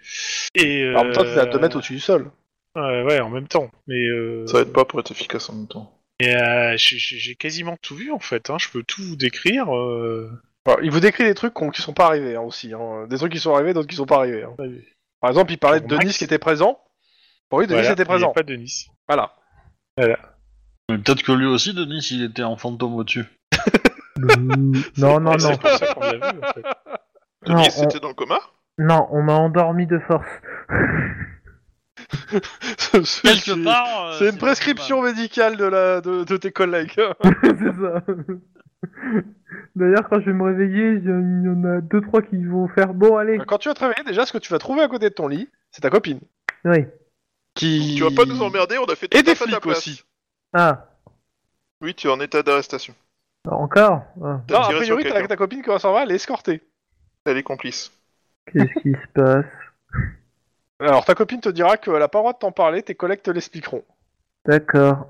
[SPEAKER 4] Et
[SPEAKER 2] Alors, En même temps, t'étais à 2
[SPEAKER 4] euh,
[SPEAKER 2] mètres au-dessus du sol.
[SPEAKER 4] ouais, ouais, en même temps. Mais euh,
[SPEAKER 5] Ça aide pas pour être efficace en même temps.
[SPEAKER 4] et, euh, j'ai- j'ai j'ai quasiment tout vu en fait. Hein. Je peux tout vous décrire. euh,
[SPEAKER 2] Alors, il vous décrit des trucs qu'on- qui sont pas arrivés hein, aussi. hein. Des trucs qui sont arrivés, d'autres qui sont pas arrivés. hein. Par exemple, il parlait de
[SPEAKER 4] Max.
[SPEAKER 2] Denis qui était présent. Bon, oui, Denis
[SPEAKER 4] voilà,
[SPEAKER 2] était
[SPEAKER 4] il y a
[SPEAKER 2] présent.
[SPEAKER 4] Pas de Nice.
[SPEAKER 2] Voilà.
[SPEAKER 1] Mais peut-être que lui aussi, Denis, il était en fantôme au-dessus.
[SPEAKER 3] Oh, non, non, non.
[SPEAKER 4] Et C'est pour ça qu'on l'a vu, en fait.
[SPEAKER 3] Non,
[SPEAKER 5] Denis,
[SPEAKER 3] on-
[SPEAKER 5] c'était dans le coma
[SPEAKER 3] Non, on m'a endormi de force.
[SPEAKER 1] Quelque part. euh,
[SPEAKER 2] C'est une
[SPEAKER 1] pas
[SPEAKER 2] prescription médicale de, la, de, de tes collègues.
[SPEAKER 3] C'est ça. D'ailleurs, quand je vais me réveiller, il y en- il y en a deux trois qui vont faire bon, allez.
[SPEAKER 2] Quand tu vas te réveiller, déjà, ce que tu vas trouver à côté de ton lit, c'est ta copine.
[SPEAKER 3] Oui.
[SPEAKER 2] Qui...
[SPEAKER 5] Tu vas pas nous emmerder, on a fait
[SPEAKER 2] Et
[SPEAKER 5] tout
[SPEAKER 2] des
[SPEAKER 5] à ta
[SPEAKER 2] flics
[SPEAKER 5] place.
[SPEAKER 2] aussi.
[SPEAKER 3] Ah,
[SPEAKER 5] Oui, tu es en état d'arrestation.
[SPEAKER 3] encore. Ah,
[SPEAKER 5] T'as
[SPEAKER 2] Non, a
[SPEAKER 5] tiré sur
[SPEAKER 2] priori, t'as-
[SPEAKER 5] quelqu'un.
[SPEAKER 2] ta copine qui va s'en va, elle est escortée.
[SPEAKER 5] Elle est complice.
[SPEAKER 3] Qu'est-ce qui se passe
[SPEAKER 2] Alors, ta copine te dira qu'elle a pas le droit de t'en parler, tes collègues te l'expliqueront.
[SPEAKER 3] D'accord.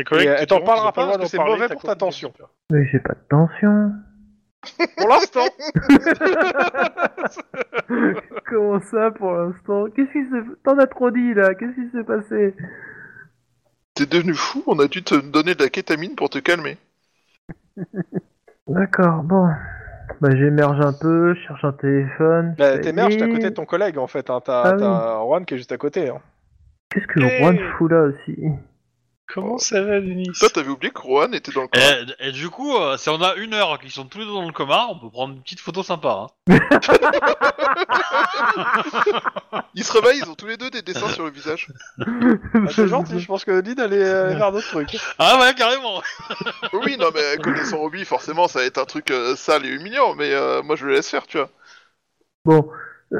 [SPEAKER 4] Les collègues
[SPEAKER 2] Et
[SPEAKER 4] te
[SPEAKER 2] elle t'en
[SPEAKER 4] diront qu'ils
[SPEAKER 2] parlera
[SPEAKER 4] ont
[SPEAKER 2] pas
[SPEAKER 4] le
[SPEAKER 2] parce
[SPEAKER 4] droit
[SPEAKER 2] que
[SPEAKER 4] d'en
[SPEAKER 2] c'est
[SPEAKER 4] parler,
[SPEAKER 2] mauvais
[SPEAKER 4] t'as
[SPEAKER 2] pour ta
[SPEAKER 4] compris.
[SPEAKER 2] tension.
[SPEAKER 3] Mais j'ai pas de tension.
[SPEAKER 2] Pour l'instant,
[SPEAKER 3] Comment ça pour l'instant Qu'est-ce qui se T'en as trop dit là. Qu'est-ce qui s'est passé
[SPEAKER 5] T'es devenu fou, on a dû te donner de la kétamine pour te calmer.
[SPEAKER 3] D'accord. Bon. Bah j'émerge un peu, je cherche un téléphone. je
[SPEAKER 2] bah,
[SPEAKER 3] fais,
[SPEAKER 2] t'émerges, t'es à
[SPEAKER 3] Eh,
[SPEAKER 2] côté de ton collègue en fait. Hein. T'as
[SPEAKER 3] Ah
[SPEAKER 2] t'as Juan qui est juste à côté. hein.
[SPEAKER 3] Qu'est-ce que le
[SPEAKER 4] Eh.
[SPEAKER 3] Juan fout là aussi
[SPEAKER 4] Comment ça va, Denis
[SPEAKER 5] Toi, t'avais oublié que Rohan était dans le coma.
[SPEAKER 1] mal. Et, et du coup, euh, si on a une heure qu'ils sont tous les deux dans le coma, on peut prendre une petite photo sympa. hein.
[SPEAKER 5] Ils se réveillent, ils ont tous les deux des dessins sur le visage.
[SPEAKER 2] Ah, c'est gentil, je pense que Lynn euh, allait faire d'autres trucs.
[SPEAKER 1] Ah ouais, carrément.
[SPEAKER 5] Oui, non, mais connaissant Roby, forcément, ça va être un truc euh, sale et humiliant, mais euh, moi, je le laisse faire, tu vois.
[SPEAKER 3] Bon. Euh,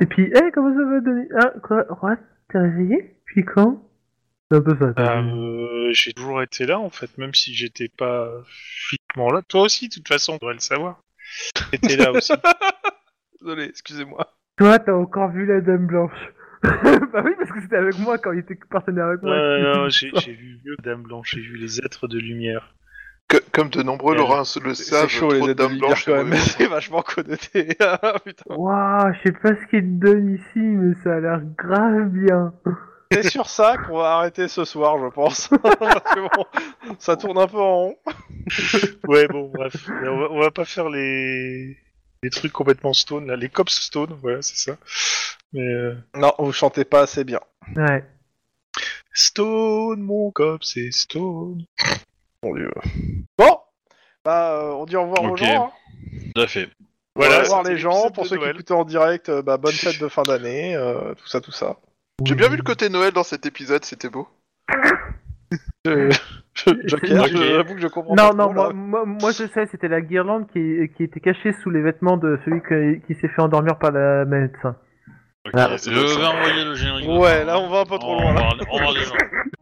[SPEAKER 3] Et puis, hé, comment ça va donner Ah, quoi What T'es réveillé Puis quand C'est un peu ça. quoi.
[SPEAKER 4] Bah, euh, j'ai toujours été là en fait, même si j'étais pas physiquement là. Toi aussi, de toute façon, tu devrais le savoir. T'étais là aussi.
[SPEAKER 2] Désolé, excusez-moi.
[SPEAKER 3] Toi, t'as encore vu la Dame Blanche Bah oui, parce que c'était avec moi quand il était partenaire avec
[SPEAKER 4] Ouais,
[SPEAKER 3] moi.
[SPEAKER 4] non, j'ai j'ai vu mieux que Dame Blanche, j'ai vu les êtres de lumière.
[SPEAKER 5] Que- comme de nombreux
[SPEAKER 4] Euh,
[SPEAKER 5] Laurens le
[SPEAKER 2] C'est
[SPEAKER 5] savent,
[SPEAKER 2] chaud
[SPEAKER 5] trop
[SPEAKER 2] les
[SPEAKER 5] de
[SPEAKER 2] aides de
[SPEAKER 5] dames
[SPEAKER 2] lumière
[SPEAKER 5] blanches.
[SPEAKER 2] quand
[SPEAKER 5] sont
[SPEAKER 2] même.
[SPEAKER 5] mauvaises.
[SPEAKER 2] C'est vachement connoté. Ah, Putain.
[SPEAKER 3] Waouh, je sais pas ce qu'il donne ici, mais ça a l'air grave bien.
[SPEAKER 2] C'est sur ça qu'on va arrêter ce soir, je pense. Parce que bon, ça tourne un peu en rond.
[SPEAKER 4] Ouais, bon, bref. Mais On va, on va pas faire les... les trucs complètement stone, là. Les cops stone, voilà, c'est ça. Mais, euh,
[SPEAKER 2] Non, vous chantez pas assez bien.
[SPEAKER 3] Ouais.
[SPEAKER 4] Stone, mon cop, c'est stone.
[SPEAKER 2] Mon dieu. Bon, bah, euh, on dit au revoir
[SPEAKER 1] Ok.
[SPEAKER 2] aux gens. hein.
[SPEAKER 1] Tout à fait.
[SPEAKER 2] Au
[SPEAKER 4] Voilà,
[SPEAKER 2] revoir
[SPEAKER 4] c'était
[SPEAKER 2] les gens.
[SPEAKER 4] l'épisode
[SPEAKER 2] Pour
[SPEAKER 4] de
[SPEAKER 2] ceux qui
[SPEAKER 4] Noël.
[SPEAKER 2] écoutent en direct, euh, bah, bonne fête de fin d'année, euh, tout ça, tout ça.
[SPEAKER 5] J'ai bien vu le côté Noël dans cet épisode, c'était beau.
[SPEAKER 2] Je- je- Joker,
[SPEAKER 4] Ok.
[SPEAKER 2] je- j'avoue que je comprends
[SPEAKER 3] Non,
[SPEAKER 2] pas
[SPEAKER 3] non,
[SPEAKER 2] trop, là.
[SPEAKER 3] moi, moi, moi, je sais, c'était la guirlande qui, qui était cachée sous les vêtements de celui que- qui s'est fait endormir par la médecin.
[SPEAKER 1] Ok,
[SPEAKER 3] Ah,
[SPEAKER 1] je vais envoyer le générique. de
[SPEAKER 2] Ouais,
[SPEAKER 1] fin.
[SPEAKER 2] là, on va un peu trop
[SPEAKER 4] Oh.
[SPEAKER 1] On
[SPEAKER 2] loin, là.
[SPEAKER 1] va- on va des gens.